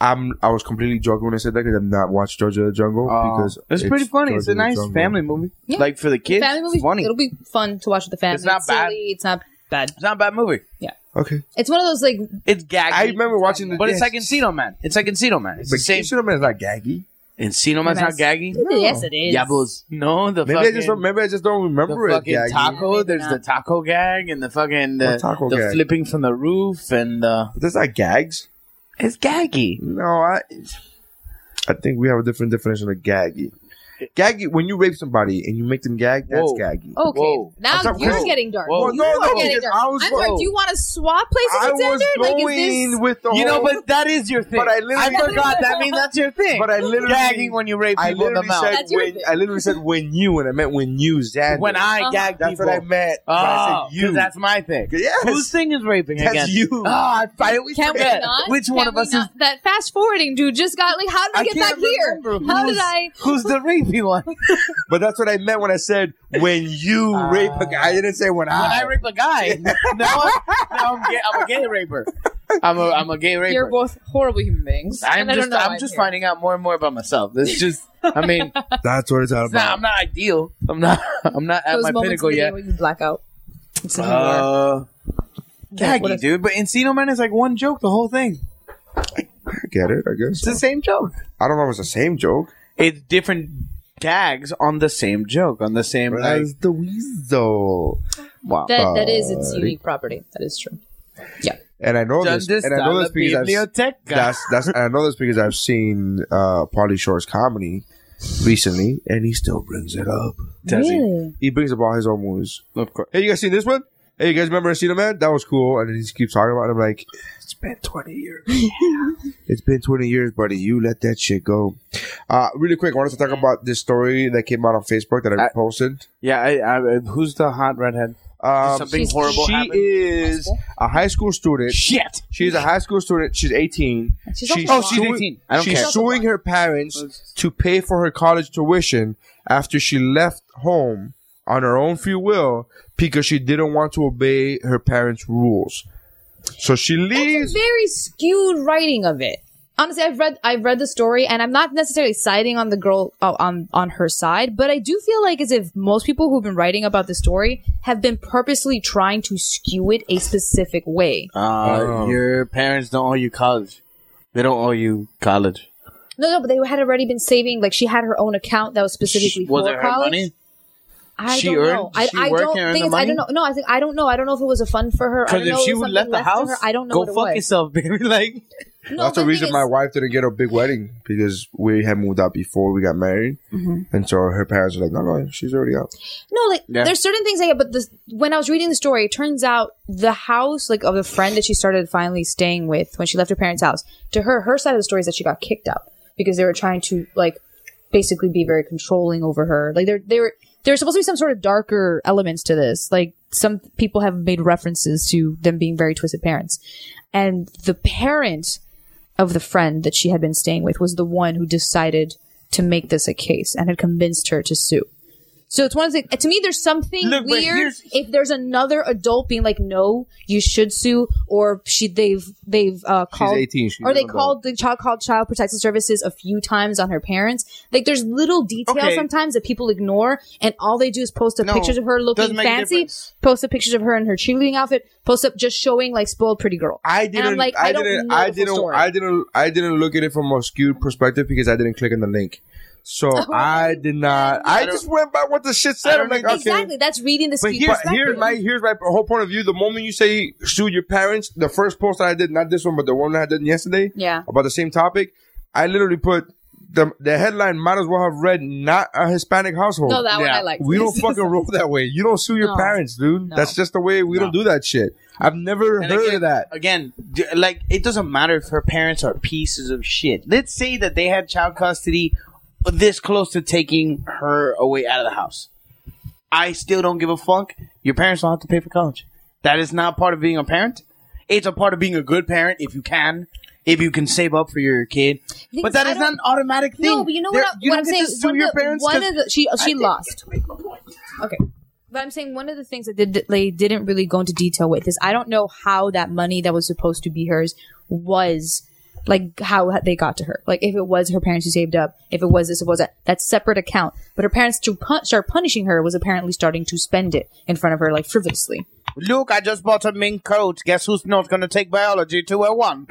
Speaker 1: I'm I was completely joking when I said that because I've not watched Georgia the Jungle because
Speaker 6: Oh. Uh, it's, pretty funny.
Speaker 1: Georgia
Speaker 6: it's a
Speaker 1: the
Speaker 6: nice
Speaker 1: Jungle.
Speaker 6: family movie,
Speaker 9: Yeah.
Speaker 6: like for the kids.
Speaker 9: family movie,
Speaker 6: it's funny.
Speaker 9: it'll be fun to watch with the family.
Speaker 6: It's not bad.
Speaker 9: silly, It's not bad.
Speaker 6: It's not a bad movie.
Speaker 1: Okay.
Speaker 9: It's one of those like
Speaker 6: It's gaggy.
Speaker 1: I remember watching the.
Speaker 6: But it's
Speaker 1: yes.
Speaker 6: like Encino Man. It's like Encino Man. It's
Speaker 1: But
Speaker 6: the same.
Speaker 1: Encino Man is not gaggy.
Speaker 6: Encino Man's not
Speaker 9: Man's-
Speaker 6: gaggy.
Speaker 9: yes, it is.
Speaker 6: Diablos. No, the
Speaker 1: Maybe
Speaker 6: fucking,
Speaker 1: I just don't, maybe I just don't
Speaker 6: the
Speaker 1: remember it.
Speaker 6: fucking
Speaker 1: Gaggy.
Speaker 6: taco. There's
Speaker 9: Yeah.
Speaker 6: the taco gag and the fucking the,
Speaker 1: What taco
Speaker 6: the
Speaker 1: gag?
Speaker 6: flipping from the roof and the
Speaker 1: That's not gags.
Speaker 6: it's gaggy.
Speaker 1: No, I. I think we have a different definition of gaggy. Gaggy when you rape somebody and you make them gag. That's
Speaker 6: Whoa. Oh,
Speaker 1: gaggy.
Speaker 9: Okay,
Speaker 6: Whoa.
Speaker 9: now
Speaker 1: I'm sorry,
Speaker 9: you're
Speaker 1: whoa.
Speaker 9: getting dark.
Speaker 6: Whoa. Well,
Speaker 9: you
Speaker 1: no,
Speaker 9: are
Speaker 1: no,
Speaker 9: getting
Speaker 1: because
Speaker 9: dark.
Speaker 1: I was-
Speaker 9: I'm sorry.
Speaker 1: whoa.
Speaker 9: Do you want to swap places
Speaker 1: I
Speaker 9: with
Speaker 1: was
Speaker 9: Xander? Like,
Speaker 1: going
Speaker 9: is this?
Speaker 1: with the
Speaker 6: You know,
Speaker 1: whole-
Speaker 6: but that is your thing.
Speaker 1: But I literally-
Speaker 6: I forgot. that means that's your thing.
Speaker 1: But I literally-
Speaker 6: gagging when you rape
Speaker 1: I
Speaker 6: people in the
Speaker 1: literally
Speaker 6: mouth.
Speaker 1: said
Speaker 9: That's your
Speaker 1: when
Speaker 9: thing.
Speaker 1: I literally said when you and I meant when you Xander.
Speaker 6: when I
Speaker 9: Uh-huh.
Speaker 6: gag
Speaker 1: that's
Speaker 6: people.
Speaker 1: what I meant. when I
Speaker 6: Oh,
Speaker 1: said
Speaker 6: 'cause
Speaker 1: you.
Speaker 6: that's my thing.
Speaker 1: Yes.
Speaker 6: Whose thing is raping
Speaker 1: That's
Speaker 6: again?
Speaker 1: you.
Speaker 6: Oh, I, I always
Speaker 9: Can we
Speaker 6: forget.
Speaker 9: not?
Speaker 6: Which
Speaker 9: Can
Speaker 6: one of
Speaker 9: we
Speaker 6: us is?
Speaker 9: not? that fast forwarding dude just got like? How did I,
Speaker 6: I
Speaker 9: get
Speaker 6: can't
Speaker 9: back here?
Speaker 6: remember
Speaker 9: How
Speaker 6: who's-
Speaker 9: did I?
Speaker 6: Who's the rapey one? when
Speaker 1: But that's what I meant when I said when you rape a guy. I didn't say when
Speaker 6: Ah. I
Speaker 1: I.
Speaker 6: rape a guy, no, I'm, gay, I'm a gay raper. I'm a I'm a gay raper.
Speaker 9: You're both horrible human beings.
Speaker 6: I'm
Speaker 9: and I don't
Speaker 6: just
Speaker 9: know why
Speaker 6: I'm just
Speaker 9: here.
Speaker 6: finding out more and more about myself. That's just I mean, it's
Speaker 1: that's what it's all
Speaker 6: not, I'm not ideal. I'm not I'm not at
Speaker 9: those
Speaker 6: my
Speaker 9: moments
Speaker 6: pinnacle
Speaker 9: in the day
Speaker 6: yet.
Speaker 9: when you black out. It's in the mirror.
Speaker 6: Uh,
Speaker 9: What
Speaker 6: gaggy,
Speaker 9: if-
Speaker 6: dude. But Encino Man is like one joke the whole thing.
Speaker 1: I get it. I guess.
Speaker 6: It's the same joke.
Speaker 1: I don't know if it's the same joke.
Speaker 6: It's different gags on the same joke on the same like
Speaker 1: That's the weasel.
Speaker 6: wow.
Speaker 9: that that is its unique property. That is true.
Speaker 1: And I know
Speaker 6: Done
Speaker 1: this.
Speaker 6: this
Speaker 1: And I know
Speaker 6: done
Speaker 1: this
Speaker 6: the
Speaker 1: because I've
Speaker 6: biblioteca.
Speaker 1: that's that's and I know this because I've seen uh Pauly Shore's comedy recently, and he still brings it up.
Speaker 6: Does he?
Speaker 1: He brings up all his own movies.
Speaker 6: Of course.
Speaker 1: Hey, you guys seen this one? Hey, you guys remember Encino Man? That was cool. And then he just keeps talking about it. I'm like, it's been 20 years. it's been 20 years, buddy. You let that shit go. Uh, really quick, I wanted to talk about this story that came out on Facebook that I,
Speaker 6: I-
Speaker 1: posted.
Speaker 6: Yeah, I, I, who's the hot redhead?
Speaker 1: Um,
Speaker 6: Something horrible
Speaker 1: she
Speaker 6: happened?
Speaker 1: is a high school student.
Speaker 6: Shit.
Speaker 1: She's a high school student. She's 18.
Speaker 9: She's also
Speaker 6: she's
Speaker 1: suing-
Speaker 6: 18. I don't
Speaker 1: she's
Speaker 6: care.
Speaker 1: suing her parents to pay for her college tuition after she left home on her own free will because she didn't want to obey her parents' rules. So she
Speaker 9: It's a
Speaker 1: leaves.
Speaker 9: very skewed writing of it. Honestly, I've read I've read the story, and I'm not necessarily siding on the girl oh, on on her side, but I do feel like as if most people who've been writing about the story have been purposely trying to skew it a specific way.
Speaker 6: Uh,
Speaker 1: Oh.
Speaker 6: Your parents don't owe you college. They don't owe you college.
Speaker 9: No, no, but they had already been saving. Like she had her own account that was specifically
Speaker 6: was
Speaker 9: for
Speaker 6: it her
Speaker 9: college.
Speaker 6: money?
Speaker 9: I
Speaker 6: She
Speaker 9: don't
Speaker 6: earned-
Speaker 9: know. I,
Speaker 6: she
Speaker 9: I
Speaker 6: worked
Speaker 9: don't
Speaker 6: and earned
Speaker 9: think
Speaker 6: the
Speaker 9: it's, I
Speaker 6: money?
Speaker 9: don't know. No, I think I don't know. I don't know if it was a fund for her. I don't
Speaker 6: Because if
Speaker 9: know
Speaker 6: she
Speaker 9: if
Speaker 6: would
Speaker 9: something
Speaker 6: left the
Speaker 9: to her.
Speaker 6: house,
Speaker 9: I don't know.
Speaker 6: Go
Speaker 9: what it
Speaker 6: fuck
Speaker 9: was.
Speaker 6: yourself, baby. Like
Speaker 1: That's
Speaker 9: No, but
Speaker 1: the reason
Speaker 9: thing
Speaker 1: my
Speaker 9: is-
Speaker 1: wife didn't get a big wedding because we had moved out before we got married.
Speaker 9: Mm-hmm.
Speaker 1: And so her parents were like, no, no, she's already out.
Speaker 9: No, like
Speaker 6: Yeah.
Speaker 9: there's certain things I get, but this, when I was reading the story, it turns out the house, like of the friend that she started finally staying with when she left her parents' house, to her, her side of the story is that she got kicked out because they were trying to like basically be very controlling over her. Like there, there, there's supposed to be some sort of darker elements to this. Like some people have made references to them being very twisted parents, and the parent of the friend that she had been staying with was the one who decided to make this a case and had convinced her to sue. So it's one of the to me there's something
Speaker 6: Look, but
Speaker 9: weird
Speaker 6: here's-
Speaker 9: if there's another adult being like no you should sue or she they've they've uh, called
Speaker 1: 18, she's
Speaker 9: or they
Speaker 1: an adult.
Speaker 9: called the child called child protective services a few times on her parents like there's little details
Speaker 6: Okay.
Speaker 9: sometimes that people ignore and all they do is post up
Speaker 6: No,
Speaker 9: pictures of her looking
Speaker 6: doesn't make a
Speaker 9: fancy
Speaker 6: difference.
Speaker 9: post up pictures of her in her cheerleading outfit post up just showing like spoiled pretty girl
Speaker 1: I
Speaker 9: And
Speaker 1: didn't.
Speaker 9: I'm like,
Speaker 1: I,
Speaker 9: I don't
Speaker 1: didn't.
Speaker 9: know
Speaker 1: I
Speaker 9: the full
Speaker 1: didn't.
Speaker 9: story.
Speaker 1: I didn't. I didn't look at it from a skewed perspective because I didn't click on the link. So
Speaker 9: Oh,
Speaker 1: I did not. I, just went by what the shit said. I'm like, okay.
Speaker 9: exactly that's reading the
Speaker 1: But
Speaker 9: speech
Speaker 1: here's,
Speaker 9: perspective.
Speaker 1: here's my here's my whole point of view. The moment you say sue your parents, the first post that I did, not this one, but the one that I did yesterday,
Speaker 9: Yeah.
Speaker 1: about the same topic, I literally put the the headline might as well have read not a Hispanic household.
Speaker 9: no that one
Speaker 6: Yeah.
Speaker 9: I like
Speaker 1: we don't fucking roll that way. You don't sue your
Speaker 9: No.
Speaker 1: parents, dude.
Speaker 9: No.
Speaker 1: That's just the way we don't do that shit. I've never
Speaker 6: And
Speaker 1: heard
Speaker 6: again,
Speaker 1: of that.
Speaker 6: Again, d- like it doesn't matter if her parents are pieces of shit. Let's say that they had child custody this close to taking her away out of the house. I still don't give a fuck. Your parents don't have to pay for college. That is not part of being a parent. It's a part of being a good parent if you can. If you can save up for your kid,
Speaker 9: thing
Speaker 6: but
Speaker 9: is,
Speaker 6: that
Speaker 9: I
Speaker 6: is not
Speaker 9: don't-
Speaker 6: an automatic thing.
Speaker 9: No, but you know
Speaker 6: There-
Speaker 9: what, I,
Speaker 6: you
Speaker 9: what I'm
Speaker 6: don't
Speaker 9: saying.
Speaker 6: get to sue
Speaker 9: one
Speaker 6: your
Speaker 9: of the-
Speaker 6: parents.
Speaker 9: one
Speaker 6: 'cause
Speaker 9: of the, she
Speaker 6: I
Speaker 9: she
Speaker 6: think
Speaker 9: lost. Okay, but I'm saying one of the things that did, they didn't really go into detail with is I don't know how that money that was supposed to be hers was like how they got to her. Like if it was her parents who saved up, if it was this, it was that. That's separate account. But her parents to pun- start punishing her was apparently starting to spend it in front of her like frivolously.
Speaker 6: Look, I just bought a mink coat. Guess who's not going to take biology 201?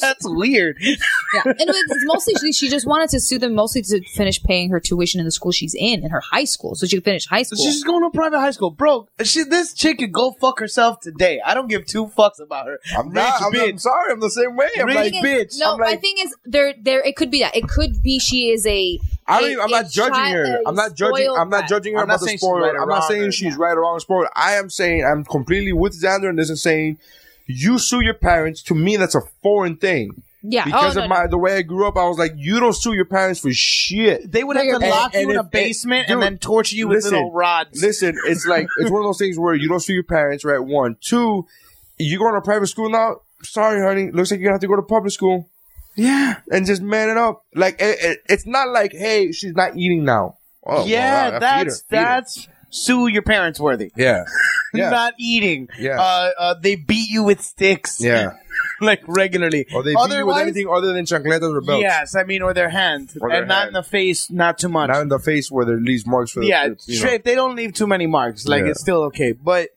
Speaker 6: That's weird.
Speaker 9: Yeah, and it's mostly she, she just wanted to sue them mostly to finish paying her tuition in the school she's in, in her high school, so she could finish high school.
Speaker 6: She's just going to private high school, bro. She, this chick can go fuck herself today. I don't give two fucks about her.
Speaker 1: I'm not.
Speaker 6: Rich
Speaker 1: I'm, I'm
Speaker 6: bitch.
Speaker 1: sorry. I'm the same way. I'm
Speaker 6: Rich
Speaker 1: like,
Speaker 9: thing
Speaker 6: bitch.
Speaker 9: is- No,
Speaker 6: I'm
Speaker 9: my
Speaker 6: like-
Speaker 9: thing is there. There, it could be that. It could be she is a.
Speaker 1: I don't even,
Speaker 9: a-
Speaker 1: I'm
Speaker 9: a
Speaker 1: not judging
Speaker 9: child-
Speaker 1: her.
Speaker 9: a
Speaker 1: I'm not judging.
Speaker 9: spoiled
Speaker 1: I'm not
Speaker 9: brat.
Speaker 1: judging her
Speaker 6: I'm not
Speaker 1: about the
Speaker 6: saying she's
Speaker 1: spoiler.
Speaker 6: right or
Speaker 1: I'm not
Speaker 6: wrong
Speaker 1: saying
Speaker 6: or-
Speaker 1: she's right or wrong spoiler. I am saying I'm completely with Xander in this and saying you sue your parents. To me, that's a foreign thing.
Speaker 9: Yeah.
Speaker 1: Because
Speaker 9: oh, no,
Speaker 1: of
Speaker 9: no.
Speaker 1: my the way I grew up, I was like, you don't sue your parents for shit.
Speaker 6: They would have to
Speaker 1: And-
Speaker 6: lock
Speaker 1: and
Speaker 6: you in a
Speaker 1: if-
Speaker 6: basement and
Speaker 1: dude,
Speaker 6: then torture you with little rods.
Speaker 1: Listen, it's like it's one of those things where you don't see your parents, right? One, two, you going to private school now? Sorry, honey. Looks like you're gonna have to go to public school.
Speaker 6: yeah.
Speaker 1: and just man it up. Like it, it- it's not like hey, she's not eating now. Oh, well,
Speaker 6: yeah,
Speaker 1: wow,
Speaker 6: that's
Speaker 1: feed her, feed her.
Speaker 6: that's sue your parents worthy.
Speaker 1: yeah, yeah,
Speaker 6: Not eating.
Speaker 1: Yeah.
Speaker 6: Uh, uh, they beat you with sticks.
Speaker 1: yeah.
Speaker 6: like regularly.
Speaker 1: Or they beat you with
Speaker 6: Otherwise-
Speaker 1: anything other than chancletas or belts.
Speaker 6: Yes, I mean, or their hand,
Speaker 1: Or
Speaker 6: and
Speaker 1: their
Speaker 6: not
Speaker 1: hand.
Speaker 6: in the face, not too much.
Speaker 1: Not in the face where there leaves marks for the
Speaker 6: yeah,
Speaker 1: you know.
Speaker 6: straight. If they don't leave too many marks, like
Speaker 1: Yeah.
Speaker 6: it's still okay. But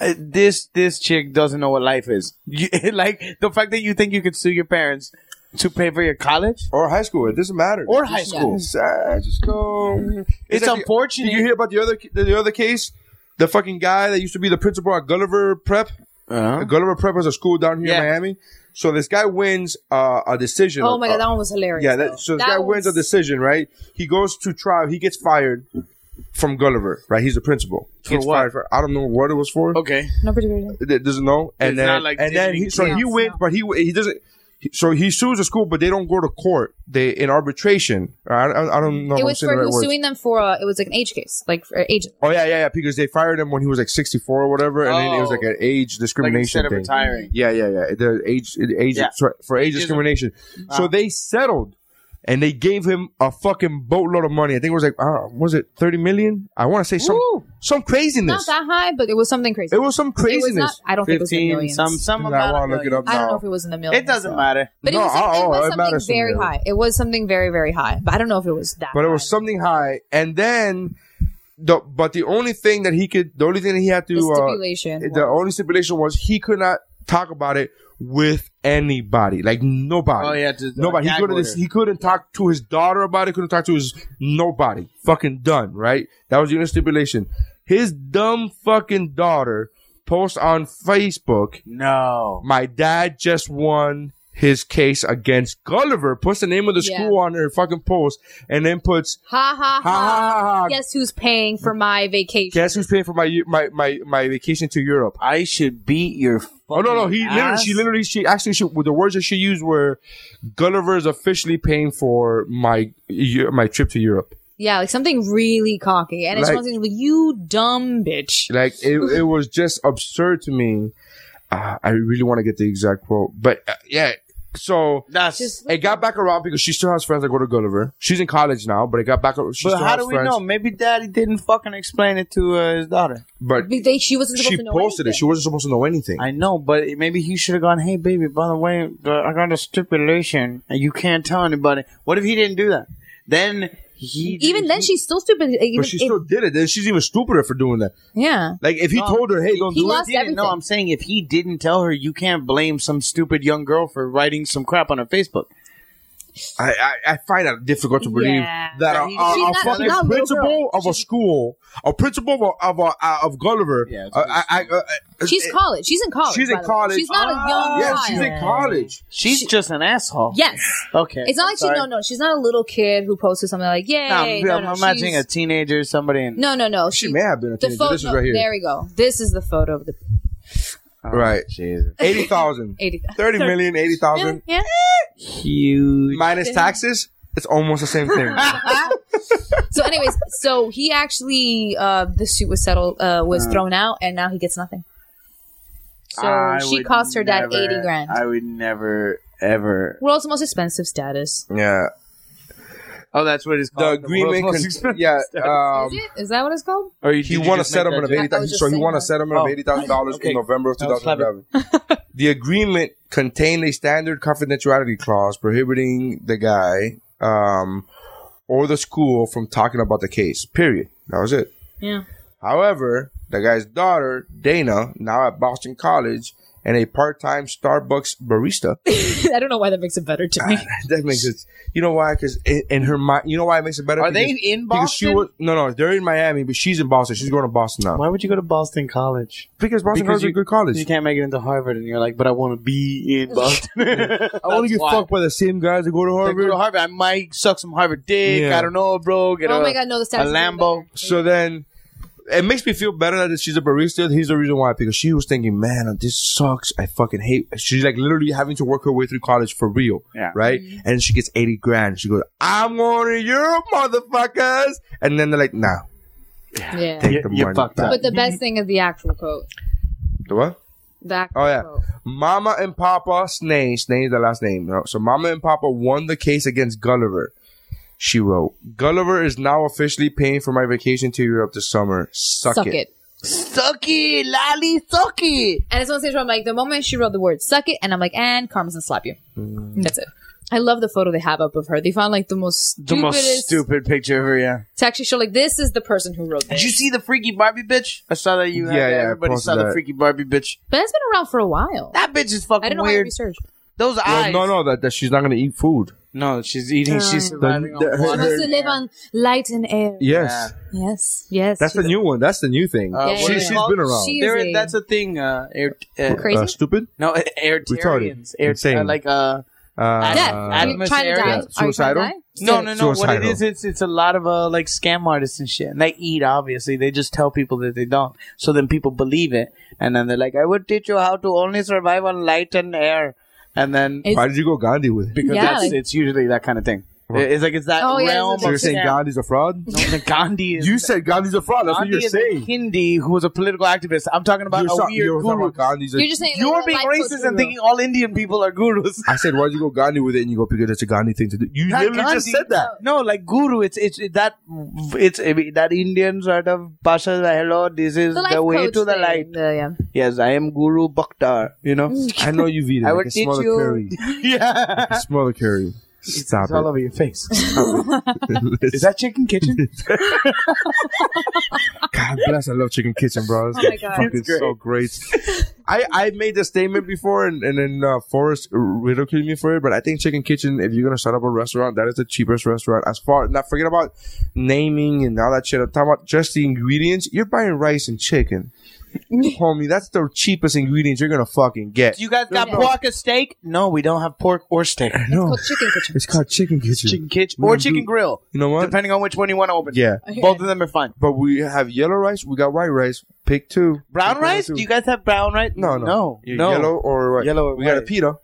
Speaker 6: uh, this this chick doesn't know what life is. You, like the fact that you think you could sue your parents to pay for your college.
Speaker 1: Or high school, it doesn't matter.
Speaker 6: Or high
Speaker 1: Just-
Speaker 6: school.
Speaker 1: It's, uh, just go.
Speaker 6: It's
Speaker 1: like the-
Speaker 6: unfortunate.
Speaker 1: Did you hear about the other the other case? The fucking guy that used to be the principal at Gulliver Prep.
Speaker 6: Uh-huh.
Speaker 1: Gulliver Prep was a school down here
Speaker 6: Yeah.
Speaker 1: in Miami. So this guy wins uh, a decision.
Speaker 9: Oh my
Speaker 1: Uh,
Speaker 9: god, that one was hilarious.
Speaker 1: Yeah,
Speaker 9: though.
Speaker 1: that, so this guy wins a
Speaker 9: was-
Speaker 1: decision, right? He goes to trial. He gets fired from Gulliver, right? He's the principal.
Speaker 6: For
Speaker 1: Gets
Speaker 6: what?
Speaker 1: fired for- I don't know what it was for.
Speaker 6: Okay.
Speaker 9: No particular. thing.
Speaker 1: It doesn't know. And
Speaker 6: It's
Speaker 1: then,
Speaker 6: not like
Speaker 1: and then he,
Speaker 6: Disney
Speaker 1: so he
Speaker 9: Kids.
Speaker 1: wins, but he he doesn't. he- So he sues the school, but they don't go to court. They in arbitration. I, I, I don't know. if
Speaker 9: It
Speaker 1: I'm
Speaker 9: was
Speaker 1: saying the
Speaker 9: for he
Speaker 1: right
Speaker 9: was
Speaker 1: words.
Speaker 9: suing them for uh, it was like an age case, like for age.
Speaker 1: Oh yeah, yeah, yeah. Because they fired him when he was like 64 or whatever, and then it was
Speaker 6: Oh.
Speaker 1: like an age
Speaker 6: Like
Speaker 1: discrimination
Speaker 6: instead of
Speaker 1: thing.
Speaker 6: retiring.
Speaker 1: Yeah, yeah, yeah. The age, the age
Speaker 6: Yeah.
Speaker 1: for- for age
Speaker 6: Ageism. Ah.
Speaker 1: discrimination. So they settled, and they gave him a fucking boatload of money. I think it was like, uh, was it thirty million? I want to say some
Speaker 6: Woo.
Speaker 1: some
Speaker 9: Not
Speaker 1: craziness.
Speaker 9: that high, but it was something crazy.
Speaker 1: It was some
Speaker 9: It
Speaker 1: craziness.
Speaker 9: was not. I don't think it was in the
Speaker 6: Fifteen.
Speaker 9: millions.
Speaker 6: Some some
Speaker 1: I
Speaker 6: amount.
Speaker 1: want
Speaker 6: of
Speaker 1: to look it
Speaker 6: millions.
Speaker 1: up now.
Speaker 9: I don't know if it was in the millions.
Speaker 6: It doesn't
Speaker 9: though.
Speaker 6: matter.
Speaker 9: But
Speaker 1: No,
Speaker 9: it was, some-
Speaker 1: oh,
Speaker 9: it
Speaker 1: oh,
Speaker 9: was
Speaker 1: it
Speaker 9: something
Speaker 1: matters to me,
Speaker 9: very
Speaker 1: though.
Speaker 9: high. It was something very, very high. But I don't know if it was that.
Speaker 1: but it was
Speaker 9: high.
Speaker 1: something high, and then. The, but the only thing that he could, the only thing that he had to,
Speaker 9: The
Speaker 1: uh,
Speaker 9: stipulation
Speaker 1: the
Speaker 9: was-
Speaker 1: only stipulation was he could not talk about it with anybody, like nobody.
Speaker 6: Oh, yeah, to- uh,
Speaker 1: nobody. He
Speaker 6: gag
Speaker 1: couldn't.
Speaker 6: order.
Speaker 1: He couldn't talk to his daughter about it. Couldn't talk to his nobody. Fucking done. Right. That was the only stipulation. His dumb fucking daughter posts on Facebook.
Speaker 6: No.
Speaker 1: My dad just won his case against Gulliver. Puts the name of the
Speaker 9: Yeah.
Speaker 1: school on her fucking post, and then puts
Speaker 9: Ha ha
Speaker 1: ha ha ha. ha.
Speaker 9: Guess who's paying for my vacation?
Speaker 1: Guess who's paying for my my my, my vacation to Europe?
Speaker 6: I should beat your. Fucking
Speaker 1: Oh no no he literally
Speaker 6: ass.
Speaker 1: she literally she actually she the words that she used were Gulliver is officially paying for my Eu- my trip to Europe
Speaker 9: Yeah, like something really cocky, and it's
Speaker 1: Like-
Speaker 9: one thing with you dumb bitch.
Speaker 1: like it, it was just absurd to me uh, I really want to get the exact quote but uh, yeah so
Speaker 6: That's
Speaker 9: Just-
Speaker 1: it got back around because she still has friends that go to Gulliver she's in college now but it got back she
Speaker 6: But
Speaker 1: still
Speaker 6: how
Speaker 1: has
Speaker 6: do we
Speaker 1: friends
Speaker 6: know? Maybe daddy didn't fucking explain it to uh, his daughter.
Speaker 1: but
Speaker 9: They, she wasn't supposed
Speaker 1: she
Speaker 9: to know
Speaker 1: posted it
Speaker 9: anything.
Speaker 1: she wasn't supposed to know anything
Speaker 6: I know, but maybe he should have gone, hey, baby, by the way, uh, I got a stipulation and you can't tell anybody. What if he didn't do that? Then he.
Speaker 9: Even then, she's still stupid. Even
Speaker 1: but she
Speaker 9: if-
Speaker 1: still did it then she's even stupider for doing that
Speaker 9: yeah.
Speaker 1: like if he told her hey don't
Speaker 9: he
Speaker 1: do
Speaker 9: lost
Speaker 1: it
Speaker 6: didn't,
Speaker 9: everything.
Speaker 6: no, I'm saying if he didn't tell her, you can't blame some stupid young girl for writing some crap on her Facebook.
Speaker 1: I, I, I find it difficult to believe
Speaker 9: Yeah.
Speaker 1: that a, a,
Speaker 6: She's
Speaker 1: a
Speaker 9: not-
Speaker 1: fucking
Speaker 9: not a little
Speaker 1: principal of a school, a principal of a, of, a, uh, of Gulliver.
Speaker 6: Yeah, it's
Speaker 1: uh, I, I, uh, uh,
Speaker 9: She's
Speaker 1: uh,
Speaker 9: college. She's in college.
Speaker 1: She's in
Speaker 9: by the way.
Speaker 1: college. Ah,
Speaker 9: She's not a young
Speaker 1: Yeah,
Speaker 9: child.
Speaker 1: she's in college.
Speaker 6: She's just an asshole.
Speaker 9: Yes.
Speaker 6: Okay.
Speaker 9: It's not like she, no, no. She's not a little kid who posted something like, yay.
Speaker 6: I'm,
Speaker 9: no,
Speaker 6: I'm
Speaker 9: no,
Speaker 6: imagining
Speaker 9: she's-
Speaker 6: a teenager, somebody. In,
Speaker 9: No, no, no.
Speaker 1: She may have been a teenager. This is right here.
Speaker 9: There we go. This is the photo of the
Speaker 1: Right.
Speaker 6: Oh, Jesus.
Speaker 1: 80,000.
Speaker 9: 80.
Speaker 1: 30 million, 80,000.
Speaker 9: Yeah.
Speaker 6: Huge.
Speaker 1: Minus taxes, it's almost the same thing.
Speaker 9: So, anyways, so he actually uh, the suit was settled, uh, was thrown out, and now he gets nothing. So
Speaker 6: I
Speaker 9: she
Speaker 6: would
Speaker 9: cost her dad
Speaker 6: never-
Speaker 9: eighty grand.
Speaker 6: I would never, ever.
Speaker 9: World's most expensive status.
Speaker 6: Uh,
Speaker 1: yeah.
Speaker 6: Oh, that's what it's
Speaker 1: The
Speaker 6: called.
Speaker 1: agreement. Con- yeah. Um,
Speaker 9: is it? Is that what it's called?
Speaker 6: Or you,
Speaker 1: he won a settlement of
Speaker 9: up?
Speaker 1: eighty
Speaker 9: I was
Speaker 1: thousand.
Speaker 9: just
Speaker 1: So he
Speaker 9: saying
Speaker 1: won a
Speaker 9: that.
Speaker 1: settlement of
Speaker 6: Oh.
Speaker 1: eighty thousand dollars
Speaker 6: Okay.
Speaker 1: in November of two
Speaker 6: That was
Speaker 1: thousand
Speaker 6: clever.
Speaker 1: eleven. the agreement contained a standard confidentiality clause prohibiting the guy um, or the school from talking about the case. Period. That was it.
Speaker 9: Yeah.
Speaker 1: However, the guy's daughter, Dana, now at Boston College and a part time Starbucks barista.
Speaker 9: I don't know why that makes it better to me.
Speaker 1: that makes it. You know why? Because in, in her mind, you know why it makes it better?
Speaker 6: Are they
Speaker 1: Because-
Speaker 6: in
Speaker 1: because she
Speaker 6: Boston?
Speaker 1: was- no, no, they're in Miami, but she's in Boston. She's going to Boston now.
Speaker 6: Why would you go to Boston College?
Speaker 1: Because Boston College is a good college.
Speaker 6: You can't make it into Harvard, and you're like, but I want to be in Boston.
Speaker 1: I want to get fucked by the same guys that go to
Speaker 6: If I
Speaker 1: Harvard.
Speaker 6: go to Harvard, I might suck some Harvard dick.
Speaker 1: Yeah.
Speaker 6: I don't know, bro. Get
Speaker 9: Oh
Speaker 6: a,
Speaker 9: my God, no, the
Speaker 6: a
Speaker 9: status is
Speaker 6: Lambo.
Speaker 1: So then it makes me feel better that she's a barista. Here's the reason why because she was thinking, man, this sucks. I fucking hate. She's like literally having to work her way through college for real.
Speaker 6: Yeah.
Speaker 1: Right? And she gets 80 grand. She goes, I'm going to Europe, motherfuckers. And then they're like, nah,
Speaker 9: Yeah.
Speaker 1: take
Speaker 6: You-
Speaker 1: the
Speaker 6: you
Speaker 1: money.
Speaker 6: fucked up.
Speaker 9: But the best thing is the actual quote.
Speaker 1: The what?
Speaker 9: The actual
Speaker 1: Oh, yeah.
Speaker 9: quote.
Speaker 1: Mama and Papa Snay. Snay is the last name. no? So Mama and Papa won the case against Gulliver. She wrote, Gulliver is now officially paying for my vacation to Europe this summer. Suck,
Speaker 9: Suck
Speaker 1: it.
Speaker 9: it.
Speaker 6: Suck it, lolly, suck it.
Speaker 9: And it's one of those things where I'm like, the moment she wrote the word "suck it," and I'm like, and Carmen's gonna slap you. That's it. I love the photo they have up of her. They found like the most stupidest.
Speaker 6: The most stupid picture of her, yeah.
Speaker 9: To actually show like this is the person who wrote
Speaker 6: Did
Speaker 9: this.
Speaker 6: you see the freaky Barbie bitch? I saw that you had
Speaker 1: Yeah,
Speaker 6: that.
Speaker 1: yeah, I
Speaker 6: Everybody
Speaker 1: posted
Speaker 6: saw the
Speaker 1: that.
Speaker 6: freaky Barbie bitch.
Speaker 9: but it's been around for a while.
Speaker 6: That bitch is
Speaker 9: I
Speaker 6: fucking
Speaker 9: don't know how to
Speaker 6: weird.
Speaker 9: research.
Speaker 6: Those
Speaker 1: Well,
Speaker 6: eyes.
Speaker 1: no, no, that, that she's not going to eat food.
Speaker 6: No, she's eating. she's surviving
Speaker 1: the-
Speaker 6: on
Speaker 1: her-
Speaker 6: water.
Speaker 1: her-
Speaker 9: Supposed to live on light and air.
Speaker 1: Yes.
Speaker 9: Yes, yes.
Speaker 1: That's the
Speaker 9: she's-
Speaker 1: new one. That's the new thing.
Speaker 6: Uh,
Speaker 9: Yeah,
Speaker 1: she,
Speaker 9: yeah,
Speaker 1: has
Speaker 9: yeah.
Speaker 1: been around.
Speaker 9: She-
Speaker 6: They're-
Speaker 9: Easy.
Speaker 6: that's a thing. Uh, air, uh,
Speaker 9: Crazy.
Speaker 1: Uh, stupid?
Speaker 6: no, airtarians. Air,
Speaker 1: Insane.
Speaker 6: uh, like uh,
Speaker 1: Uh,
Speaker 9: Death. Are you
Speaker 6: Animus
Speaker 9: trying to die?
Speaker 6: area.
Speaker 9: Are you trying to
Speaker 1: Suicidal?
Speaker 9: die?
Speaker 6: no, no, no. What it
Speaker 1: Suicidal.
Speaker 6: is, it's it's a lot of uh, like scam artists and shit. And they eat, obviously. They just tell people that they don't. So then people believe it, and then they're like, "I will teach you how to only survive on light and air." And then
Speaker 9: It's-
Speaker 1: Why did you go Gandhi with it?
Speaker 6: because
Speaker 9: Yeah,
Speaker 6: that's
Speaker 9: like-
Speaker 6: it's usually that kind of thing. It- It's like it's that
Speaker 9: Oh, yeah, it's
Speaker 6: realm
Speaker 9: a-
Speaker 1: So you're
Speaker 6: of
Speaker 1: saying
Speaker 6: saying
Speaker 1: Gandhi's a fraud?
Speaker 6: Gandhi is
Speaker 1: You said Gandhi's a fraud. That's
Speaker 6: Gandhi
Speaker 1: what you're
Speaker 6: is a
Speaker 1: saying.
Speaker 6: Hindi who was a political activist. I'm talking about
Speaker 1: You're,
Speaker 6: a
Speaker 1: so-
Speaker 6: weird
Speaker 1: you're talking
Speaker 6: guru.
Speaker 1: about Gandhi's a-
Speaker 9: You're just saying
Speaker 6: You're
Speaker 9: like,
Speaker 6: being
Speaker 9: life goes
Speaker 6: racist
Speaker 9: through.
Speaker 6: and thinking all Indian people are gurus.
Speaker 1: I said, why'd you go Gandhi with it? And you go, because it's a Gandhi thing to do. You
Speaker 6: Not
Speaker 1: literally just
Speaker 6: Gandhi.
Speaker 1: said that.
Speaker 6: No, like guru. It's it's it- that it's I mean, that Indian sort of pasha. Hello, this is
Speaker 9: The
Speaker 6: the,
Speaker 9: life
Speaker 6: way
Speaker 9: coach
Speaker 6: to the
Speaker 9: thing.
Speaker 6: light.
Speaker 9: Uh, yeah.
Speaker 6: Yes, I am Guru Bhaktar. You know.
Speaker 9: Mm.
Speaker 1: I know you've eaten.
Speaker 6: I
Speaker 1: I
Speaker 6: would
Speaker 1: can smell the
Speaker 6: teach you-
Speaker 1: curry.
Speaker 6: yeah.
Speaker 1: I smell the curry. Stop
Speaker 6: It's all
Speaker 1: it.
Speaker 6: over your face. is that Chicken Kitchen?
Speaker 1: God bless. I love Chicken Kitchen, bro. It's
Speaker 9: Oh my God.
Speaker 1: fucking
Speaker 6: It's great.
Speaker 1: so great. I, I made the statement before, and, and then uh, Forrest ridiculed me for it. But I think Chicken Kitchen, if you're gonna set up a restaurant, that is the cheapest restaurant as far. Now forget about naming and all that shit. I'm talking about just the ingredients. You're buying rice and chicken, homie. That's the cheapest ingredients you're gonna fucking get.
Speaker 6: you guys got pork and steak? No, we don't have pork or steak.
Speaker 1: no,
Speaker 9: Called chicken kitchen.
Speaker 1: it's called Chicken Kitchen.
Speaker 6: Chicken Kitchen
Speaker 1: We
Speaker 6: or
Speaker 1: don't
Speaker 6: Chicken
Speaker 1: do-
Speaker 6: Grill,
Speaker 1: You know what?
Speaker 6: depending on which Mm-hmm. one you want to open.
Speaker 1: yeah,
Speaker 6: Both of them are fine.
Speaker 1: but we have yellow rice. We got white rice. Pick two.
Speaker 6: Brown
Speaker 1: Pick one or
Speaker 6: rice?
Speaker 1: two.
Speaker 6: Do you guys have brown rice?
Speaker 1: No, no,
Speaker 6: no,
Speaker 1: You're
Speaker 6: no.
Speaker 1: Yellow or white.
Speaker 6: Yellow or
Speaker 1: We got a
Speaker 6: white.
Speaker 1: pita.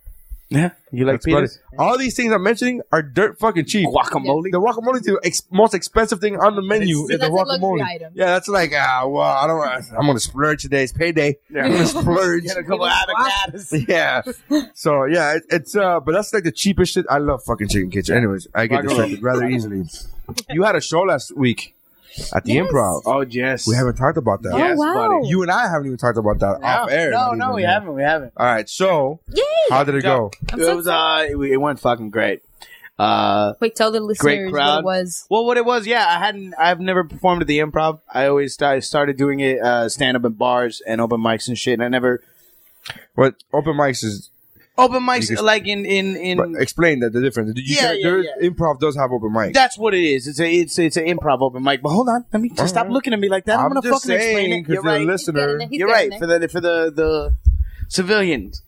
Speaker 6: Yeah, you like
Speaker 1: That's about
Speaker 6: peanuts?
Speaker 1: it. All these things I'm mentioning are dirt fucking cheap.
Speaker 6: Guacamole.
Speaker 1: The guacamole is the ex- most expensive thing on the menu.
Speaker 9: So
Speaker 1: is the
Speaker 9: that's a luxury
Speaker 1: guacamole.
Speaker 9: item.
Speaker 1: Yeah, that's like ah, well, I don't. I'm gonna splurge today. It's payday. I'm gonna splurge.
Speaker 6: Get a couple avocados.
Speaker 1: yeah. So yeah, it, it's uh, but that's like the cheapest shit. I love fucking Chicken Kitchen. Anyways, I get
Speaker 6: Guacamole.
Speaker 1: distracted rather easily. You had a show last week at the
Speaker 9: Yes.
Speaker 1: Improv.
Speaker 6: Oh yes,
Speaker 1: We haven't talked about that.
Speaker 9: Oh,
Speaker 6: Yes,
Speaker 9: wow.
Speaker 6: buddy.
Speaker 1: You and I haven't even talked about that
Speaker 6: No,
Speaker 1: off air.
Speaker 6: No,
Speaker 1: not
Speaker 6: no,
Speaker 1: even,
Speaker 6: we
Speaker 1: yeah.
Speaker 6: haven't. We haven't.
Speaker 1: All right, so
Speaker 9: Yay!
Speaker 1: how did it go?
Speaker 9: I'm
Speaker 6: It
Speaker 9: so
Speaker 6: was uh, it, it went fucking great. Uh,
Speaker 9: Wait, tell the listeners what
Speaker 6: crowd.
Speaker 9: it was.
Speaker 6: well, what it was, yeah, I hadn't, I've never performed at the Improv. I always st- started doing it uh, stand up in bars and open mics and shit. And I never
Speaker 1: What open mics is
Speaker 6: open mics
Speaker 1: You just-
Speaker 6: like in in in.
Speaker 1: But explain that the difference. You
Speaker 6: Mm. Yeah,
Speaker 1: can-
Speaker 6: yeah,
Speaker 1: there-
Speaker 6: yeah.
Speaker 1: Improv does have open mic.
Speaker 6: that's what it is. It's a it's it's an improv open mic. But hold on, let me just stop looking at me like that. I'm,
Speaker 1: I'm
Speaker 6: gonna
Speaker 1: just
Speaker 6: fucking explain
Speaker 1: saying
Speaker 6: it.
Speaker 1: 'cause
Speaker 6: You're
Speaker 1: the
Speaker 6: right.
Speaker 1: list- Listener.
Speaker 9: He's
Speaker 6: You're
Speaker 9: getting
Speaker 6: right
Speaker 9: there.
Speaker 6: for the for the the civilians.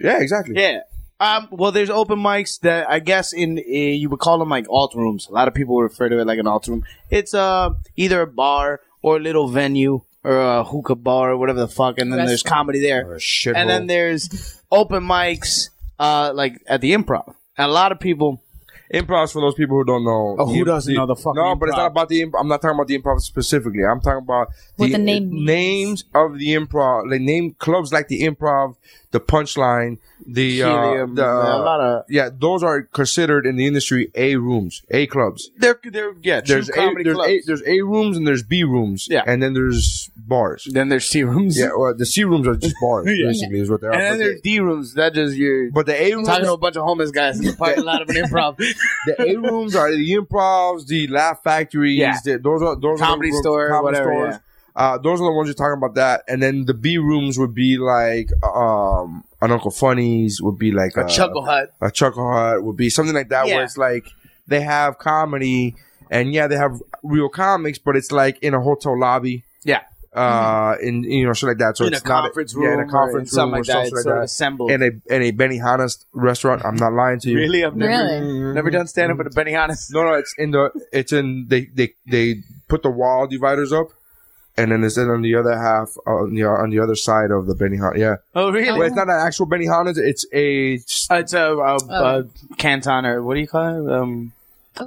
Speaker 1: yeah, exactly.
Speaker 6: Yeah. Um, well, there's open mics that I guess in uh, you would call them like alt rooms. A lot of people refer to it like an alt room. It's uh, either a bar or a little venue or a hookah bar or whatever the fuck. And then there's
Speaker 9: Restaurant.
Speaker 6: comedy there.
Speaker 1: Or a shithole.
Speaker 6: and then there's open mics uh, like at the improv. And a lot of people.
Speaker 1: Improv's for those people who don't know.
Speaker 6: Oh, who doesn't know the fucking
Speaker 1: No, but it's
Speaker 6: improv?
Speaker 1: not about the. Imp- I'm not talking about the improv specifically. I'm talking about
Speaker 9: What the name means.
Speaker 1: names of the improv. They name clubs like the improv, the punchline, the uh,
Speaker 6: Helium,
Speaker 1: the
Speaker 6: a lot of-
Speaker 1: yeah. Those are considered in the industry A rooms, A clubs.
Speaker 6: They're, they're yeah, true
Speaker 1: There's a,
Speaker 6: comedy
Speaker 1: there's
Speaker 6: clubs.
Speaker 1: a there's A rooms and there's B rooms.
Speaker 6: Yeah.
Speaker 1: and then there's bars.
Speaker 6: then there's C rooms.
Speaker 1: Yeah, well, the C rooms are just bars. Basically, is what they are.
Speaker 6: And then
Speaker 1: But
Speaker 6: there's D rooms. That just you're
Speaker 1: But the A rooms,
Speaker 6: talking to a bunch of homeless guys in the parking lot of an improv.
Speaker 1: the A rooms are the improvs, the laugh factories,
Speaker 6: Yeah.
Speaker 1: the, those are those
Speaker 6: Comedy
Speaker 1: are the
Speaker 6: store,
Speaker 1: comedy
Speaker 6: whatever,
Speaker 1: stores. Uh, those are the ones you're talking about that. And then the B rooms would be like um, an Uncle Funny's, would be like
Speaker 6: A chuckle hut.
Speaker 1: a chuckle hut would be something like that
Speaker 6: Yeah.
Speaker 1: where it's like they have comedy and yeah they have real comics but it's like in a hotel lobby
Speaker 6: Yeah. Mm-hmm.
Speaker 1: uh in you know shit like that so
Speaker 6: In a
Speaker 1: it's not
Speaker 6: conference
Speaker 1: yeah, in
Speaker 6: room
Speaker 1: a
Speaker 6: or
Speaker 1: conference
Speaker 6: something
Speaker 1: room
Speaker 6: like that.
Speaker 1: or something
Speaker 6: It's sort of
Speaker 1: like
Speaker 6: assembled.
Speaker 1: that in a in a Benihana restaurant I'm not lying to you
Speaker 6: Really? I've never,
Speaker 9: Really?
Speaker 6: never done stand up at a Benihana's.
Speaker 1: no no it's in the it's in they they they put the wall dividers up and then it's in on the other half on the on the other side of the Benihana yeah
Speaker 6: Oh, really?
Speaker 1: well, it's not an actual Benihana it's a
Speaker 6: Uh, it's a,
Speaker 9: Oh.
Speaker 6: a, a canton or what do you call it? Um,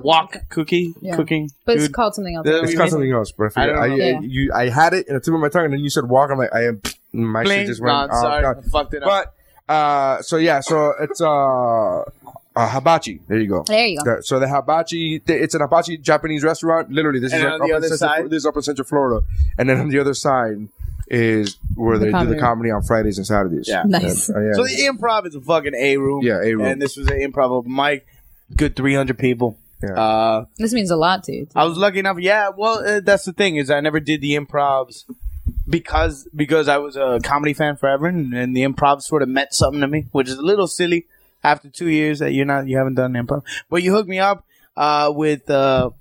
Speaker 6: walk cookie
Speaker 9: Yeah.
Speaker 6: cooking.
Speaker 9: But it's
Speaker 6: food.
Speaker 9: called something else.
Speaker 6: The-
Speaker 1: It's
Speaker 6: We
Speaker 1: called
Speaker 6: made-
Speaker 1: something else, but I, forget.
Speaker 6: I
Speaker 1: I,
Speaker 6: don't
Speaker 9: know.
Speaker 1: I-
Speaker 9: Yeah.
Speaker 1: you, I had it in the tip of my tongue, and then you said walk. I'm like, I am. My shit
Speaker 6: Blame-
Speaker 1: just
Speaker 6: no,
Speaker 1: went.
Speaker 6: I'm
Speaker 1: oh,
Speaker 6: sorry.
Speaker 1: God.
Speaker 6: I fucked it up.
Speaker 1: But uh, so yeah, so it's uh, uh hibachi. There you go.
Speaker 9: There you go.
Speaker 1: The- so the hibachi, th- it's an hibachi Japanese restaurant. Literally, this
Speaker 6: And
Speaker 1: is
Speaker 6: on
Speaker 1: like
Speaker 6: the
Speaker 1: up in
Speaker 6: other
Speaker 1: Central-
Speaker 6: side?
Speaker 1: This is up in Central Florida, and then on the other side is where they do
Speaker 9: comedy.
Speaker 1: the comedy on Fridays and Saturdays.
Speaker 6: Yeah.
Speaker 9: Nice.
Speaker 1: Uh, yeah.
Speaker 6: So the improv is a fucking A room.
Speaker 1: Yeah, A room.
Speaker 6: And this was an improv open mic. Good 300 people.
Speaker 1: Yeah.
Speaker 6: Uh,
Speaker 9: This means a lot to you.
Speaker 6: I was lucky enough. Yeah, well, uh, that's the thing is I never did the improvs because because I was a comedy fan forever, and, and the improv sort of meant something to me, which is a little silly after two years that you're not you haven't done improv. But you hooked me up uh, with uh,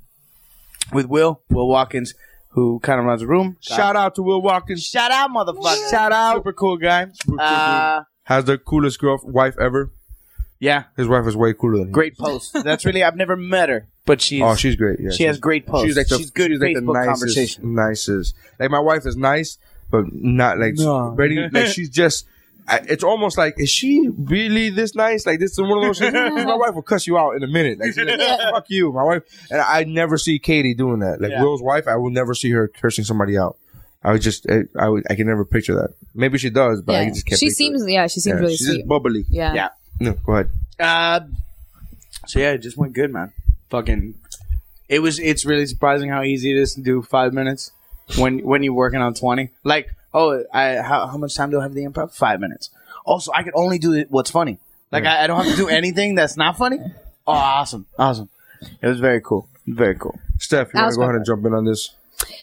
Speaker 6: with Will Will Watkins, who kind of runs the room.
Speaker 1: shout out to Will Watkins.
Speaker 6: Shout out, motherfucker! Shout out, super cool guy. Uh,
Speaker 1: Has the coolest girl wife ever.
Speaker 6: yeah,
Speaker 1: His wife is way cooler than him.
Speaker 6: great post. That's really I've never met her, but she's
Speaker 1: Oh, she's great. Yeah,
Speaker 6: she has great posts.
Speaker 1: She's like the,
Speaker 6: she's good
Speaker 1: she's like the
Speaker 6: Facebook
Speaker 1: nicest,
Speaker 6: conversation.
Speaker 1: nicest. Like my wife is nice, but not like
Speaker 6: No.
Speaker 1: ready. Like she's just. I, it's almost like is she really this nice? Like this is one of those. things- my wife will cuss you out in a minute. Like, she's like fuck you, my wife. And I never see Katie doing that. Like
Speaker 6: Yeah.
Speaker 1: Will's wife, I will never see her cursing somebody out. I would just, I, I would, I can never picture that. Maybe she does, but I
Speaker 9: Yeah.
Speaker 1: just can't.
Speaker 9: She
Speaker 1: picture
Speaker 9: seems,
Speaker 1: it.
Speaker 9: yeah, she seems
Speaker 1: Yeah,
Speaker 9: really
Speaker 1: she's
Speaker 9: sweet.
Speaker 1: just bubbly.
Speaker 9: yeah.
Speaker 6: Yeah.
Speaker 1: No, go ahead.
Speaker 6: Uh, so yeah, it just went good, man. Fucking, it was. It's really surprising how easy it is to do five minutes when when you're working on twenty. Like, oh, I how, how much time do I have for the improv? Five minutes. Also, I can only do it- what's funny. Like, I, I don't have to do anything that's not funny. Oh, awesome, awesome. It was very cool, very cool.
Speaker 1: Steph, you
Speaker 9: I
Speaker 1: want
Speaker 9: was
Speaker 1: to go ahead
Speaker 9: gonna-
Speaker 1: and jump in on this?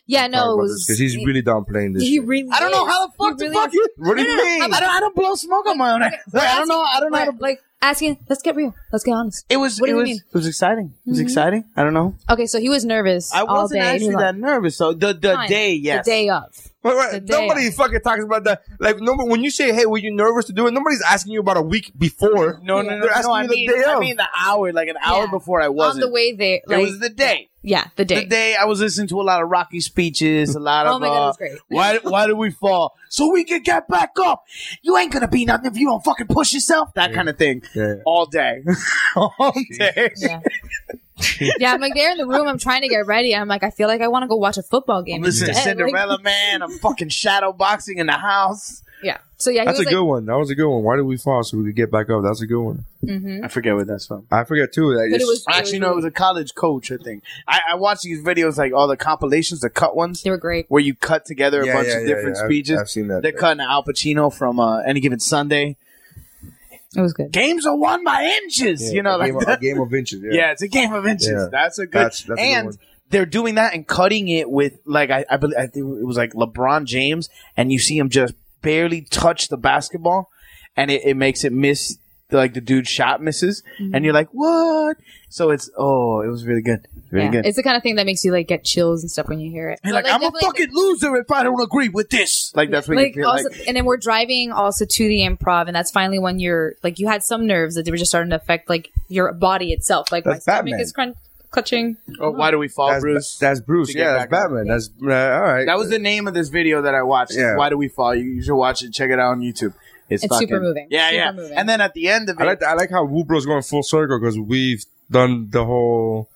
Speaker 9: Yeah, no, it was.
Speaker 1: because he's really downplaying this.
Speaker 9: he
Speaker 1: shit.
Speaker 9: really
Speaker 6: I don't know
Speaker 9: is.
Speaker 6: how the fuck
Speaker 9: He
Speaker 6: to
Speaker 9: really
Speaker 6: fuck
Speaker 9: is.
Speaker 6: you.
Speaker 1: What do you mean?
Speaker 6: I don't, I don't blow smoke on my own. ass. Like, I don't know. I don't know. How to,
Speaker 9: Like, asking, let's get real. Let's get honest.
Speaker 6: it was.
Speaker 9: What do
Speaker 6: It
Speaker 9: you
Speaker 6: was.
Speaker 9: mean? Mm-hmm.
Speaker 6: It was exciting. It was exciting. I don't know.
Speaker 9: Okay, so he was nervous.
Speaker 6: I
Speaker 9: all
Speaker 6: wasn't
Speaker 9: day. He
Speaker 6: actually
Speaker 9: was
Speaker 6: that
Speaker 9: like,
Speaker 6: nervous. So the the
Speaker 9: fine.
Speaker 6: day, yes,
Speaker 9: The day of.
Speaker 1: Wait, wait,
Speaker 9: The day
Speaker 1: nobody fucking talks about that. Like, nobody, when you say, "Hey, were you nervous to do it?" Nobody's asking you about a week before.
Speaker 6: No, no, no,
Speaker 1: They're
Speaker 6: no.
Speaker 1: asking
Speaker 6: I
Speaker 1: you the
Speaker 6: mean,
Speaker 1: day
Speaker 6: I
Speaker 1: of.
Speaker 6: mean the hour, like an hour
Speaker 9: Yeah.
Speaker 6: before I wasn't.
Speaker 9: On the way there. Like,
Speaker 6: it was the day.
Speaker 9: yeah, the day.
Speaker 6: The day I was listening to a lot of Rocky speeches, a lot
Speaker 9: Oh
Speaker 6: of.
Speaker 9: my God,
Speaker 6: uh,
Speaker 9: that's great.
Speaker 6: Why? Why did we fall? So we could get back up. You ain't gonna be nothing if you don't fucking push yourself. That kind of thing.
Speaker 1: Yeah.
Speaker 6: All day. All day.
Speaker 9: Yeah. yeah, I'm like there in the room. I'm trying to get ready. I'm like, I feel like I want to go watch a football game.
Speaker 6: I'm listening to
Speaker 9: instead. Like,
Speaker 6: Cinderella Man. I'm fucking shadow boxing in the house.
Speaker 9: yeah. So yeah, he
Speaker 1: That's a
Speaker 9: was like,
Speaker 1: good one. That was a good one. Why did we fall so we could get back up? That's a good one.
Speaker 9: Mm-hmm.
Speaker 6: I forget what that's from.
Speaker 1: I forget too. That
Speaker 9: but it
Speaker 1: it's-
Speaker 9: was.
Speaker 6: Actually, no, it was a college coach. I think I, I watched these videos, like all the compilations, the cut ones.
Speaker 9: They were great.
Speaker 6: where you cut together a
Speaker 1: Yeah,
Speaker 6: bunch
Speaker 1: yeah,
Speaker 6: of
Speaker 1: yeah,
Speaker 6: different
Speaker 1: yeah. I've-
Speaker 6: speeches.
Speaker 1: I've seen that.
Speaker 6: They're cutting Al Pacino from uh, any given Sunday.
Speaker 9: It was good.
Speaker 6: Games are won by inches,
Speaker 1: yeah,
Speaker 6: you know,
Speaker 1: a
Speaker 6: like
Speaker 1: game, of-
Speaker 6: that.
Speaker 1: a game of inches. Yeah.
Speaker 6: Yeah. it's a game of inches.
Speaker 1: Yeah.
Speaker 6: That's a good.
Speaker 1: That's- that's a good
Speaker 6: and
Speaker 1: one.
Speaker 6: they're doing that and cutting it with like I, I believe I think it was like LeBron James, and you see him just barely touch the basketball, and it, it makes it miss like the dude shot misses, and you're like what? So it's oh, it was really good, really
Speaker 9: Yeah.
Speaker 6: good.
Speaker 9: It's the kind of thing that makes you like get chills and stuff when you hear it.
Speaker 6: You're
Speaker 9: But,
Speaker 6: like, I'm a
Speaker 9: definitely-
Speaker 6: fucking loser if I don't agree with this. Like that's what you
Speaker 9: like
Speaker 6: feel
Speaker 9: also,
Speaker 6: like.
Speaker 9: and then we're driving also to the improv, and that's finally when you're like you had some nerves that they were just starting to affect like your body itself. Like my
Speaker 1: That's
Speaker 9: stomach
Speaker 1: Batman.
Speaker 9: is crunch- clutching.
Speaker 6: Oh, why do we fall,
Speaker 1: That's
Speaker 6: Bruce?
Speaker 1: Bruce. That's Bruce.
Speaker 6: To get
Speaker 1: Yeah, that's
Speaker 6: back up.
Speaker 1: Batman. That's uh, all right.
Speaker 6: That was the name of this video that I watched.
Speaker 1: Yeah.
Speaker 6: Why do we fall? You, you should watch it. Check it out on YouTube. It's,
Speaker 9: It's
Speaker 6: fucking,
Speaker 9: super moving.
Speaker 6: Yeah,
Speaker 9: Super
Speaker 6: yeah.
Speaker 9: moving.
Speaker 6: And then at the end of
Speaker 1: I
Speaker 6: it,
Speaker 1: like. The, I like how Woobro's going full circle because we've done the whole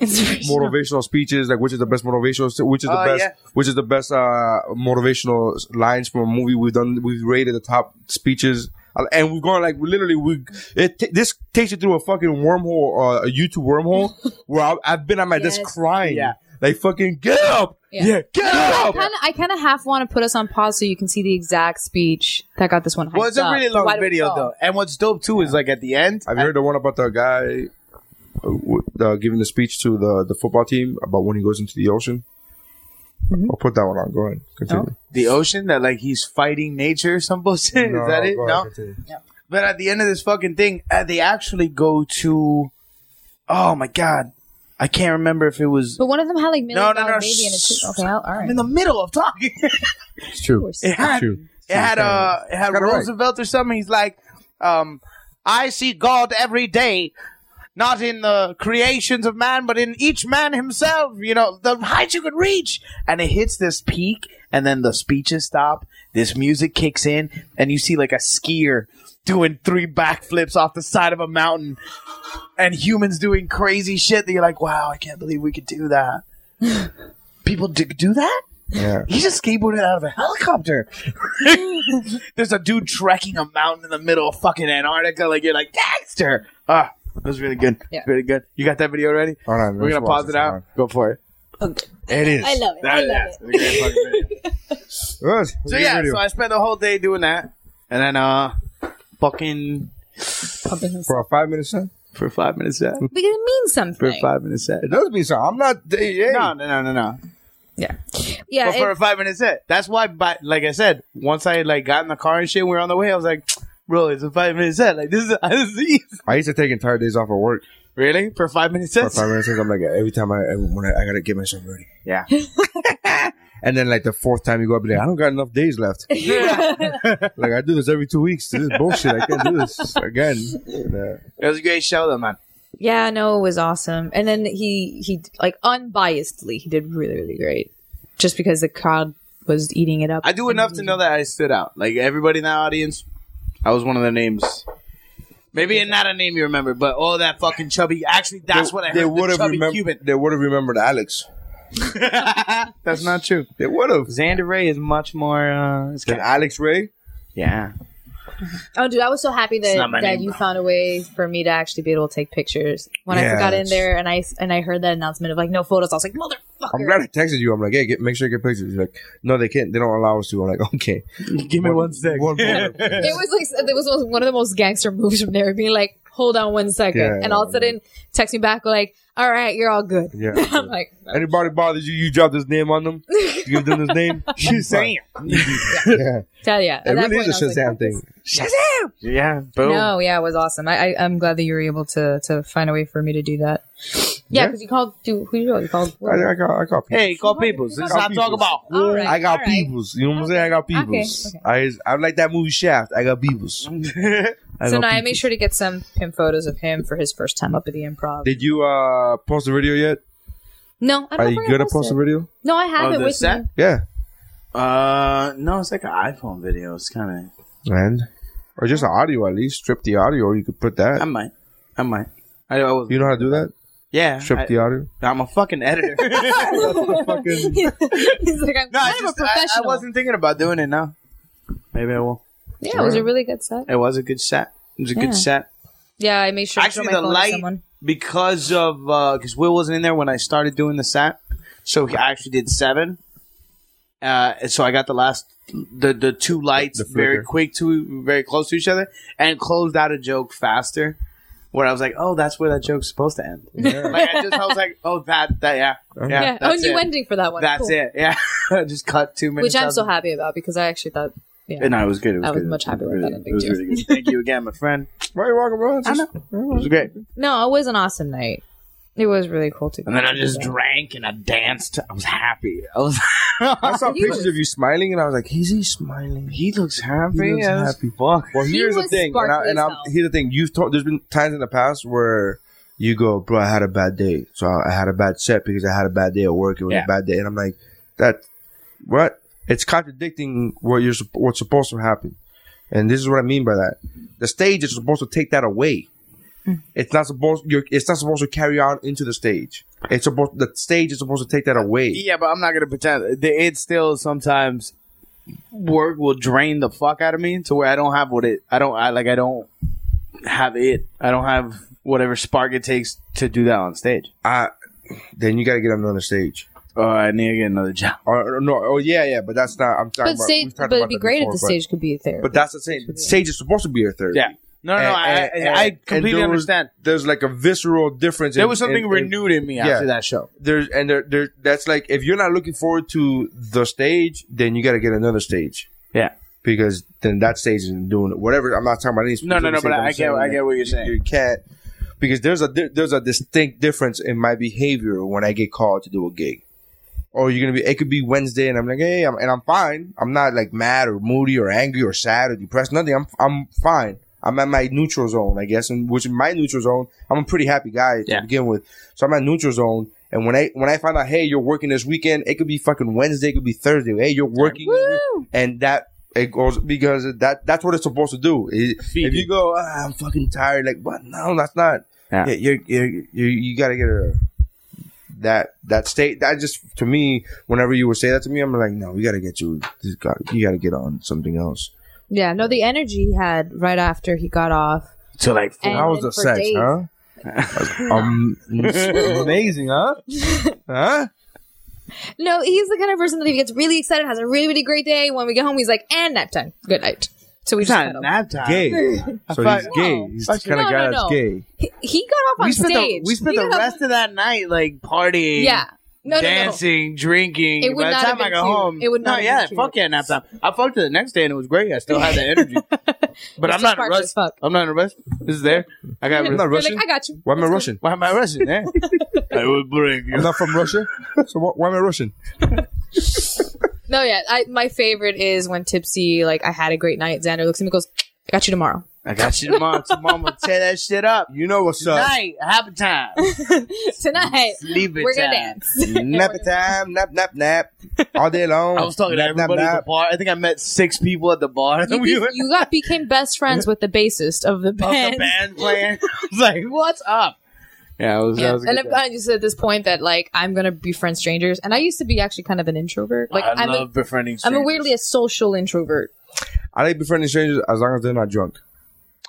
Speaker 1: motivational speeches, like which is the best motivational, which is the
Speaker 6: Oh,
Speaker 1: best,
Speaker 6: yeah.
Speaker 1: which is the best uh, motivational lines from a movie. We've done, we've rated the top speeches, Uh, and we've gone like we literally we. It t- this takes you through a fucking wormhole, uh, a YouTube wormhole, where I, I've been on my desk
Speaker 9: Yes.
Speaker 1: crying,
Speaker 6: Yeah.
Speaker 1: like fucking get up,
Speaker 9: Yeah.
Speaker 1: get
Speaker 9: I
Speaker 1: up.
Speaker 9: kind of, I kind of half want to put us on pause so you can see the exact speech that got this one.
Speaker 6: well, it's
Speaker 9: hyped
Speaker 6: a
Speaker 9: up.
Speaker 6: really
Speaker 9: Why
Speaker 6: long
Speaker 9: do we
Speaker 6: video
Speaker 9: fall?
Speaker 6: though. And what's dope too is like at the end,
Speaker 1: Have you heard the one about the guy uh, w- uh, giving the speech to the the football team about when he goes into the ocean?
Speaker 6: Mm-hmm.
Speaker 1: I'll put that one on. Go ahead. Continue.
Speaker 6: The ocean that like he's fighting nature or some bullshit. Is that it?
Speaker 1: go
Speaker 6: No.
Speaker 1: ahead, continue.
Speaker 6: But at the end of this fucking thing, uh, they actually go to. Oh my god, I can't remember if it was.
Speaker 9: But one of them had like million
Speaker 6: No,
Speaker 9: dollar
Speaker 6: no, no,
Speaker 9: baby and a
Speaker 6: shh.
Speaker 9: two. Okay, I'll- all
Speaker 6: I'm
Speaker 9: right.
Speaker 6: in the middle of talking.
Speaker 1: It's true.
Speaker 9: course.
Speaker 6: it had
Speaker 1: true.
Speaker 6: it had uh it had
Speaker 1: Got it right.
Speaker 6: Roosevelt or something. He's like, um, I see God every day, not in the creations of man, but in each man himself. You know the heights you could reach, and it hits this peak, and then the speeches stop. This music kicks in, and you see like a skier doing three backflips off the side of a mountain, and humans doing crazy shit that you're like, wow, I can't believe we could do that. People do, do that.
Speaker 1: Yeah.
Speaker 6: He just skateboarded out of a helicopter. There's a dude trekking a mountain in the middle of fucking Antarctica. Like you're like Dexter. Ah, that was really good.
Speaker 9: Yeah.
Speaker 6: Really good. You got that video ready?
Speaker 1: All right,
Speaker 6: We're
Speaker 1: let's
Speaker 6: gonna
Speaker 1: watch
Speaker 6: pause
Speaker 1: this.
Speaker 6: it out.
Speaker 1: All right.
Speaker 6: Go for it.
Speaker 1: It is.
Speaker 9: I love it. I love it.
Speaker 1: Good.
Speaker 6: So yeah, so I spent the whole day doing that, and then uh, fucking
Speaker 9: Pumping himself.
Speaker 1: for a five minute set,
Speaker 6: for five minutes set.
Speaker 9: Because it means
Speaker 6: For
Speaker 9: something.
Speaker 6: five minutes set.
Speaker 1: it does mean something. I'm not. Hey,
Speaker 6: No, no, no, no, no.
Speaker 9: Yeah. Yeah.
Speaker 6: But for a
Speaker 9: it-
Speaker 6: five minute set. That's why. But like I said, once I like got in the car and shit, we were on the way. I was like, bro, it's a five minute set. Like this is this is easy.
Speaker 1: I used to take entire days off of work
Speaker 6: Really? For five minutes?
Speaker 1: for five minutes. I'm like every time I I- when I, I gotta get myself ready.
Speaker 6: Yeah.
Speaker 1: And then like the fourth time you go up, you're like I don't got enough days left. like I do this every two weeks. This is bullshit. I can't do this again. uh, Yeah.
Speaker 6: It was a great show, though, man.
Speaker 9: yeah. No, it was awesome. And then he he like unbiasedly he did really really great, just because the crowd was eating it up.
Speaker 6: I do enough to know that I stood out. Like everybody in that audience, I was one of the names. Maybe not a name you remember, but all that fucking chubby. Actually, that's what I heard.
Speaker 1: They
Speaker 6: the
Speaker 1: would have
Speaker 6: chubby
Speaker 1: remembered.
Speaker 6: Cuban.
Speaker 1: They would have remembered Alex.
Speaker 6: That's not true.
Speaker 1: They would have.
Speaker 6: Xander Ray is much more. Uh, it's
Speaker 1: Then
Speaker 6: kind
Speaker 1: Alex Ray.
Speaker 6: yeah.
Speaker 9: Oh, dude, I was so happy that,
Speaker 6: not my
Speaker 9: that
Speaker 6: name,
Speaker 9: you
Speaker 6: bro.
Speaker 9: found a way for me to actually be able to take pictures. When I
Speaker 1: Yeah,
Speaker 9: got in
Speaker 1: that's-
Speaker 9: there and I and I heard that announcement of like no photos, I was like, motherfucker.
Speaker 1: I'm glad I texted you. I'm like, hey, get, make sure you get pictures. You're like, no, they can't. They don't allow us to. I'm like, okay.
Speaker 6: Give me one sec.
Speaker 1: One bullet.
Speaker 9: It was like it was one of the most gangster moves from there, being like, hold on one second,
Speaker 1: Yeah,
Speaker 9: and all of a sudden text me back like, all right, you're all good.
Speaker 1: Yeah.
Speaker 9: I'm like,
Speaker 1: Anybody bothers you, you drop this name on them. You give them this name. She's
Speaker 6: saying.
Speaker 1: yeah.
Speaker 9: tell ya. At
Speaker 1: It
Speaker 9: that
Speaker 1: really
Speaker 9: point,
Speaker 1: is a
Speaker 9: I was
Speaker 1: Shazam
Speaker 9: like,
Speaker 1: thing.
Speaker 6: Yeah. Boom.
Speaker 9: No, yeah, it was awesome. I, I I'm glad that you were able to to find a way for me to do that. Yeah,
Speaker 1: Yeah.
Speaker 9: because you called. Dude, who you call? You called.
Speaker 1: I, I got, I got people.
Speaker 6: Hey, call Peoples. This is how I talk about.
Speaker 9: All right,
Speaker 1: I got
Speaker 9: all right.
Speaker 1: peoples. You know what I'm saying? I got peoples.
Speaker 9: okay.
Speaker 1: I I like that movie Shaft. I got peoples. I
Speaker 9: So
Speaker 1: got
Speaker 9: now I
Speaker 1: peoples.
Speaker 9: made sure to get some pin photos of him for his first time up at the improv.
Speaker 1: Did you uh post the video yet?
Speaker 9: no, I don't
Speaker 1: Are
Speaker 9: know
Speaker 1: you
Speaker 9: if I
Speaker 1: good at
Speaker 9: posted
Speaker 1: posting
Speaker 9: it.
Speaker 1: video?
Speaker 9: No, I have
Speaker 6: Oh,
Speaker 9: it
Speaker 6: the
Speaker 9: with
Speaker 6: set?
Speaker 9: me.
Speaker 1: Yeah.
Speaker 6: Uh, no, it's like an iPhone video. It's kind of.
Speaker 1: And or just the audio at least. Strip the audio. You could put that.
Speaker 6: I might. I might. I, I was.
Speaker 1: you know how to do that?
Speaker 6: yeah.
Speaker 1: Strip the audio.
Speaker 6: I, I'm a fucking editor.
Speaker 1: Fucking
Speaker 9: He's like, I'm
Speaker 6: No, I,
Speaker 9: kind of a
Speaker 6: just, I- I,
Speaker 9: professional.
Speaker 6: wasn't thinking about doing it now. Maybe I will.
Speaker 9: yeah, it was a really good set.
Speaker 6: It was a good set. It was a
Speaker 9: Yeah.
Speaker 6: good set.
Speaker 9: Yeah, I made sure
Speaker 6: Actually,
Speaker 9: to show my phone
Speaker 6: the
Speaker 9: to
Speaker 6: light
Speaker 9: someone.
Speaker 6: because of because Will wasn't in there when I started doing the set, so he, I actually did seven. Uh, and so I got the last the the two lights
Speaker 1: The flicker.
Speaker 6: very quick to very close to each other and closed out a joke faster. Where I was like, oh, that's where that joke's supposed to end. like I just I was like, oh, that that yeah yeah.
Speaker 9: Yeah, oh,
Speaker 6: that's
Speaker 9: and you
Speaker 6: it.
Speaker 9: ending for that one.
Speaker 6: That's
Speaker 9: Cool.
Speaker 6: it. Yeah, just cut two minutes.
Speaker 9: Which I'm
Speaker 6: out
Speaker 9: so
Speaker 6: of-
Speaker 9: happy about because I actually thought, yeah,
Speaker 6: And I was good. It was
Speaker 9: I was
Speaker 6: good.
Speaker 9: much happier with
Speaker 6: Really-
Speaker 9: that ending,
Speaker 6: It was
Speaker 9: too.
Speaker 6: really good. Thank you again, my friend.
Speaker 1: Why you walking around? Just-
Speaker 6: It was great.
Speaker 9: no, it was an awesome night. It was really cool to.
Speaker 6: And then I just drank and I danced. I was happy. I was.
Speaker 1: I saw
Speaker 9: He
Speaker 1: pictures
Speaker 9: was-
Speaker 1: of you smiling, and I was like, "Is he smiling?"
Speaker 6: he looks happy.
Speaker 1: He looks
Speaker 6: as
Speaker 1: happy.
Speaker 6: Fuck.
Speaker 1: Well,
Speaker 9: He
Speaker 1: here's the
Speaker 9: was
Speaker 1: thing, and, I,
Speaker 9: sparkly
Speaker 1: and
Speaker 9: as
Speaker 1: I'm,
Speaker 9: hell.
Speaker 1: here's the thing. You've told there's been times in the past where you go, bro, I had a bad day, so I, I had a bad set because I had a bad day at work. It was
Speaker 6: Yeah.
Speaker 1: a bad day, and I'm like, that what? It's contradicting what you're sup- what's supposed to happen, and this is what I mean by that. The stage is supposed to take that away.
Speaker 9: Mm.
Speaker 1: It's not supposed. You're, it's not supposed to carry on into the stage. It's supposed. The stage is supposed to take that away.
Speaker 6: Yeah, but I'm not gonna pretend. The- It's still sometimes work will drain the fuck out of me to where I don't have what it. I don't. I like. I don't have it. I don't have whatever spark it takes to do that on stage.
Speaker 1: I, then you got to get on another stage.
Speaker 6: Oh, I need to get another job.
Speaker 1: Or, or no, oh yeah, yeah, but that's not. I'm talking
Speaker 9: But
Speaker 1: about.
Speaker 9: stage,
Speaker 1: we've talked
Speaker 9: but
Speaker 1: about
Speaker 9: it'd be
Speaker 1: that
Speaker 9: great
Speaker 1: before,
Speaker 9: if the
Speaker 1: but-
Speaker 9: stage could be there.
Speaker 1: But that's the same. Sage is supposed to be a third.
Speaker 6: Yeah. No, no, no, I- I- I completely
Speaker 1: there was-
Speaker 6: understand.
Speaker 1: There's like a visceral difference.
Speaker 6: There
Speaker 1: in-
Speaker 6: was something
Speaker 1: in- in-
Speaker 6: renewed in me after that show.
Speaker 1: There's and there, there that's like if you're not looking forward to the stage, then you got to get another stage
Speaker 6: Yeah.
Speaker 1: because then that stage isn't doing it. Whatever. I'm not talking about any.
Speaker 6: No, no, no,
Speaker 1: specific
Speaker 6: but
Speaker 1: stage,
Speaker 6: I
Speaker 1: I'm
Speaker 6: get-
Speaker 1: saying,
Speaker 6: I
Speaker 1: like,
Speaker 6: get what you're saying.
Speaker 1: You, you can't because there's a di- there's a distinct difference in my behavior when I get called to do a gig. Or you're gonna be. It could be Wednesday, and I'm like, hey, I'm, and I'm fine. I'm not like mad or moody or angry or sad or depressed. Nothing. I'm I'm fine. I'm at my neutral zone, I guess, and which in my neutral zone, I'm a pretty happy guy to
Speaker 6: Yeah.
Speaker 1: begin with. So I'm at neutral zone, and when I when I find out, hey, you're working this weekend, it could be fucking Wednesday, it could be Thursday. Hey, you're working, and that it goes because that that's what it's supposed to do. It-
Speaker 6: Feed
Speaker 1: if
Speaker 6: you.
Speaker 1: you go, ah, I'm fucking tired, like, but no, that's not.
Speaker 6: Yeah.
Speaker 1: Yeah. You're, you're, you you gotta get a that that state that just to me whenever you would say that to me i'm like no we gotta get you this guy you gotta get on something else
Speaker 9: Yeah, no, the energy he had right after he got off.
Speaker 6: So like, f-
Speaker 9: And
Speaker 1: How was
Speaker 9: then
Speaker 1: the
Speaker 9: for
Speaker 1: sex,
Speaker 9: days-
Speaker 1: huh? um, amazing, huh? Huh?
Speaker 9: No, he's the kind of person that if he gets really excited, has a really, really great day. When we get home, he's like, and nap time. Good night. So we
Speaker 6: it's
Speaker 9: just
Speaker 6: not
Speaker 9: cuddle.
Speaker 6: nap time.
Speaker 1: Gay. So
Speaker 6: thought-
Speaker 1: he's gay.
Speaker 9: No.
Speaker 1: He's the kind of
Speaker 9: No,
Speaker 1: guy
Speaker 9: no,
Speaker 1: that's
Speaker 9: no.
Speaker 1: gay.
Speaker 9: He, he got off on
Speaker 6: We spent
Speaker 9: stage.
Speaker 6: the, we
Speaker 9: He
Speaker 6: spent the
Speaker 9: got off-
Speaker 6: rest of that night like partying.
Speaker 9: Yeah. No, no, no,
Speaker 6: dancing, drinking.
Speaker 9: It would
Speaker 6: By the
Speaker 9: not
Speaker 6: time
Speaker 9: have been
Speaker 6: I got
Speaker 9: cute.
Speaker 6: home,
Speaker 9: It would not
Speaker 6: No,
Speaker 9: have been
Speaker 6: yeah,
Speaker 9: cute.
Speaker 6: fuck yeah, nap time. I fucked it the next day and it was great. I still had the energy, but I'm
Speaker 9: just
Speaker 6: not
Speaker 9: parked
Speaker 6: Russian.
Speaker 9: as fuck.
Speaker 6: I'm not in a rush. This is there. I got.
Speaker 1: I'm not
Speaker 9: You're
Speaker 1: Russian.
Speaker 9: like, I got you.
Speaker 1: Why am I Russian?
Speaker 6: Why am I Russian? Eh? I will break
Speaker 1: I'm
Speaker 6: you.
Speaker 1: not from Russia. So why, why am I Russian?
Speaker 9: No, yeah. I, my favorite is when Tipsy, like, I had a great night. Xander looks at me and goes, I got you tomorrow.
Speaker 6: I got you tomorrow. Tomorrow, I'm gonna tear that shit up.
Speaker 1: You know what's
Speaker 6: Tonight, happy time.
Speaker 9: Tonight,
Speaker 6: Leave it
Speaker 9: we're going
Speaker 6: time.
Speaker 9: to dance.
Speaker 1: Nap it time. Nap, nap, nap. All day long.
Speaker 6: I was talking to
Speaker 1: nap,
Speaker 6: everybody at the
Speaker 1: Nap,
Speaker 6: bar. I think I met six people at the bar.
Speaker 9: You,
Speaker 6: We
Speaker 9: be-
Speaker 6: were-
Speaker 9: you got became best friends with the bassist of the
Speaker 6: of
Speaker 9: band.
Speaker 6: the band playing. I was like, what's up? Yeah, it was,
Speaker 9: Yeah.
Speaker 6: that was a
Speaker 9: And
Speaker 6: good
Speaker 9: I'm,
Speaker 6: time.
Speaker 9: I'm just at this point that like I'm gonna befriend strangers, and I used to be actually kind of an introvert. Like
Speaker 6: I
Speaker 9: am
Speaker 6: love befriending
Speaker 9: a, I'm a
Speaker 6: strangers.
Speaker 9: weirdly a social introvert.
Speaker 1: nap. I like befriending strangers as long as they're not drunk.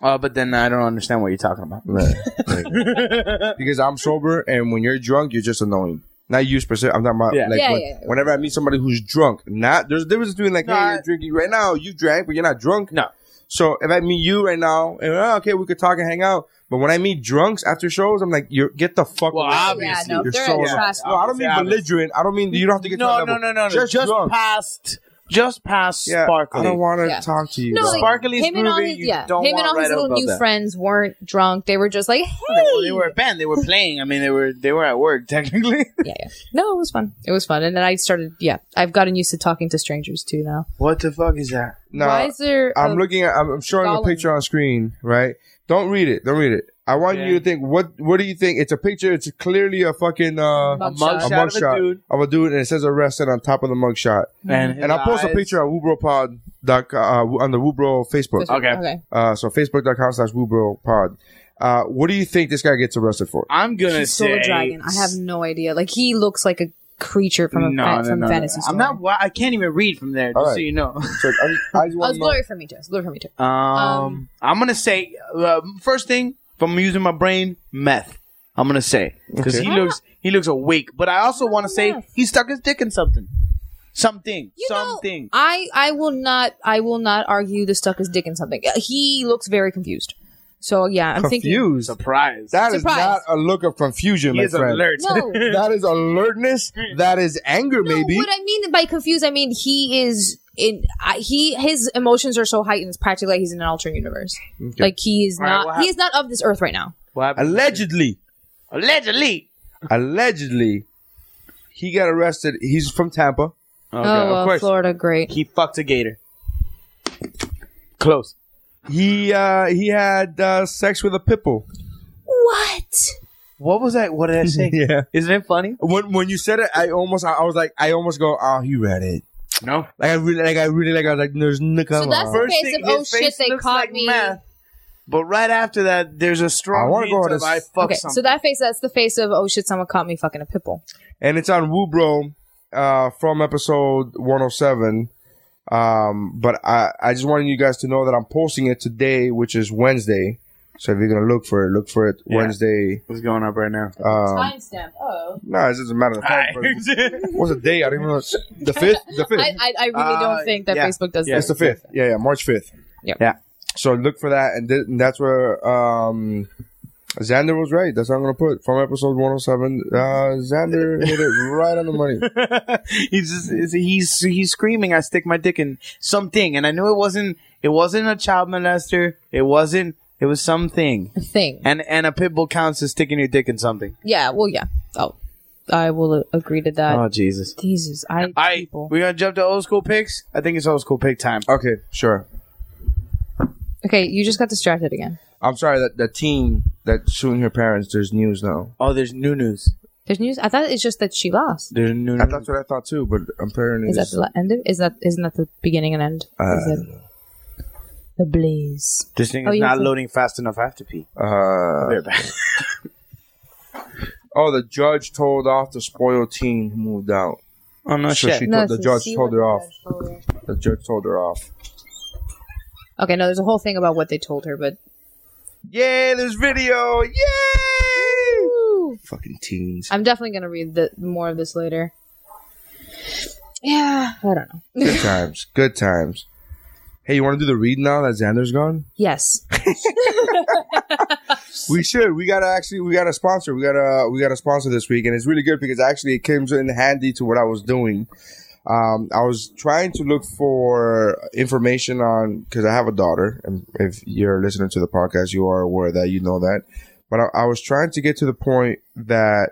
Speaker 6: Uh, but then I don't understand what you're talking about.
Speaker 1: because I'm sober, and when you're drunk, you're just annoying. Not you specific. I'm talking about
Speaker 6: Yeah.
Speaker 1: like
Speaker 9: Yeah,
Speaker 1: when-
Speaker 9: yeah, yeah.
Speaker 1: whenever I meet somebody who's drunk. Not there's a difference between like
Speaker 6: No,
Speaker 1: hey,
Speaker 6: I-
Speaker 1: you're drinking right now. You drank, but you're not drunk.
Speaker 6: No.
Speaker 1: So if I meet you right now, and oh, okay, we could talk and hang out. But when I meet drunks after shows, I'm like, you are get the fuck.
Speaker 6: Well,
Speaker 1: away.
Speaker 6: obviously.
Speaker 9: Yeah, no,
Speaker 1: you're
Speaker 9: they're
Speaker 1: so
Speaker 9: a
Speaker 1: annoying.
Speaker 9: trash
Speaker 1: No, I don't mean
Speaker 6: Obviously.
Speaker 1: belligerent. I don't mean you don't have to get. to that
Speaker 6: No, no,
Speaker 1: level.
Speaker 6: no, no, no. Just,
Speaker 1: Just, drunk.
Speaker 6: past, just past
Speaker 1: Yeah,
Speaker 6: sparkly.
Speaker 1: I don't want to
Speaker 9: Yeah.
Speaker 1: talk to you.
Speaker 9: No,
Speaker 1: bro.
Speaker 9: like,
Speaker 6: Sparkly's
Speaker 9: him and all
Speaker 6: groovy,
Speaker 9: his
Speaker 6: you
Speaker 9: yeah,
Speaker 6: don't
Speaker 9: him
Speaker 6: want
Speaker 9: and all his
Speaker 6: right
Speaker 9: little
Speaker 6: above
Speaker 9: new
Speaker 6: that.
Speaker 9: friends weren't drunk. They were just like, hey,
Speaker 6: Well, they were a band. They were playing. I mean, they were they were at work technically.
Speaker 9: yeah, yeah. No, it was fun. It was fun, and then I started. Yeah, I've gotten used to talking to strangers too now.
Speaker 6: what the fuck is that?
Speaker 1: No,
Speaker 9: Why is there?
Speaker 1: I'm
Speaker 9: a-
Speaker 1: looking at. I'm, I'm showing
Speaker 9: Gollum.
Speaker 1: a picture on screen, right? Don't read it. Don't read it. I want
Speaker 6: Yeah.
Speaker 1: you to think. What What do you think? It's a picture. It's clearly a fucking uh,
Speaker 9: Mugshot.
Speaker 6: mugshot.
Speaker 1: a
Speaker 6: Shot of a
Speaker 1: mugshot
Speaker 6: dude.
Speaker 1: of a dude, and it says arrested on top of the mugshot.
Speaker 6: And,
Speaker 1: And I'll post a picture on WooBroPod dot co- uh, on the WooBro Facebook.
Speaker 6: Okay.
Speaker 9: Okay.
Speaker 1: Uh, so facebook.com slash WooBroPod. Uh, what do you think this guy gets arrested for?
Speaker 6: I'm gonna
Speaker 9: He's
Speaker 6: say
Speaker 9: Soul Dragon. I have no idea. Like he looks like a creature from a fa- from fantasy
Speaker 6: I'm
Speaker 9: story.
Speaker 6: not. wa- I can't even read from there. Just
Speaker 1: All
Speaker 6: so
Speaker 1: right.
Speaker 6: you know.
Speaker 1: So I just, I just
Speaker 9: Oh,
Speaker 1: want
Speaker 9: it's
Speaker 1: to know.
Speaker 9: glory for me too. It's glory for me too.
Speaker 6: Um, I'm gonna say uh, first thing. If I'm using my brain, meth. I'm gonna say because he looks he looks awake, but I also want to say
Speaker 9: Meth.
Speaker 6: he stuck his dick in something, something,
Speaker 9: You know,
Speaker 6: something.
Speaker 9: I I will not I will not argue the stuck is dick in something. Uh, He looks very confused. So yeah, I'm thinking.
Speaker 1: Confused.
Speaker 6: Surprise!
Speaker 1: That is
Speaker 9: Surprised.
Speaker 1: not a look of confusion,
Speaker 6: he
Speaker 1: my
Speaker 6: is
Speaker 1: friend.
Speaker 6: alert.
Speaker 9: No,
Speaker 1: That is alertness. That is anger,
Speaker 9: no.
Speaker 1: maybe.
Speaker 9: What I mean by confused, I mean he is in I, he his emotions are so heightened. It's practically like he's in an alternate universe. Like he is
Speaker 6: right,
Speaker 9: not
Speaker 6: what
Speaker 9: he is not of this earth right now.
Speaker 6: What happened?
Speaker 1: Allegedly.
Speaker 6: Allegedly.
Speaker 1: allegedly he got arrested. He's from Tampa.
Speaker 6: Okay,
Speaker 9: oh well,
Speaker 6: of course.
Speaker 9: Florida, great.
Speaker 6: He fucked a gator. Close.
Speaker 1: He uh, he had uh, sex with a pitbull.
Speaker 9: What?
Speaker 6: What was that? What did I say?
Speaker 1: Yeah.
Speaker 6: Isn't it funny?
Speaker 1: When when you said it, I almost I, I was like I almost go oh he read it.
Speaker 6: No.
Speaker 1: Like I really like I really like I was like there's no come
Speaker 9: So that's
Speaker 1: on.
Speaker 9: the case of oh shit, they caught me.
Speaker 6: But right after that, there's a strong.
Speaker 1: I
Speaker 6: I
Speaker 1: wanna
Speaker 6: want to
Speaker 1: go
Speaker 6: go
Speaker 1: on
Speaker 6: to.
Speaker 1: a-
Speaker 6: I fuck
Speaker 9: okay,
Speaker 6: something.
Speaker 9: so that face that's the face of oh shit, someone caught me fucking a pitbull.
Speaker 1: and it's on Woobro uh, from episode 107. Um, but I I just wanted you guys to know that I'm posting it today, which is Wednesday. So if you're gonna look for it, look for it
Speaker 6: Yeah.
Speaker 1: Wednesday.
Speaker 6: What's going up right now?
Speaker 1: Um,
Speaker 9: Timestamp. Oh.
Speaker 1: no, it's just a matter of time. What's the day? I don't even know. The fifth. The fifth.
Speaker 9: I, I, I really
Speaker 6: Uh,
Speaker 9: don't think that
Speaker 6: yeah.
Speaker 9: Facebook does
Speaker 6: Yeah.
Speaker 9: that.
Speaker 1: It's the fifth. Yeah, yeah, March fifth.
Speaker 6: yeah.
Speaker 1: So look for that, and, th- and that's where um, Xander was right. That's what I'm gonna put from episode 107. Uh, Xander hit it right on the money.
Speaker 6: he's just, he's- he's he's screaming. I stick my dick in something, and I knew it wasn't it wasn't a child molester. It wasn't. It was something.
Speaker 9: thing.
Speaker 6: And and a pit bull counts as sticking your dick in something.
Speaker 9: yeah, well, yeah. Oh, I will a- agree to that.
Speaker 6: Oh Jesus!
Speaker 9: Jesus, I
Speaker 6: All right,
Speaker 9: people.
Speaker 6: we're gonna jump to old school picks. I think it's old school pick time.
Speaker 1: Okay, sure.
Speaker 9: Okay, you just got distracted again.
Speaker 1: I'm sorry that the teen that's suing her parents. There's news now.
Speaker 6: Oh, there's new news.
Speaker 9: There's news. I thought it's just that she lost.
Speaker 6: There's new
Speaker 1: I-
Speaker 6: news.
Speaker 1: That's what I thought too, but apparently
Speaker 9: Is that the end? Of, is that isn't that the beginning and end?
Speaker 1: Uh,
Speaker 9: Is it- the blaze.
Speaker 6: This thing
Speaker 9: Oh,
Speaker 6: is
Speaker 9: you
Speaker 6: not
Speaker 9: said-
Speaker 6: loading fast enough. I have to pee.
Speaker 1: uh,
Speaker 6: Be right Oh. back.
Speaker 1: oh, the judge told off the spoiled teen who moved out.
Speaker 6: Oh no
Speaker 1: So
Speaker 6: shit!
Speaker 1: she
Speaker 9: No,
Speaker 1: told
Speaker 9: so
Speaker 1: the judge
Speaker 9: she
Speaker 1: told
Speaker 9: was
Speaker 1: her off. The judge told her off.
Speaker 9: Okay, no, there's a whole thing about what they told her, but
Speaker 1: Yeah, there's video. Yay! Fucking teens.
Speaker 9: I'm definitely gonna read the, more of this later. Yeah, I don't know.
Speaker 1: Good times. Good times. Hey, you want to do the read now that Xander's gone?
Speaker 9: Yes,
Speaker 1: We should. We gotta actually. We got to sponsor. We gotta. We got to sponsor this week, and it's really good because actually it came in handy to what I was doing. Um, I was trying to look for information on because I have a daughter, and if you're listening to the podcast, you are aware of that you know that. But I, I was trying to get to the point that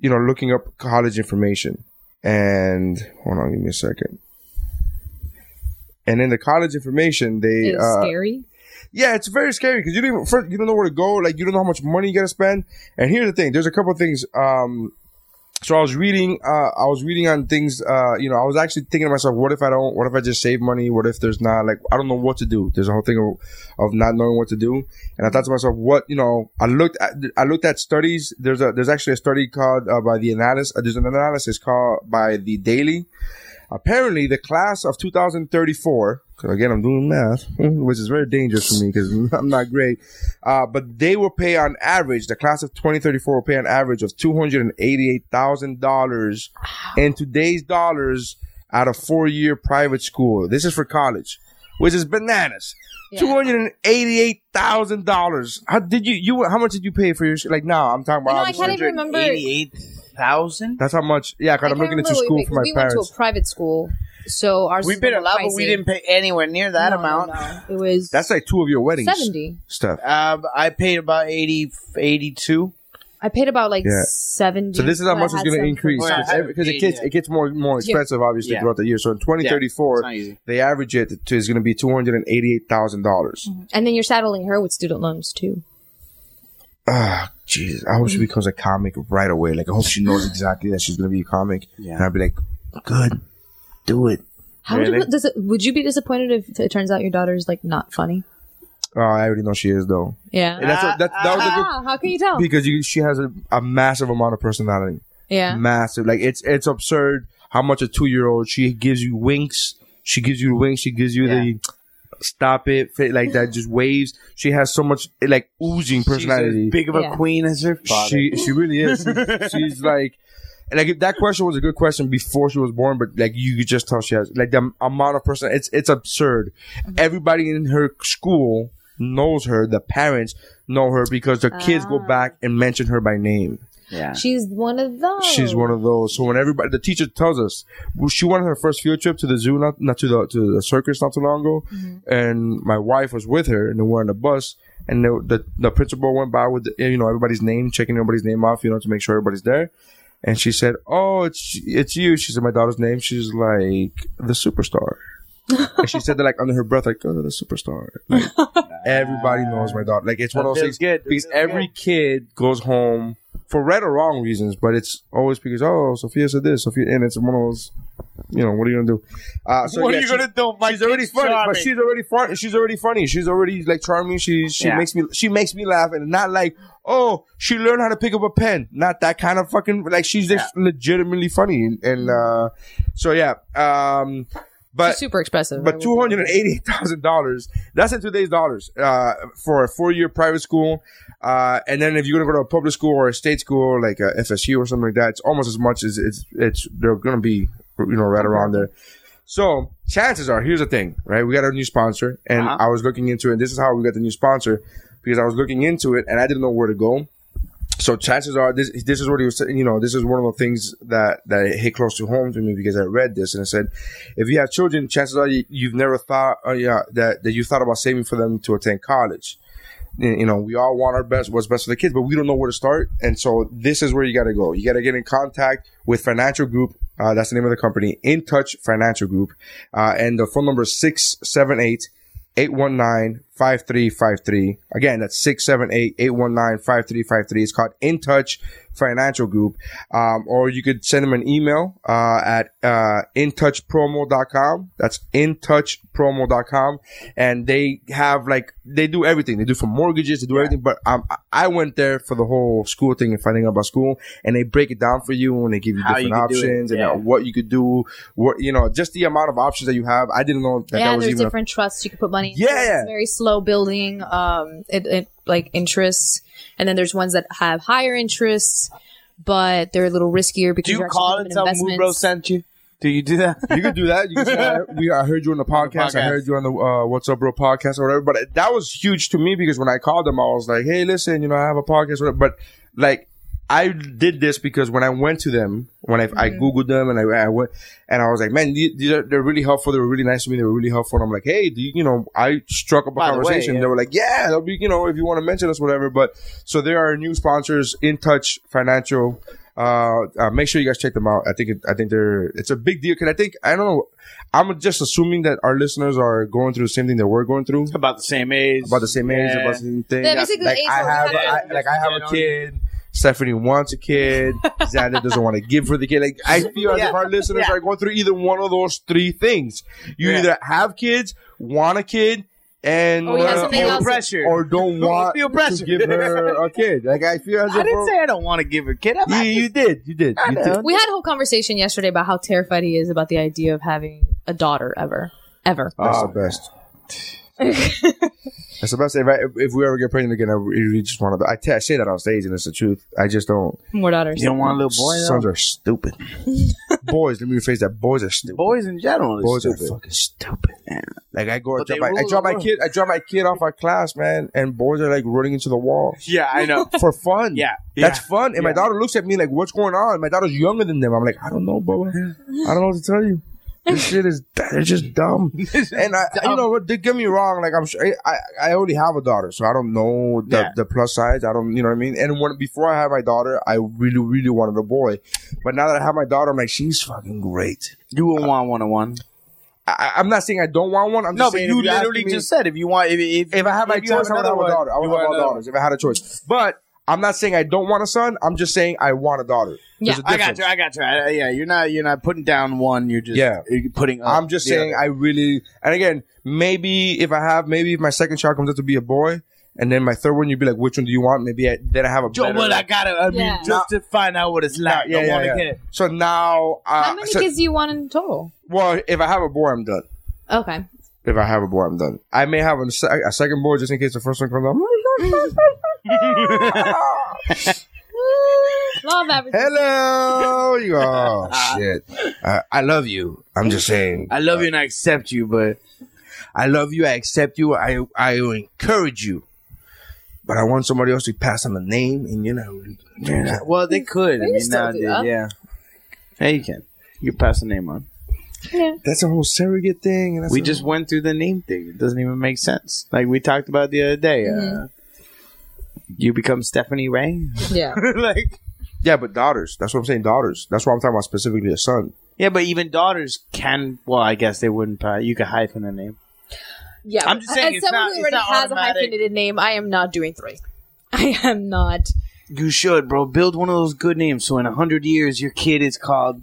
Speaker 1: you know looking up college information, and hold on, give me a second. And in the college information, they
Speaker 9: it's
Speaker 1: uh,
Speaker 9: scary.
Speaker 1: yeah, it's very scary because you don't even first, you don't know where to go. Like you don't know how much money you gotta spend. And here's the thing: there's a couple of things. Um, so I was reading, uh, I was reading on things. Uh, you know, I was actually thinking to myself, what if I don't? What if I just save money? What if there's not like I don't know what to do? There's a whole thing of, of not knowing what to do. And I thought to myself, what you know? I looked at I looked at studies. There's a there's actually a study called uh, by the analysis. Uh, there's an analysis called by the Daily. Apparently, the class of 2034. 'cause again, I'm doing math, which is very dangerous for me because I'm not great. Uh, but they will pay on average. The class of 2034 will pay an average of two hundred and eighty-eight thousand dollars in today's dollars out of four-year private school. This is for college, which is bananas. Two hundred and eighty-eight thousand dollars. How did you? You how much did you pay for your? sh- Like now, I'm talking about.
Speaker 9: No, I
Speaker 1: obviously-
Speaker 9: can't even remember.
Speaker 6: Eighty-eight thousand.
Speaker 1: That's how much. Yeah,
Speaker 9: I
Speaker 1: because I'm
Speaker 9: can't
Speaker 1: looking into
Speaker 9: remember what we
Speaker 1: school for
Speaker 9: paid, 'cause
Speaker 1: my
Speaker 9: we
Speaker 1: parents.
Speaker 9: went to a private school, so our
Speaker 6: We've been allowed, but we didn't pay anywhere near that amount.
Speaker 9: It was
Speaker 1: That's like two of your weddings.
Speaker 9: seventy.
Speaker 1: stuff.
Speaker 6: Um, I paid about 80, 82.
Speaker 9: I paid about like
Speaker 1: Yeah.
Speaker 9: seventy.
Speaker 1: So this is how
Speaker 9: but I
Speaker 1: much it's
Speaker 9: had
Speaker 1: going to
Speaker 9: some
Speaker 1: increase
Speaker 6: Well, I-
Speaker 1: because it gets
Speaker 6: yeah.
Speaker 1: it gets more more
Speaker 9: Yeah.
Speaker 1: expensive obviously
Speaker 6: Yeah.
Speaker 1: throughout the year. So in 2034,
Speaker 6: it's not easy.
Speaker 1: they average it to is going to be two hundred and eighty eight thousand dollars.
Speaker 6: Mm-hmm.
Speaker 9: And then you're saddling her with student loans too.
Speaker 1: Ah, Jesus! I
Speaker 6: Mm-hmm.
Speaker 1: hope she becomes a comic right away. Like I hope she knows exactly that she's going to be a comic. And I'd be like, good, do it.
Speaker 9: How would you, does it? Would you be disappointed if it turns out your daughter's like not funny?
Speaker 1: Oh, I already know she is though.
Speaker 9: Yeah.
Speaker 1: And that's a, that, that was a good
Speaker 9: How? Ah, How can you
Speaker 6: Ah.
Speaker 9: tell?
Speaker 1: because you, she has a, a massive amount of personality.
Speaker 9: yeah.
Speaker 1: massive. Like it's it's absurd how much a two year old she gives you winks. She gives you winks. She gives you the stop it fit like that. Just waves. She has so much like oozing personality.
Speaker 6: She's as big of a
Speaker 9: Yeah.
Speaker 6: queen as her father.
Speaker 1: she she really is. She's like. And like if that question was a good question before she was born, but like you could just tell she has like the amount of person. It's it's absurd.
Speaker 6: Mm-hmm.
Speaker 1: Everybody in her school knows her. The parents know her because the kids go
Speaker 6: Ah.
Speaker 1: back and mention her by name.
Speaker 6: yeah.
Speaker 9: She's one of those.
Speaker 1: She's one of those. So when everybody, the teacher tells us well, she went on her first field trip to the zoo, not, not to the to the circus, not too long ago, and my wife was with her, and they were on the bus, and the the, the principal went by with the, you know everybody's name, checking everybody's name off, you know, to make sure everybody's there, and she said, "Oh, it's it's you." She said my daughter's name. She's like the superstar. and she said that like under her breath, like oh, the superstar. Like, everybody knows my daughter. Like it's one
Speaker 6: That
Speaker 1: of those things
Speaker 6: feels good. That
Speaker 1: because
Speaker 6: feels
Speaker 1: every kid goes home for right or wrong reasons, but it's always because oh, Sophia said this, Sophia, and it's one of those. You know what are you gonna do? Uh, so
Speaker 6: what
Speaker 1: yeah,
Speaker 6: are you
Speaker 1: she-
Speaker 6: gonna do? My
Speaker 1: She's already
Speaker 6: kid's
Speaker 1: funny, but
Speaker 6: charming.
Speaker 1: she's already funny. She's already funny. She's already like charming. She she
Speaker 6: Yeah.
Speaker 1: makes me she makes me laugh, and not like oh she learned how to pick up a pen. Not that kind of fucking like she's just legitimately funny, and, and uh, so yeah. Um, but
Speaker 9: She's super expressive. I
Speaker 1: but
Speaker 9: would-
Speaker 1: two hundred and eighty thousand dollars. That's in today's dollars uh, for a four-year private school, uh, and then if you're gonna go to a public school or a state school like uh, FSU or something like that, it's almost as much as it's it's they're gonna be you know right around there. So chances are, here's the thing, right? We got a new sponsor, and I was looking into it. And this is how we got the new sponsor because I was looking into it and I didn't know where to go. So chances are, this this is what he was, saying, you know, this is one of the things that that hit close to home to me because I read this and it said, if you have children, chances are you, you've never thought, uh, yeah, that that you thought about saving for them to attend college. Y- You know, we all want our best, what's best for the kids, but we don't know where to start. And so this is where you got to go. You got to get in contact with Financial Group. Uh, that's the name of the company, In Touch Financial Group, uh, and the phone number is six seven eight. 819-5353. Again, that's 678-819-5353. It's called In Touch Financial Group. Um, or you could send them an email uh, at uh, intouchpromo.com. That's intouchpromo.com. And they have like, they do everything. They do for mortgages, they do everything. But um, I- I went there for the whole school thing and finding out about school. And they break it down for you and they give you
Speaker 6: How
Speaker 1: different
Speaker 6: you could do it,
Speaker 1: options and
Speaker 6: yeah.
Speaker 1: uh, what you could do. What, you know, just the amount of options that you have. I didn't know that
Speaker 9: yeah,
Speaker 1: that was
Speaker 9: there's
Speaker 1: even a
Speaker 9: different trusts you can put money. into.
Speaker 1: Yeah.
Speaker 9: it's very slow building. Um, it, it like interests, and then there's ones that have higher interests, but they're a little riskier because
Speaker 6: Do you
Speaker 9: you're actually
Speaker 6: call
Speaker 9: putting
Speaker 6: and tell
Speaker 9: investments.
Speaker 6: Mubro sent you? Do you do that?
Speaker 1: You could do that. You could say, I, we, I heard you on the podcast. I
Speaker 6: podcast.
Speaker 1: heard you on the uh, What's Up Bro podcast or whatever. But that was huge to me because when I called them, I was like, hey, listen, you know, I have a podcast. Or whatever. But like, I did this because when I went to them, when I,
Speaker 6: Mm-hmm.
Speaker 1: I Googled them and I, I went and I was like, man, these these are, they're really helpful. They were really nice to me. They were really helpful. And I'm like, hey, do you, you know, I struck up a
Speaker 6: By the way,
Speaker 1: conversation.
Speaker 6: yeah.
Speaker 1: They were like, yeah, they'll be, you know, if you want to mention us, whatever. But so there are new sponsors, In Touch Financial. Uh, uh, make sure you guys check them out. I think it, I think they're it's a big deal because I think I don't know. I'm just assuming that our listeners are going through the same thing that we're going through,
Speaker 6: about the same age.
Speaker 1: about the same age,
Speaker 6: Yeah.
Speaker 1: about the same thing.
Speaker 9: Yeah, basically
Speaker 1: like
Speaker 9: the age
Speaker 1: I
Speaker 9: where we
Speaker 1: have,
Speaker 9: had
Speaker 1: I, like I have a kid. Stephanie wants a kid. Xander doesn't want to give her the kid. Like I feel as if our listeners
Speaker 6: Yeah.
Speaker 1: are going through either one of those three things. You
Speaker 6: Yeah.
Speaker 1: either have kids, want a kid, and
Speaker 9: Or you have
Speaker 1: uh,
Speaker 9: something
Speaker 1: or-
Speaker 9: else.
Speaker 6: pressure.
Speaker 1: or don't want
Speaker 6: feel
Speaker 1: to
Speaker 6: pressure.
Speaker 1: give her a kid. Like I feel as if
Speaker 6: I didn't
Speaker 1: we're-
Speaker 6: say I don't want to give a kid. I'm
Speaker 1: you,
Speaker 6: not-
Speaker 1: you did, you did, you did.
Speaker 9: We had a whole conversation yesterday about how terrified he is about the idea of having a daughter ever, ever.
Speaker 6: Oh.
Speaker 1: That's the Ah, best. That's the best. If, I, if we ever get pregnant again, I really just want to. I te- I say that on stage, and it's the truth. I just don't.
Speaker 9: More daughters.
Speaker 6: You don't want a little boy.
Speaker 1: Sons
Speaker 6: Though?
Speaker 1: are stupid. boys, let me rephrase that. Boys are stupid.
Speaker 6: Boys in general,
Speaker 1: Boys
Speaker 6: boys
Speaker 1: are
Speaker 6: are
Speaker 1: stupid.
Speaker 6: fucking stupid. Man.
Speaker 1: Like I go, I drop
Speaker 6: But they
Speaker 1: my, I
Speaker 6: rule
Speaker 1: drop
Speaker 6: the
Speaker 1: my
Speaker 6: world.
Speaker 1: kid, I drop my kid off our class, man, and boys are like running into the wall.
Speaker 6: Yeah, I know.
Speaker 1: for fun.
Speaker 6: Yeah.
Speaker 1: That's
Speaker 6: Yeah.
Speaker 1: fun. And my daughter looks at me like, what's going on? My daughter's younger than them. I'm like, I don't know, bro. I don't know what to tell you. This shit is, they're just dumb. and I,
Speaker 6: Um,
Speaker 1: you know what? Don't get me wrong. Like, I'm sure I, I already have a daughter, so I don't know the,
Speaker 6: Yeah.
Speaker 1: the plus size. I don't, you know what I mean? And when, before I had my daughter, I really, really wanted a boy. But now that I have my daughter, I'm like, she's fucking great.
Speaker 6: You wouldn't want one on one.
Speaker 1: I, I'm not saying I don't want one. I'm
Speaker 6: No,
Speaker 1: just
Speaker 6: but
Speaker 1: saying
Speaker 6: you
Speaker 1: if ask
Speaker 6: literally
Speaker 1: me-
Speaker 6: just said if you want. If, if,
Speaker 1: if I had my
Speaker 6: if you have
Speaker 1: choice, I would
Speaker 6: another
Speaker 1: have a
Speaker 6: one,
Speaker 1: daughter. I would
Speaker 6: you
Speaker 1: have
Speaker 6: want
Speaker 1: all
Speaker 6: another
Speaker 1: daughters if I had a choice. But I'm not saying I don't want a son. I'm just saying I want a daughter. There's
Speaker 9: Yeah.
Speaker 1: a
Speaker 6: I got
Speaker 1: difference.
Speaker 6: you. I got you. I, yeah, you're not. You're not putting down one. You're just.
Speaker 1: Yeah.
Speaker 6: You're putting. Up
Speaker 1: I'm just
Speaker 6: Uh, the
Speaker 1: saying
Speaker 6: other.
Speaker 1: I really and again maybe if I have maybe if my second child comes out to be a boy and then my third one you'd be like which one do you want maybe I, then I have a
Speaker 6: Joe,
Speaker 1: better
Speaker 6: but I gotta. I mean,
Speaker 9: Yeah.
Speaker 6: just to find out what it's like.
Speaker 1: yeah,
Speaker 6: I
Speaker 1: yeah,
Speaker 6: wanna
Speaker 1: yeah.
Speaker 6: get it.
Speaker 1: so now uh,
Speaker 9: How many
Speaker 1: so-
Speaker 9: kids do you want in total?
Speaker 1: well if I have a boy I'm done
Speaker 9: Okay.
Speaker 1: if I have a boy I'm done I may have a, se- a second boy just in case the first one comes out
Speaker 9: Love average.
Speaker 1: hello you oh
Speaker 6: Ah.
Speaker 1: shit I, I love you I'm just saying
Speaker 6: I love you and I accept you, but
Speaker 1: I love you. I accept you. I I encourage you. But I want somebody else to pass on the name, and you know,
Speaker 6: well, they could. I
Speaker 9: can
Speaker 6: mean,
Speaker 9: still
Speaker 6: nowadays,
Speaker 9: do that.
Speaker 6: yeah. Hey, you can. You can pass the name on.
Speaker 1: that's a whole surrogate thing. And that's
Speaker 6: We
Speaker 1: a-
Speaker 6: just went through the name thing. It doesn't even make sense. Like we talked about the other day. Uh, you become Stephanie Ray.
Speaker 9: Yeah.
Speaker 6: like,
Speaker 1: yeah, but daughters. That's what I'm saying. Daughters. That's why I'm talking about specifically a son.
Speaker 6: yeah, but even daughters can. Well, I guess they wouldn't. Probably, you could hyphen the name.
Speaker 9: Yeah,
Speaker 6: I'm just saying
Speaker 9: As
Speaker 6: it's
Speaker 9: someone
Speaker 6: not-
Speaker 9: who
Speaker 6: it's
Speaker 9: already
Speaker 6: not
Speaker 9: has
Speaker 6: automatic.
Speaker 9: a hyphenated name, I am not doing three. I am not.
Speaker 6: You should, bro. Build one of those good names. So in a hundred years, your kid is called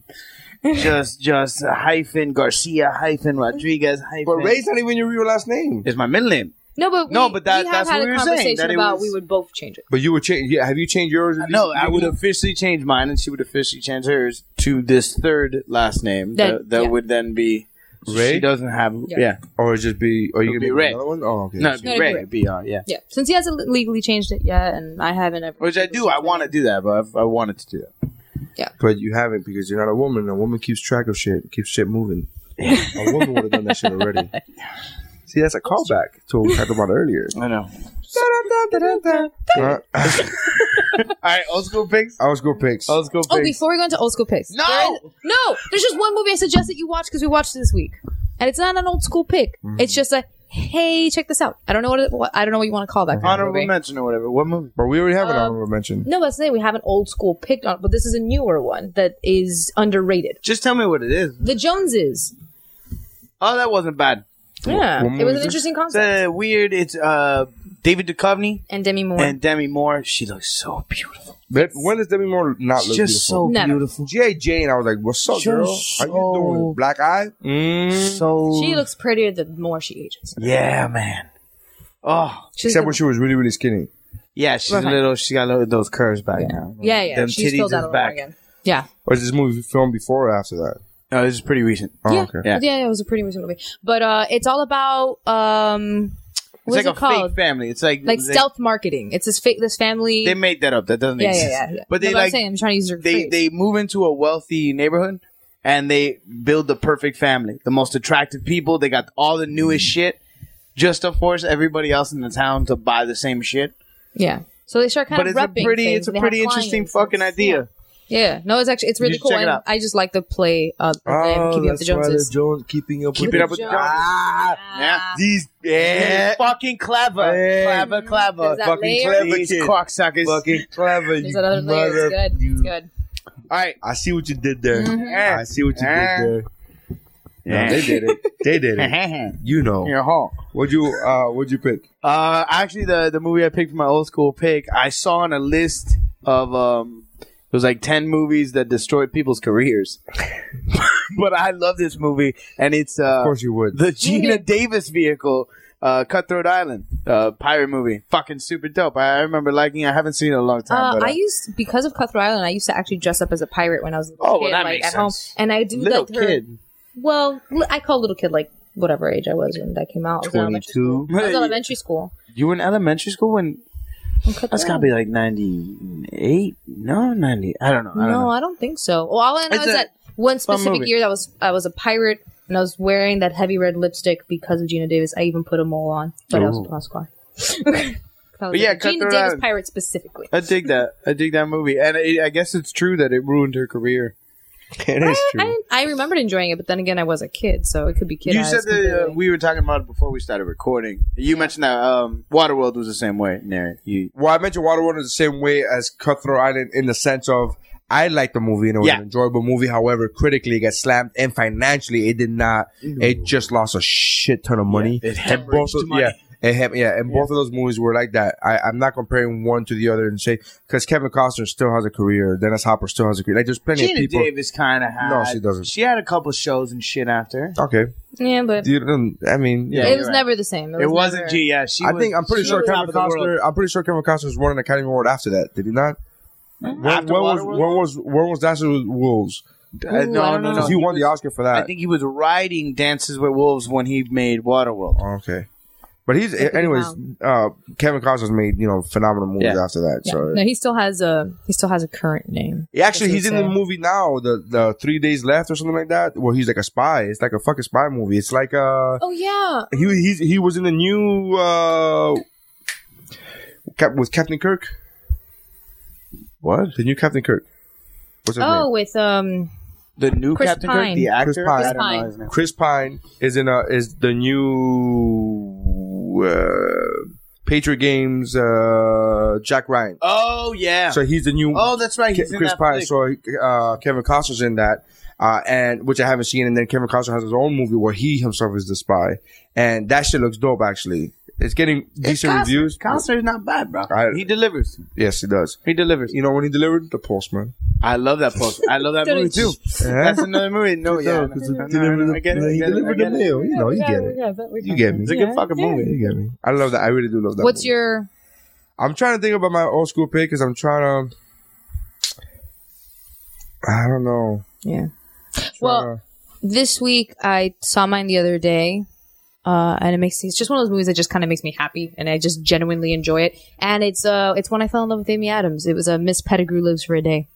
Speaker 6: just just hyphen Garcia hyphen Rodriguez hyphen.
Speaker 1: But Ray's not even your real last name.
Speaker 6: is my middle name.
Speaker 9: No, but we,
Speaker 6: No, but
Speaker 9: we
Speaker 6: that-
Speaker 9: have
Speaker 6: that's
Speaker 9: had
Speaker 6: what we
Speaker 9: a
Speaker 6: were saying,
Speaker 9: conversation
Speaker 6: that it
Speaker 9: about
Speaker 6: was-
Speaker 9: we would both change it.
Speaker 1: But you would change. Yeah, have you changed yours?
Speaker 6: No, I would officially change mine, and she would officially change hers to this third last name.
Speaker 9: That-
Speaker 6: That, that
Speaker 9: yeah.
Speaker 6: would then be.
Speaker 1: Ray?
Speaker 6: She doesn't have.
Speaker 9: Yeah.
Speaker 6: yeah.
Speaker 1: or it'd just be. Or you
Speaker 6: It'd
Speaker 1: could
Speaker 6: be
Speaker 1: be
Speaker 6: Ray.
Speaker 1: another one. Oh, okay.
Speaker 6: No, it'd
Speaker 9: No,
Speaker 6: be
Speaker 9: it'd be
Speaker 6: Ray. BR, yeah.
Speaker 9: Yeah, since he hasn't legally changed it yet, and I haven't ever.
Speaker 6: Which I do. I want to do that, but I've, I wanted to do that.
Speaker 1: but you haven't because you're not a woman. A woman keeps track of shit, keeps shit moving. A woman would have done that shit already. See, that's a callback to what we talked about earlier.
Speaker 6: I know.
Speaker 1: Uh,
Speaker 6: All right, old school picks.
Speaker 1: old school picks.
Speaker 6: Old school
Speaker 9: Oh,
Speaker 6: picks.
Speaker 9: before we go into old school picks,
Speaker 6: No!
Speaker 9: there is- no, there's just one movie I suggest that you watch because we watched it this week, and it's not an old school pick.
Speaker 1: Mm-hmm.
Speaker 9: It's just a hey, check this out. I don't know what, it, what I don't know what you want to call that kind of
Speaker 6: Honorable
Speaker 9: movie.
Speaker 6: mention or whatever. What movie?
Speaker 1: But we already have an honorable mention.
Speaker 9: No, that's it. We have an old school pick on, but this is a newer one that is underrated.
Speaker 6: Just tell me what it is.
Speaker 9: The Joneses.
Speaker 6: Oh, that wasn't bad.
Speaker 9: Yeah,
Speaker 1: what movie
Speaker 9: it was
Speaker 1: is
Speaker 9: an
Speaker 1: it?
Speaker 9: interesting
Speaker 6: It's
Speaker 9: concept.
Speaker 6: uh, weird. It's uh, David Duchovny
Speaker 9: and Demi Moore.
Speaker 6: and Demi Moore. She looks so beautiful.
Speaker 1: But when does Demi Moore not look
Speaker 6: Just so
Speaker 1: beautiful?
Speaker 9: Never.
Speaker 6: beautiful.
Speaker 1: G.I. Jane, I was like, what's up,
Speaker 6: Just
Speaker 1: girl? How you
Speaker 6: so-
Speaker 1: doing? Black eye? Mm.
Speaker 6: So
Speaker 9: she looks prettier the more she ages.
Speaker 6: Yeah, man. Oh,
Speaker 9: She's
Speaker 1: Except
Speaker 9: the-
Speaker 1: when she was really, really skinny.
Speaker 6: yeah. She's
Speaker 9: Right.
Speaker 6: a little. She got a little, those curves back now.
Speaker 9: yeah, yeah,
Speaker 6: Them
Speaker 9: she's
Speaker 6: titties
Speaker 9: still
Speaker 6: is
Speaker 9: that
Speaker 6: back.
Speaker 9: again. Yeah.
Speaker 1: Or is this movie filmed before or after that?
Speaker 6: No, this is pretty recent.
Speaker 1: Oh,
Speaker 9: yeah.
Speaker 1: okay.
Speaker 9: yeah, yeah, it was a pretty recent movie, but uh, it's all about um,
Speaker 6: It's
Speaker 9: what's
Speaker 6: like
Speaker 9: it
Speaker 6: a
Speaker 9: called?
Speaker 6: fake family. It's like
Speaker 9: like
Speaker 6: they,
Speaker 9: stealth marketing. It's this fa- this family.
Speaker 6: They made that up. That doesn't
Speaker 9: yeah, yeah,
Speaker 6: exist.
Speaker 9: yeah, yeah.
Speaker 6: But they
Speaker 9: No, I'm
Speaker 6: like
Speaker 9: saying, I'm trying to use their
Speaker 6: they
Speaker 9: phrase.
Speaker 6: they move into a wealthy neighborhood and they build the perfect family, the most attractive people. They got all the newest shit, just to force everybody else in the town to buy the same shit.
Speaker 9: yeah. So they start kind
Speaker 6: But
Speaker 9: of
Speaker 6: it's a
Speaker 9: repping
Speaker 6: pretty,
Speaker 9: things,
Speaker 6: it's a
Speaker 9: and they
Speaker 6: pretty
Speaker 9: have
Speaker 6: interesting
Speaker 9: clients.
Speaker 6: fucking
Speaker 9: It's-
Speaker 6: idea.
Speaker 9: Yeah. no, it's actually it's really
Speaker 6: should
Speaker 9: cool.
Speaker 6: check it
Speaker 9: and
Speaker 6: out. Oh,
Speaker 9: I just like the play of
Speaker 1: Ah,
Speaker 9: them
Speaker 1: Oh,
Speaker 9: keeping up the Joneses.
Speaker 1: Jones keeping up
Speaker 6: Keep it up with the
Speaker 9: Jones.
Speaker 6: Ah, yeah. These yeah. fucking clever,
Speaker 1: Yeah.
Speaker 6: clever, clever,
Speaker 9: There's that
Speaker 6: fucking
Speaker 9: layer.
Speaker 6: clever
Speaker 1: These
Speaker 6: These cocksuckers.
Speaker 1: Fucking clever.
Speaker 9: There's
Speaker 1: you
Speaker 9: that other layer.
Speaker 1: mother-
Speaker 9: It's good. It's
Speaker 1: you-
Speaker 9: good.
Speaker 6: All right,
Speaker 1: I see what you did there.
Speaker 6: Mhm.
Speaker 1: I see what you
Speaker 6: Yeah.
Speaker 1: did there.
Speaker 6: Yeah.
Speaker 1: No, they did it. They did it.
Speaker 9: Uh-huh.
Speaker 6: your
Speaker 1: You know.
Speaker 6: home.
Speaker 1: What'd you uh what'd you pick?
Speaker 6: Uh, actually, the the movie I picked for my old school pick, I saw on a list of um, it was like ten movies that destroyed people's careers. but I love this movie, and it's uh,
Speaker 1: Of course you would.
Speaker 6: the Gina Davis vehicle, uh, Cutthroat Island, uh, pirate movie, fucking super dope. I, I remember liking. it. I haven't seen it in a long time.
Speaker 9: Uh,
Speaker 6: but, uh,
Speaker 9: I used because of Cutthroat Island. I used to actually dress up as a pirate when I was a
Speaker 6: Oh,
Speaker 9: little
Speaker 6: well,
Speaker 9: kid,
Speaker 6: that
Speaker 9: like
Speaker 6: makes
Speaker 9: at home,
Speaker 6: sense.
Speaker 9: and I do
Speaker 6: little
Speaker 9: like her.
Speaker 6: kid,
Speaker 9: Well, li- I call little kid like whatever age I was when that came out. I was in elementary school. I was in elementary school.
Speaker 6: you were in elementary school when
Speaker 9: in Cutthroat
Speaker 6: that's gotta be like ninety eight, no ninety. I don't know. I don't
Speaker 9: No,
Speaker 6: know.
Speaker 9: I don't think so. Well, all I know
Speaker 6: It's
Speaker 9: is
Speaker 6: a
Speaker 9: that one
Speaker 6: movie.
Speaker 9: specific year that was I was a pirate and I was wearing that heavy red lipstick because of Gina Davis. I even put a mole on, but I was
Speaker 6: Ooh.
Speaker 9: put on squad.
Speaker 6: But yeah,
Speaker 9: Gina
Speaker 6: Cutthroat
Speaker 9: Davis
Speaker 6: Island.
Speaker 9: pirate specifically.
Speaker 6: I dig that. I dig that movie, and it, I guess it's true that it ruined her career.
Speaker 1: It is
Speaker 9: I, I remembered enjoying it, but then again, I was a kid, so it could be kid.
Speaker 6: you
Speaker 9: eyes
Speaker 6: said that uh,
Speaker 9: completely.
Speaker 6: we were talking about it before we started recording. You mentioned that um, Waterworld was the same way, Nary. You,
Speaker 1: Well, I mentioned Waterworld is the same way as Cutthroat Island in the sense of I liked the movie and it was
Speaker 6: Yeah.
Speaker 1: an enjoyable movie. However, critically it got slammed and financially it did not. It just lost a shit ton of money.
Speaker 6: Yeah, it
Speaker 1: and both
Speaker 6: hemorrhaged
Speaker 1: of,
Speaker 6: money.
Speaker 1: yeah, it hem- yeah, and both of those movies were like that. I, I'm not comparing one to the other and say because Kevin Costner still has a career, Dennis Hopper still has a career. Like there's plenty
Speaker 6: Gina
Speaker 1: of people.
Speaker 6: Davis kind of had.
Speaker 1: No, she doesn't.
Speaker 6: She had a couple shows and shit after.
Speaker 1: Okay,
Speaker 9: yeah, but
Speaker 1: you don't. I mean, yeah.
Speaker 6: Yeah,
Speaker 9: it
Speaker 6: you're
Speaker 9: was
Speaker 6: right.
Speaker 9: never the same.
Speaker 6: It wasn't
Speaker 9: never-
Speaker 6: G. Yeah, she.
Speaker 1: I
Speaker 6: was-
Speaker 1: think I'm pretty
Speaker 6: she
Speaker 1: sure
Speaker 6: was
Speaker 1: Kevin
Speaker 6: top of the world.
Speaker 1: Costner. I'm pretty sure Kevin Costner won an Academy Award after that. Did he not? When,
Speaker 6: Hmm? After
Speaker 1: when was
Speaker 6: Waterworld?
Speaker 1: when was when was Dancing with Wolves?
Speaker 6: Uh,
Speaker 9: Ooh, I
Speaker 6: no,
Speaker 9: don't
Speaker 6: no,
Speaker 9: know.
Speaker 6: no.
Speaker 1: Because he won the Oscar for that.
Speaker 6: I think he was writing Dances with Wolves when he made Waterworld.
Speaker 1: Oh, okay. But he's,
Speaker 9: Look at
Speaker 1: anyways.
Speaker 9: him
Speaker 1: Uh, Kevin Costner's made you know phenomenal movies
Speaker 6: Yeah.
Speaker 1: after that.
Speaker 9: Yeah.
Speaker 1: So
Speaker 9: No, he still has a he still has a current name.
Speaker 1: Yeah, actually,
Speaker 9: That's
Speaker 1: he's in the
Speaker 9: insane.
Speaker 1: movie now. The the three days left or something like that, where he's like a spy. It's like a fucking spy movie. It's like uh,
Speaker 9: Oh yeah,
Speaker 1: he he's, he was in the new uh, Cap- with Captain Kirk. What the new Captain Kirk? What's his
Speaker 9: oh
Speaker 1: name?
Speaker 9: with um
Speaker 6: The new
Speaker 9: Chris
Speaker 6: Captain Kirk,
Speaker 9: Pine.
Speaker 6: the actor.
Speaker 1: Chris Pine.
Speaker 6: I don't
Speaker 9: Chris
Speaker 6: know his name.
Speaker 1: Chris Pine is in a is the new uh, Patriot Games uh, Jack Ryan.
Speaker 6: Oh yeah.
Speaker 1: So he's the new
Speaker 6: oh, that's right. He's
Speaker 1: Ke-
Speaker 6: in
Speaker 1: Chris
Speaker 6: that
Speaker 1: Pine.
Speaker 6: flick.
Speaker 1: So uh, Kevin Costner's in that, uh, and which I haven't seen. And then Kevin Costner has his own movie where he himself is the spy, and that shit looks dope. Actually, it's getting decent
Speaker 6: Costner-
Speaker 1: reviews.
Speaker 6: Costner's not bad, bro.
Speaker 1: I-
Speaker 6: he delivers.
Speaker 1: Yes, he does.
Speaker 6: He delivers.
Speaker 1: You know when he delivered the Postman?
Speaker 6: I love that post. I love that movie too. That's another movie. No, yeah, no, no, no, no, I get it, I
Speaker 1: he
Speaker 6: get it, I
Speaker 1: delivered the
Speaker 6: get it.
Speaker 1: mail. You know, you get it.
Speaker 9: yeah, but we're
Speaker 1: You get
Speaker 9: talking-
Speaker 1: me.
Speaker 6: It's a good fucking movie.
Speaker 1: You get me. I love that. I really do love that.
Speaker 9: What's
Speaker 1: movie.
Speaker 9: your
Speaker 1: I'm trying to think about my old school pick because I'm trying to. I don't know.
Speaker 9: yeah?
Speaker 1: Tryna-
Speaker 9: Well, this week I saw mine the other day, uh, and it makes it's just one of those movies that just kind of makes me happy, and I just uh, genuinely enjoy it. And it's uh, it's when I fell in love with Amy Adams. It was a Miss Pettigrew Lives for a Day.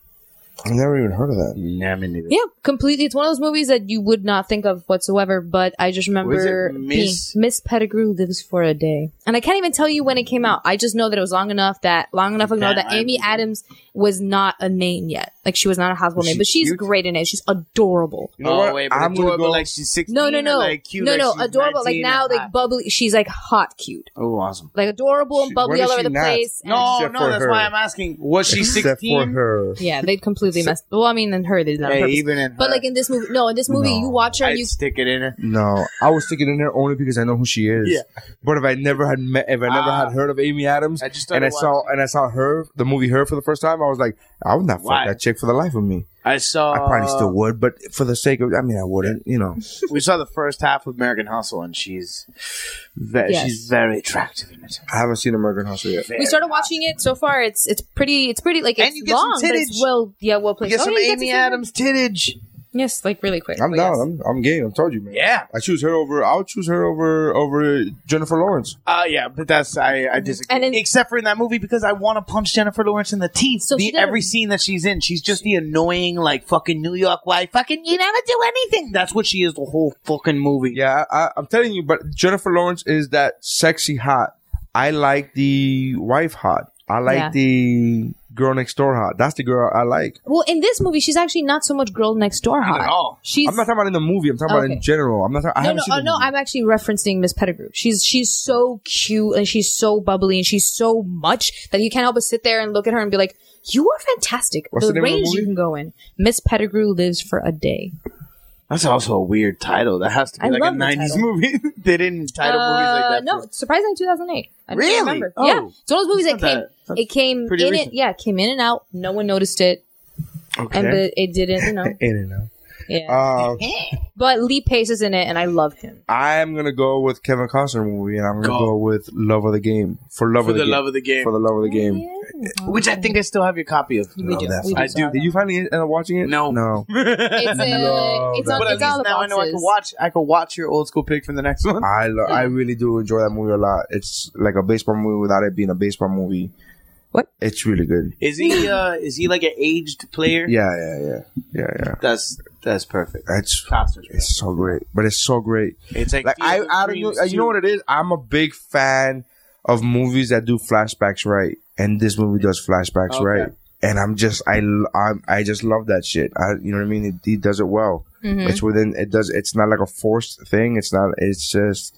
Speaker 10: I've never even heard of that.
Speaker 6: Nah, me neither.
Speaker 9: Yeah, completely. It's one of those movies that you would not think of whatsoever. But I just remember
Speaker 6: it Miss-
Speaker 9: being- Miss Pettigrew lives for a day, and I can't even tell you when it came out. I just know that it was long enough that long enough ago that Amy Adams was not a name yet. Like she was not a household name, but she's great in it. She's adorable.
Speaker 6: You know
Speaker 10: Oh,
Speaker 6: what?
Speaker 10: wait, but
Speaker 6: I'm
Speaker 10: adorable
Speaker 6: gonna go
Speaker 10: like
Speaker 6: like she's 16.
Speaker 9: No, no, no,
Speaker 6: like cute,
Speaker 9: no, no, adorable. Like now, like bubbly. She's like hot, cute,
Speaker 6: oh, awesome.
Speaker 9: like adorable and
Speaker 1: She-
Speaker 9: bubbly
Speaker 1: when
Speaker 9: all
Speaker 1: is
Speaker 9: over
Speaker 1: she
Speaker 9: the
Speaker 1: not?
Speaker 9: place. and-
Speaker 6: No,
Speaker 1: Except
Speaker 6: no,
Speaker 1: for
Speaker 6: that's
Speaker 1: her.
Speaker 6: why I'm asking. Was she
Speaker 1: Except for
Speaker 6: 16?
Speaker 1: her.
Speaker 9: Yeah, they completely messed. Well, I mean, in her they did that on
Speaker 6: Hey,
Speaker 9: purpose.
Speaker 6: even in
Speaker 9: but
Speaker 6: her-
Speaker 9: like in this movie, no, in this movie, you watch her, and
Speaker 6: I'd
Speaker 9: you
Speaker 6: stick it in her.
Speaker 1: No, I was sticking in there only because I know who she is.
Speaker 6: Yeah.
Speaker 1: But if I never had met, if I never
Speaker 6: Ah.
Speaker 1: had heard of Amy Adams,
Speaker 6: I just
Speaker 1: and I
Speaker 6: started
Speaker 1: saw and I saw her the movie her for the first time, I was like, I would not fuck
Speaker 6: Why?
Speaker 1: that chick for the life of me.
Speaker 6: I saw.
Speaker 1: I probably still would, but for the sake of, I mean, I wouldn't. You know,
Speaker 6: We saw the first half of American Hustle, and she's ve-
Speaker 9: Yes.
Speaker 6: she's very attractive in it.
Speaker 1: I haven't seen American Hustle yet.
Speaker 9: we started watching it so far. It's it's pretty. It's pretty like it's
Speaker 6: And you get some
Speaker 9: long, but it's
Speaker 6: tittage.
Speaker 9: well, yeah, well
Speaker 6: You
Speaker 9: placed.
Speaker 6: get
Speaker 9: Oh,
Speaker 6: some
Speaker 9: yeah, you get
Speaker 6: Amy
Speaker 9: to see her.
Speaker 6: Adams tittage.
Speaker 9: Yes, like really quick.
Speaker 1: I'm
Speaker 9: but
Speaker 1: down.
Speaker 9: yes.
Speaker 1: I'm, I'm game. I told you, man.
Speaker 6: Yeah.
Speaker 1: I choose her over. I'll choose her over over Jennifer Lawrence.
Speaker 6: Uh, yeah, but that's I, I disagree.
Speaker 9: And in-
Speaker 6: Except for in that movie, because I want to punch Jennifer Lawrence in the teeth.
Speaker 9: So she
Speaker 6: the,
Speaker 9: does.
Speaker 6: every scene that she's in, she's just the annoying, like fucking New York wife. Fucking, you never do anything. That's what she is the whole fucking movie.
Speaker 1: Yeah, I, I, I'm telling you. But Jennifer Lawrence is that sexy hot. I like the wife hot. I like
Speaker 9: Yeah.
Speaker 1: the girl next door hot. That's the girl I like.
Speaker 9: Well, in this movie, she's actually not so much girl next door hot.
Speaker 6: at all.
Speaker 9: She's
Speaker 1: I'm not talking about in the movie. I'm talking about
Speaker 9: Okay.
Speaker 1: in general. I'm not. Talking, I
Speaker 9: no,
Speaker 1: haven't
Speaker 9: no,
Speaker 1: seen
Speaker 9: oh,
Speaker 1: the
Speaker 9: no.
Speaker 1: movie.
Speaker 9: I'm actually referencing Miss Pettigrew. She's she's so cute and she's so bubbly and she's so much that you can't help but sit there and look at her and be like, "You are fantastic."
Speaker 1: What's the name of the
Speaker 9: range you
Speaker 1: movie?
Speaker 9: can go in. Miss Pettigrew lives for a day.
Speaker 6: That's also a weird title. That has to be
Speaker 9: I
Speaker 6: like
Speaker 9: love
Speaker 6: a
Speaker 9: the
Speaker 6: '90s
Speaker 9: title.
Speaker 6: movie. they didn't title movies like
Speaker 9: Uh,
Speaker 6: that.
Speaker 9: No,
Speaker 6: for-
Speaker 9: it's surprisingly 2008. I don't
Speaker 6: Really?
Speaker 9: remember.
Speaker 6: Oh.
Speaker 9: yeah, it's one of those movies that
Speaker 6: It's not
Speaker 9: came.
Speaker 6: that- that's
Speaker 9: it came
Speaker 6: pretty
Speaker 9: in
Speaker 6: recent.
Speaker 9: it. Yeah, it came in and out. No one noticed it,
Speaker 6: Okay.
Speaker 9: and but it didn't. You know,
Speaker 1: in and out.
Speaker 9: yeah.
Speaker 1: Uh,
Speaker 9: but Lee Pace is in it, and I love him.
Speaker 1: I'm gonna go with Kevin Costner movie, and I'm gonna
Speaker 6: Go.
Speaker 1: go, with Love of the Game for love
Speaker 6: for
Speaker 1: of the,
Speaker 6: the
Speaker 1: game.
Speaker 6: love of the game,
Speaker 1: for the love of the game.
Speaker 6: which I think I still have your copy of.
Speaker 9: We do. We do.
Speaker 6: I do.
Speaker 1: Did you finally end up watching it?
Speaker 6: No.
Speaker 1: no.
Speaker 9: It's, uh, it's on
Speaker 6: But at
Speaker 9: it's all the
Speaker 6: least now I know I can
Speaker 9: boxes.
Speaker 6: watch. I can watch your old school pick from the next one.
Speaker 1: I lo- I really do enjoy that movie a lot. It's like a baseball movie without it being a baseball movie.
Speaker 9: What?
Speaker 1: It's really good.
Speaker 6: Is he? Uh, is he like an aged player?
Speaker 1: Yeah, yeah, yeah, yeah, yeah.
Speaker 6: That's that's perfect.
Speaker 1: It's
Speaker 6: Costner's great.
Speaker 1: it's so great, but it's so great.
Speaker 6: It's like,
Speaker 1: like I, I don't
Speaker 6: uh,
Speaker 1: know, uh, you know what it is. I'm a big fan of movies that do flashbacks right, and this movie does flashbacks
Speaker 6: Okay.
Speaker 1: right, and I'm just I I I just love that shit. I you know what I mean? It, he does it well. It's within it does. It's not like a forced thing. It's not. It's just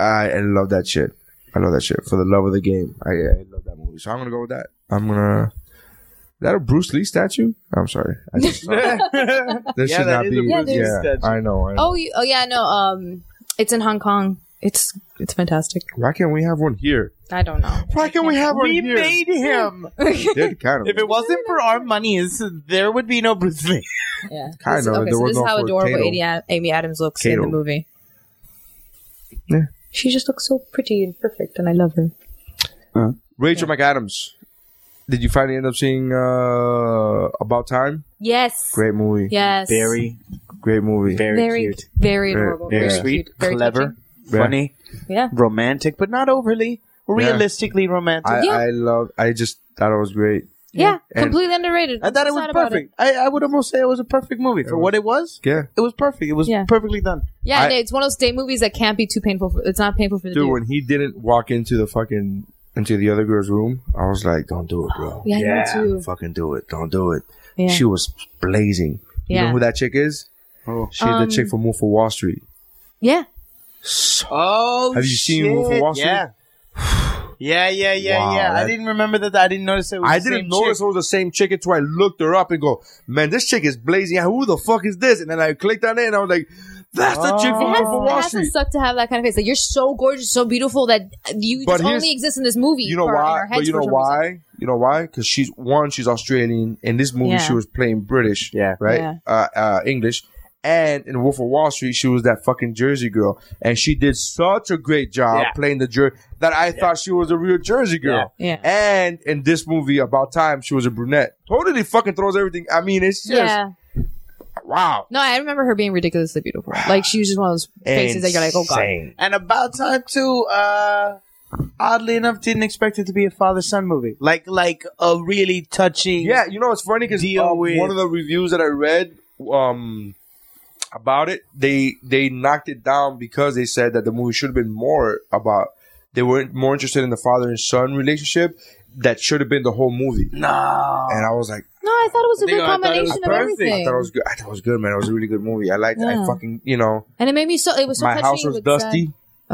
Speaker 1: I, I love that shit. I love that shit for the love of the game. I, I love that movie, so I'm gonna go with that. I'm gonna. Is that a Bruce Lee statue? I'm sorry. I just saw it. There
Speaker 6: Yeah,
Speaker 1: should
Speaker 6: that
Speaker 1: not
Speaker 6: is
Speaker 1: be.
Speaker 6: a
Speaker 9: Yeah, Bruce Lee
Speaker 1: yeah,
Speaker 6: statue.
Speaker 1: I know. I know.
Speaker 9: Oh, you, oh yeah, no. Um, it's in Hong Kong. It's it's fantastic.
Speaker 1: Why can't we have one here?
Speaker 9: I don't know.
Speaker 1: Why can't we have one
Speaker 6: We
Speaker 1: here?
Speaker 6: made him.
Speaker 1: did kind of.
Speaker 6: If it wasn't for our monies, there would be no Bruce Lee.
Speaker 9: Yeah,
Speaker 1: Kind
Speaker 9: This-
Speaker 1: of,
Speaker 9: Okay,
Speaker 1: there
Speaker 9: so
Speaker 1: was
Speaker 9: this is
Speaker 1: no
Speaker 9: how
Speaker 1: for
Speaker 9: adorable
Speaker 1: Kato.
Speaker 9: Amy, Ad- Amy Adams looks in
Speaker 1: Kato.
Speaker 9: the movie.
Speaker 1: Yeah.
Speaker 9: She just looks so pretty and perfect, and I love her.
Speaker 1: Rachel McAdams. Did you finally end up seeing uh, About Time?
Speaker 9: Yes.
Speaker 1: Great movie.
Speaker 9: Yes.
Speaker 1: Great movie.
Speaker 6: very,
Speaker 9: very,
Speaker 1: Very-
Speaker 9: very adorable,
Speaker 1: very
Speaker 9: very,
Speaker 6: sweet,
Speaker 9: cute, very
Speaker 6: clever,
Speaker 9: touching.
Speaker 1: Yeah.
Speaker 6: funny,
Speaker 9: Yeah,
Speaker 6: romantic, but not overly. Realistically romantic.
Speaker 1: I,
Speaker 9: Yeah.
Speaker 1: I love. I just thought it was great.
Speaker 9: yeah,
Speaker 1: And-
Speaker 9: completely underrated.
Speaker 6: I thought it
Speaker 9: Sad
Speaker 6: was
Speaker 9: about
Speaker 6: perfect. I, I would almost say it was a perfect movie for what it was.
Speaker 1: Yeah,
Speaker 6: It was perfect. It was
Speaker 9: Yeah.
Speaker 6: perfectly done.
Speaker 9: Yeah,
Speaker 1: I-
Speaker 9: and it's one of those day movies that can't be too painful. For, it's not painful for the
Speaker 1: dude.
Speaker 9: dude.
Speaker 1: When he didn't walk into the fucking into the other girl's room, I was like, "Don't do it, bro.
Speaker 9: Yeah, I know too.
Speaker 1: fucking do it. Don't do it."
Speaker 9: Yeah.
Speaker 1: She was blazing. You
Speaker 9: Yeah. Um,
Speaker 1: know who that chick is?
Speaker 6: Oh.
Speaker 1: She's the chick from Wolf of Wall Street.
Speaker 9: yeah,
Speaker 6: Oh,
Speaker 1: Have you seen Wolf of
Speaker 6: shit,
Speaker 1: Wall Street?
Speaker 6: Yeah. Yeah, yeah, yeah,
Speaker 1: Wow,
Speaker 6: yeah. I
Speaker 1: that-
Speaker 6: didn't remember that. I didn't notice it. Was
Speaker 1: I
Speaker 6: the same
Speaker 1: didn't notice
Speaker 6: chick.
Speaker 1: it was the same chick until I looked her up and go, man, this chick is blazing. Who the fuck is this? And then I clicked on it and I was like, that's the chick
Speaker 9: it
Speaker 6: Oh.
Speaker 1: from
Speaker 9: has,
Speaker 1: Wolf of Wall
Speaker 9: it has to
Speaker 1: Street.
Speaker 9: suck to have that kind of face. Like you're so gorgeous, so beautiful that you
Speaker 1: But
Speaker 9: just
Speaker 1: here's-
Speaker 9: only exist in this movie.
Speaker 1: You know
Speaker 9: for- in
Speaker 1: why?
Speaker 9: our heads
Speaker 1: But you
Speaker 9: for
Speaker 1: know
Speaker 9: some reason.
Speaker 1: why? You know why? Because she's one, she's Australian. In this movie,
Speaker 9: Yeah.
Speaker 1: she was playing British,
Speaker 6: Yeah.
Speaker 1: right?
Speaker 9: Yeah.
Speaker 1: Uh, uh, English. And in Wolf of Wall Street, she was that fucking Jersey girl, and she did such a great job
Speaker 6: Yeah.
Speaker 1: playing the Jersey that I thought she was a real Jersey girl.
Speaker 9: Yeah. Yeah.
Speaker 1: And in this movie, about time, she was a brunette. Totally fucking throws everything. I mean, it's just
Speaker 9: Yeah.
Speaker 1: wow.
Speaker 9: No, I remember her being ridiculously beautiful. Like she was just one of those faces that you're like, oh god.
Speaker 1: Insane.
Speaker 6: And about time too. Uh, oddly enough, didn't expect it to be a father son movie. Like like a really touching.
Speaker 1: Yeah, you know it's funny because
Speaker 6: Deal with-
Speaker 1: one of the reviews that I read um, about it, they they knocked it down because they said that the movie should have been more about they were more interested in the father and son relationship that should have been the whole movie.
Speaker 6: No.
Speaker 1: And I was like,
Speaker 9: No, I thought it was a good
Speaker 6: I thought it
Speaker 9: combination
Speaker 6: was
Speaker 9: of
Speaker 6: perfect.
Speaker 1: I
Speaker 9: everything,
Speaker 1: thought it was good. I thought it was good, man. It was a really good movie. I liked. I
Speaker 9: Yeah.
Speaker 1: fucking you know
Speaker 9: and it made me so. It was so
Speaker 1: my
Speaker 9: touching
Speaker 1: house was
Speaker 9: with Zach.
Speaker 1: dusty,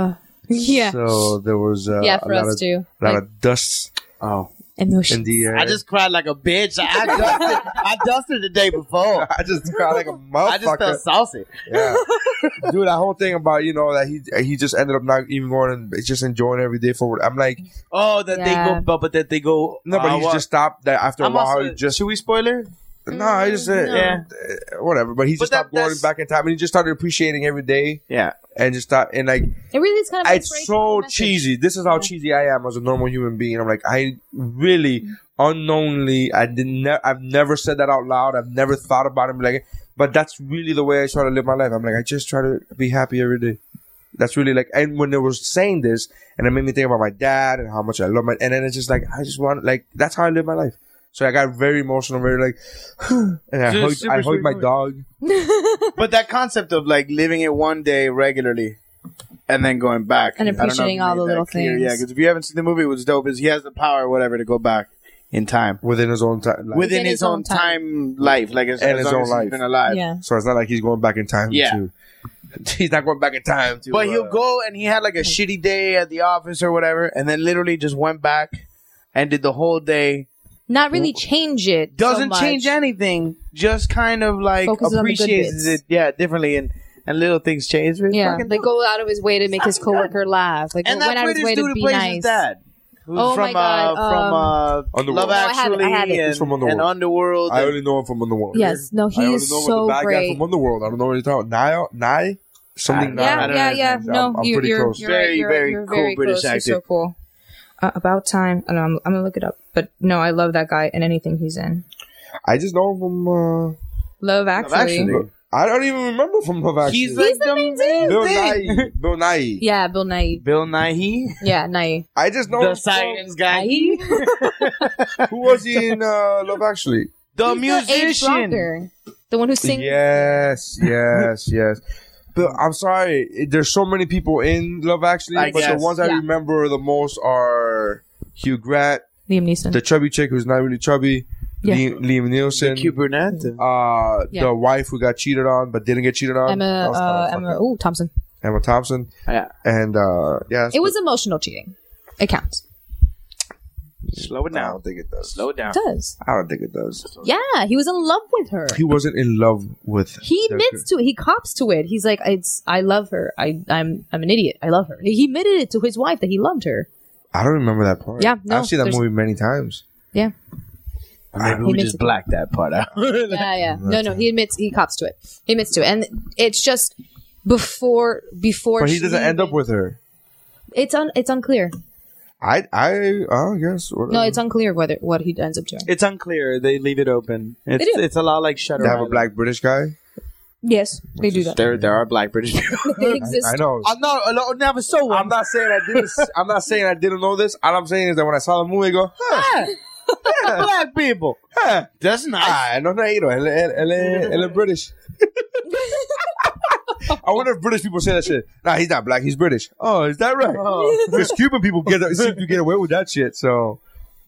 Speaker 9: Yeah,
Speaker 1: so there was uh,
Speaker 9: yeah,
Speaker 1: a
Speaker 9: for
Speaker 1: lot
Speaker 9: us
Speaker 1: of
Speaker 9: too.
Speaker 1: a lot
Speaker 9: Like,
Speaker 1: of dust
Speaker 6: Oh.
Speaker 9: emotion.
Speaker 1: in the air.
Speaker 6: I just cried like a bitch. I, I dusted, I dusted the day before.
Speaker 1: I just cried like a motherfucker.
Speaker 6: I just felt saucy.
Speaker 1: Yeah, dude, that whole thing about you know that he he just ended up not even going and just enjoying every day for. I'm like,
Speaker 6: Oh, that they
Speaker 9: Yeah.
Speaker 6: go, but, but that they go.
Speaker 1: no, but
Speaker 6: uh,
Speaker 1: he
Speaker 6: what-
Speaker 1: just stopped that after a
Speaker 6: I'm
Speaker 1: while.
Speaker 6: also-
Speaker 1: he just
Speaker 6: should we spoiler?
Speaker 1: no, I just said
Speaker 6: Yeah.
Speaker 1: uh, whatever. But he
Speaker 6: But
Speaker 1: just
Speaker 6: that-
Speaker 1: stopped going
Speaker 6: that's-
Speaker 1: back in time, and he just started appreciating every day,
Speaker 6: Yeah.
Speaker 1: and just stopped and like
Speaker 9: it really is kind of. an
Speaker 1: it's
Speaker 9: inspirational
Speaker 1: so
Speaker 9: message.
Speaker 1: cheesy. This is how cheesy I am as a normal human being. I'm like, I really unknowingly, I didn't. Ne- I've never said that out loud. I've never thought about it. Like, but that's really the way I try to live my life. I'm like, I just try to be happy every day. That's really like, and when they were saying this, and it made me think about my dad and how much I love my, and then it's just like, I just want, like, that's how I live my life. So I got very emotional, very like, and I
Speaker 6: Dude,
Speaker 1: hugged,
Speaker 6: super
Speaker 1: I hugged
Speaker 6: sweet
Speaker 1: my
Speaker 6: movie.
Speaker 1: dog.
Speaker 6: uh, But that concept of like living it one day regularly and then going back
Speaker 9: And
Speaker 6: I don't know if
Speaker 9: appreciating
Speaker 6: you
Speaker 9: all
Speaker 6: made
Speaker 9: the
Speaker 6: that
Speaker 9: little
Speaker 6: clear.
Speaker 9: things.
Speaker 6: Yeah, because if you haven't seen the movie, what's dope is he has the power, or whatever, to go back in time
Speaker 1: Within his own time, like,
Speaker 6: within, his, own time, life, like as,
Speaker 1: And
Speaker 6: as
Speaker 1: his
Speaker 6: long
Speaker 1: own
Speaker 6: as
Speaker 1: life.
Speaker 6: he's been alive.
Speaker 9: Yeah.
Speaker 1: so it's not like he's going back in time.
Speaker 6: Yeah.
Speaker 1: to- he's not going back in time. To,
Speaker 6: But
Speaker 1: uh,
Speaker 6: he'll go and he had like a shitty day at the office or whatever, and then literally just went back and did the whole day.
Speaker 9: Not really change it. so
Speaker 6: Doesn't
Speaker 9: much.
Speaker 6: change anything, just kind of like
Speaker 9: Focuses on the good
Speaker 6: appreciates it,
Speaker 9: bits.
Speaker 6: yeah, differently, and and little things change. It's really
Speaker 9: Yeah,
Speaker 6: fucking
Speaker 9: they
Speaker 6: dope.
Speaker 9: go out of his way to make his coworker laugh. Like
Speaker 6: and
Speaker 9: went
Speaker 6: that
Speaker 9: out of his
Speaker 6: British
Speaker 9: way
Speaker 6: dude
Speaker 9: to
Speaker 6: who
Speaker 9: be
Speaker 6: plays
Speaker 9: nice.
Speaker 6: his dad. Who's
Speaker 9: Oh
Speaker 6: from,
Speaker 9: my God,
Speaker 6: Uh, from uh,
Speaker 1: Underworld.
Speaker 6: Love
Speaker 1: No, I
Speaker 9: have it, I
Speaker 6: Actually
Speaker 9: have it.
Speaker 6: and,
Speaker 1: He's from Underworld.
Speaker 6: and Underworld.
Speaker 1: I
Speaker 6: and-
Speaker 1: only know him from Underworld.
Speaker 9: Yes, no, he
Speaker 1: I only
Speaker 9: is
Speaker 1: know him as
Speaker 9: so
Speaker 1: the bad
Speaker 9: great.
Speaker 1: guy from Underworld. I don't know what you're talking about. Nye? Nye? Something
Speaker 6: I- yeah,
Speaker 1: Nye.
Speaker 6: I don't
Speaker 9: yeah,
Speaker 6: know.
Speaker 9: yeah.
Speaker 1: I'm-
Speaker 9: No,
Speaker 1: I'm
Speaker 9: you,
Speaker 1: pretty
Speaker 9: you're,
Speaker 1: close.
Speaker 9: you're right.
Speaker 6: Very,
Speaker 9: You're-
Speaker 6: very
Speaker 9: you're
Speaker 6: cool
Speaker 9: very
Speaker 6: British
Speaker 9: close. He's so
Speaker 6: actor.
Speaker 9: cool. Uh, about time. I know, I'm, I'm gonna look it up, but no, I love that guy and anything he's in.
Speaker 1: I just know him from. Uh,
Speaker 9: Love Actually.
Speaker 6: Actually.
Speaker 1: I don't even remember from Love Actually.
Speaker 6: He's like the main
Speaker 1: Bill
Speaker 6: thing.
Speaker 1: Nye. Bill Nye.
Speaker 9: Yeah, Bill Nye.
Speaker 6: Bill Nighy,
Speaker 9: Yeah, Nye.
Speaker 1: I just know
Speaker 6: the
Speaker 1: him.
Speaker 6: science guy,
Speaker 9: Nye?
Speaker 1: from- Who was he in uh, Love Actually?
Speaker 6: the
Speaker 9: He's the age
Speaker 6: musician.
Speaker 9: rocker. the one who sings.
Speaker 1: Yes, yes, yes. But I'm sorry, it- there's so many people in Love Actually,
Speaker 6: I
Speaker 1: but the
Speaker 6: guess.
Speaker 1: ones I
Speaker 9: Yeah.
Speaker 1: remember the most are Hugh Grant,
Speaker 9: Liam Neeson.
Speaker 1: the chubby chick who's not really chubby,
Speaker 9: Yeah.
Speaker 1: Liam, Liam Nielsen,
Speaker 6: Hugh Burnett.
Speaker 1: uh,
Speaker 9: Yeah.
Speaker 1: the wife who got cheated on but didn't get cheated on.
Speaker 9: Emma.
Speaker 1: That was kinda
Speaker 9: Uh,
Speaker 1: fucking-
Speaker 9: Emma. Oh, Thompson.
Speaker 1: Emma Thompson.
Speaker 6: Yeah.
Speaker 1: And uh, yeah,
Speaker 9: It was emotional cheating. It counts.
Speaker 6: Slow it
Speaker 1: I
Speaker 6: down.
Speaker 1: don't think it does.
Speaker 6: Slow it down.
Speaker 9: It does.
Speaker 1: I don't think it does.
Speaker 9: Yeah, he was in love with her.
Speaker 1: He wasn't in love with.
Speaker 9: He
Speaker 1: the-
Speaker 9: admits to it. He cops to it. He's like, "It's I love her. I I'm I'm an idiot. I love her." He admitted it to his wife that he loved her.
Speaker 1: I don't remember that part.
Speaker 9: Yeah, no,
Speaker 1: I've seen that
Speaker 9: there's-
Speaker 1: movie many times.
Speaker 9: Yeah.
Speaker 6: Maybe
Speaker 9: He
Speaker 6: we
Speaker 9: makes
Speaker 6: just
Speaker 9: it-
Speaker 6: blacked that part out.
Speaker 9: yeah, yeah. No, no. He admits. He cops to it. He admits to it, and it's just before before.
Speaker 1: But he
Speaker 9: she-
Speaker 1: doesn't end up with her.
Speaker 9: It's un. It's unclear.
Speaker 1: I I I guess.
Speaker 9: No,
Speaker 1: whatever.
Speaker 9: it's unclear whether what he ends up doing.
Speaker 6: It's unclear. They leave it open. It's
Speaker 9: do.
Speaker 6: it's a lot like Shutter.
Speaker 1: They have a black British guy.
Speaker 9: Yes, they do that.
Speaker 6: There there are black British people.
Speaker 9: They exist.
Speaker 1: I know.
Speaker 6: I'm not. no, Never so
Speaker 1: I'm not saying I didn't. I'm not saying I didn't know this. All I'm saying is that when I saw the movie, I go, huh,
Speaker 6: black people.
Speaker 1: huh.
Speaker 6: That's nice.
Speaker 1: Ah, no negro. El, el, el, el, el British. I wonder if British people say that shit. Nah, he's not black. He's British. Oh, is that right? Because Cuban people get seem to get away with that shit. So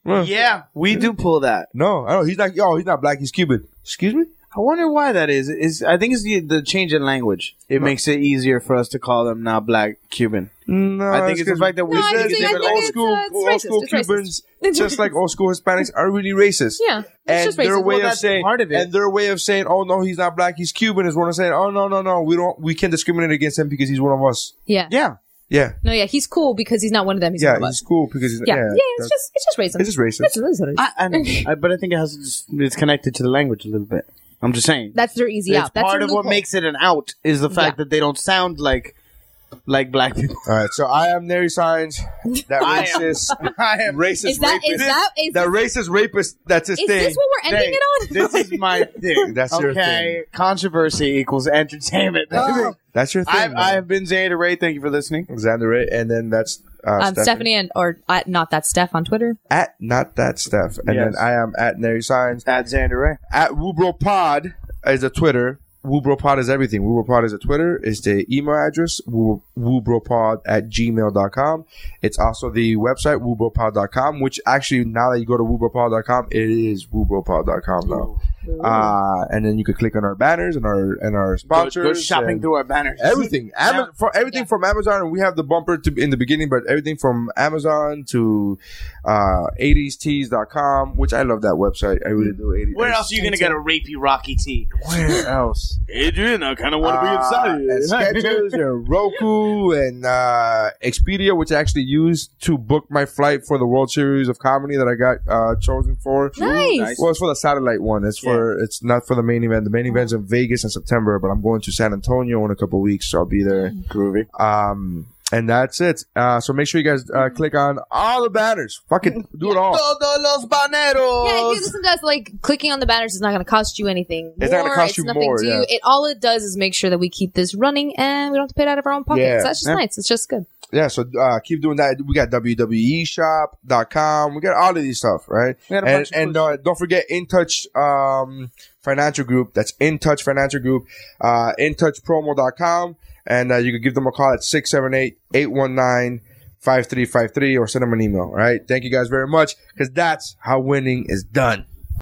Speaker 6: Yeah, we do pull that.
Speaker 1: no, I don't. He's not. Yo, he's not black. He's Cuban. Excuse me.
Speaker 6: I wonder why that is. Is I think it's the, the change in language. It makes it easier for us to call them now black Cuban.
Speaker 1: No,
Speaker 6: I think it's the fact that we
Speaker 9: No, I
Speaker 6: said
Speaker 9: think- I
Speaker 6: different
Speaker 9: think
Speaker 1: old
Speaker 9: it's,
Speaker 6: language.
Speaker 1: school,
Speaker 9: uh, it's
Speaker 1: old school
Speaker 9: racist, it's racist.
Speaker 1: Cubans, just like old school Hispanics, are really racist.
Speaker 9: Yeah, it's
Speaker 1: and
Speaker 9: just
Speaker 1: their
Speaker 9: racist.
Speaker 1: way
Speaker 9: Well,
Speaker 1: of
Speaker 6: that's
Speaker 1: saying,
Speaker 6: part of it.
Speaker 1: and their way of saying, "Oh no, he's not black. He's Cuban," is one of saying, "Oh no, no, no, we don't, we can't discriminate against him because he's one of us."
Speaker 9: Yeah.
Speaker 6: Yeah,
Speaker 1: Yeah,
Speaker 9: No, yeah, he's cool because he's not one of them. He's
Speaker 1: yeah,
Speaker 9: one of
Speaker 1: he's
Speaker 9: us.
Speaker 1: cool because he's
Speaker 9: Yeah, yeah.
Speaker 1: that's-
Speaker 9: it's just it's just racism.
Speaker 1: It's just racist.
Speaker 9: That's, that's what it is.
Speaker 6: I, I know. I, but I think it has it's connected to the language a little bit. I'm just saying.
Speaker 9: That's their easy
Speaker 6: It's
Speaker 9: out. That's
Speaker 6: part
Speaker 9: their
Speaker 6: of what
Speaker 9: loophole.
Speaker 6: makes it an out is the fact
Speaker 9: Yeah.
Speaker 6: that they don't sound like like black people.
Speaker 1: All right, so I am Nary Signs, that
Speaker 6: I am-
Speaker 1: racist, racist
Speaker 9: Is that-
Speaker 1: rapist,
Speaker 9: is that- is
Speaker 1: that racist rapist. That's his
Speaker 9: Is
Speaker 1: thing.
Speaker 9: this what we're ending it on?
Speaker 6: This is my thing.
Speaker 1: That's
Speaker 6: okay.
Speaker 1: your thing.
Speaker 6: Controversy equals entertainment.
Speaker 9: Oh.
Speaker 1: That's your thing.
Speaker 6: I've,
Speaker 1: man.
Speaker 6: I've been Zay to Ray. Thank you for listening.
Speaker 1: Xander Ray, and then that's uh,
Speaker 9: um, Stephanie and or at not that Steph on Twitter.
Speaker 1: at not that Steph, and
Speaker 6: Yes.
Speaker 1: then I am at Nary Signs
Speaker 6: At Xander Ray.
Speaker 1: at Woobro Pod is a Twitter. Woobro Pod is everything. Woobro Pod is a Twitter. It's the email address, Woo- woobropod at gmail.com. It's also the website, woobropod.com, which actually, now that you go to woobropod.com, it is woobropod.com now. Uh, and then you could click on our banners and our and our
Speaker 6: Go,
Speaker 1: sponsors.
Speaker 6: go shopping
Speaker 1: and-
Speaker 6: through our banners.
Speaker 1: everything. Ama- for everything from Amazon, and we have the bumper to, in the beginning, but everything from Amazon to uh, 80stees.com, which I love that website. I really do. 80,
Speaker 6: Mm. Where else are you gonna get a rapey Rocky T? Ah,
Speaker 1: Where else?
Speaker 6: Adrian, I kind of want
Speaker 1: Uh, and Skechers and Roku and uh, Expedia, which I actually used to book my flight for the World Series of Comedy that I got uh, chosen for.
Speaker 9: Nice.
Speaker 1: Well, it's for the satellite one. It's for it's not for the main event. The main event's in Vegas in September, but I'm going to San Antonio in a couple weeks, so I'll be there.
Speaker 6: Groovy.
Speaker 1: Um, and that's it. Uh, so make sure you guys uh, click on all the banners. Fucking do it all.
Speaker 6: Todos los
Speaker 9: Yeah, if
Speaker 6: baneros.
Speaker 9: you listen to us, like clicking on the banners is not going to cost you anything.
Speaker 1: It's not gonna cost you
Speaker 9: nothing
Speaker 1: more,
Speaker 9: To
Speaker 1: yeah.
Speaker 9: you. It all it does is make sure that we keep this running and we don't have to pay it out of our own pocket.
Speaker 1: Yeah.
Speaker 9: So that's just nice. It's just good.
Speaker 1: Yeah, so uh, keep doing that. We got E WWEshop.com. We got all of these stuff, right?
Speaker 6: We got a
Speaker 1: And,
Speaker 6: bunch of
Speaker 1: and uh, don't forget In Touch um, Financial Group. That's In Touch Financial Group, uh, intouchpromo.com. And uh, you can give them a call at 678 819 5353 or send them an email, all right? Thank you guys very much because that's how winning is done.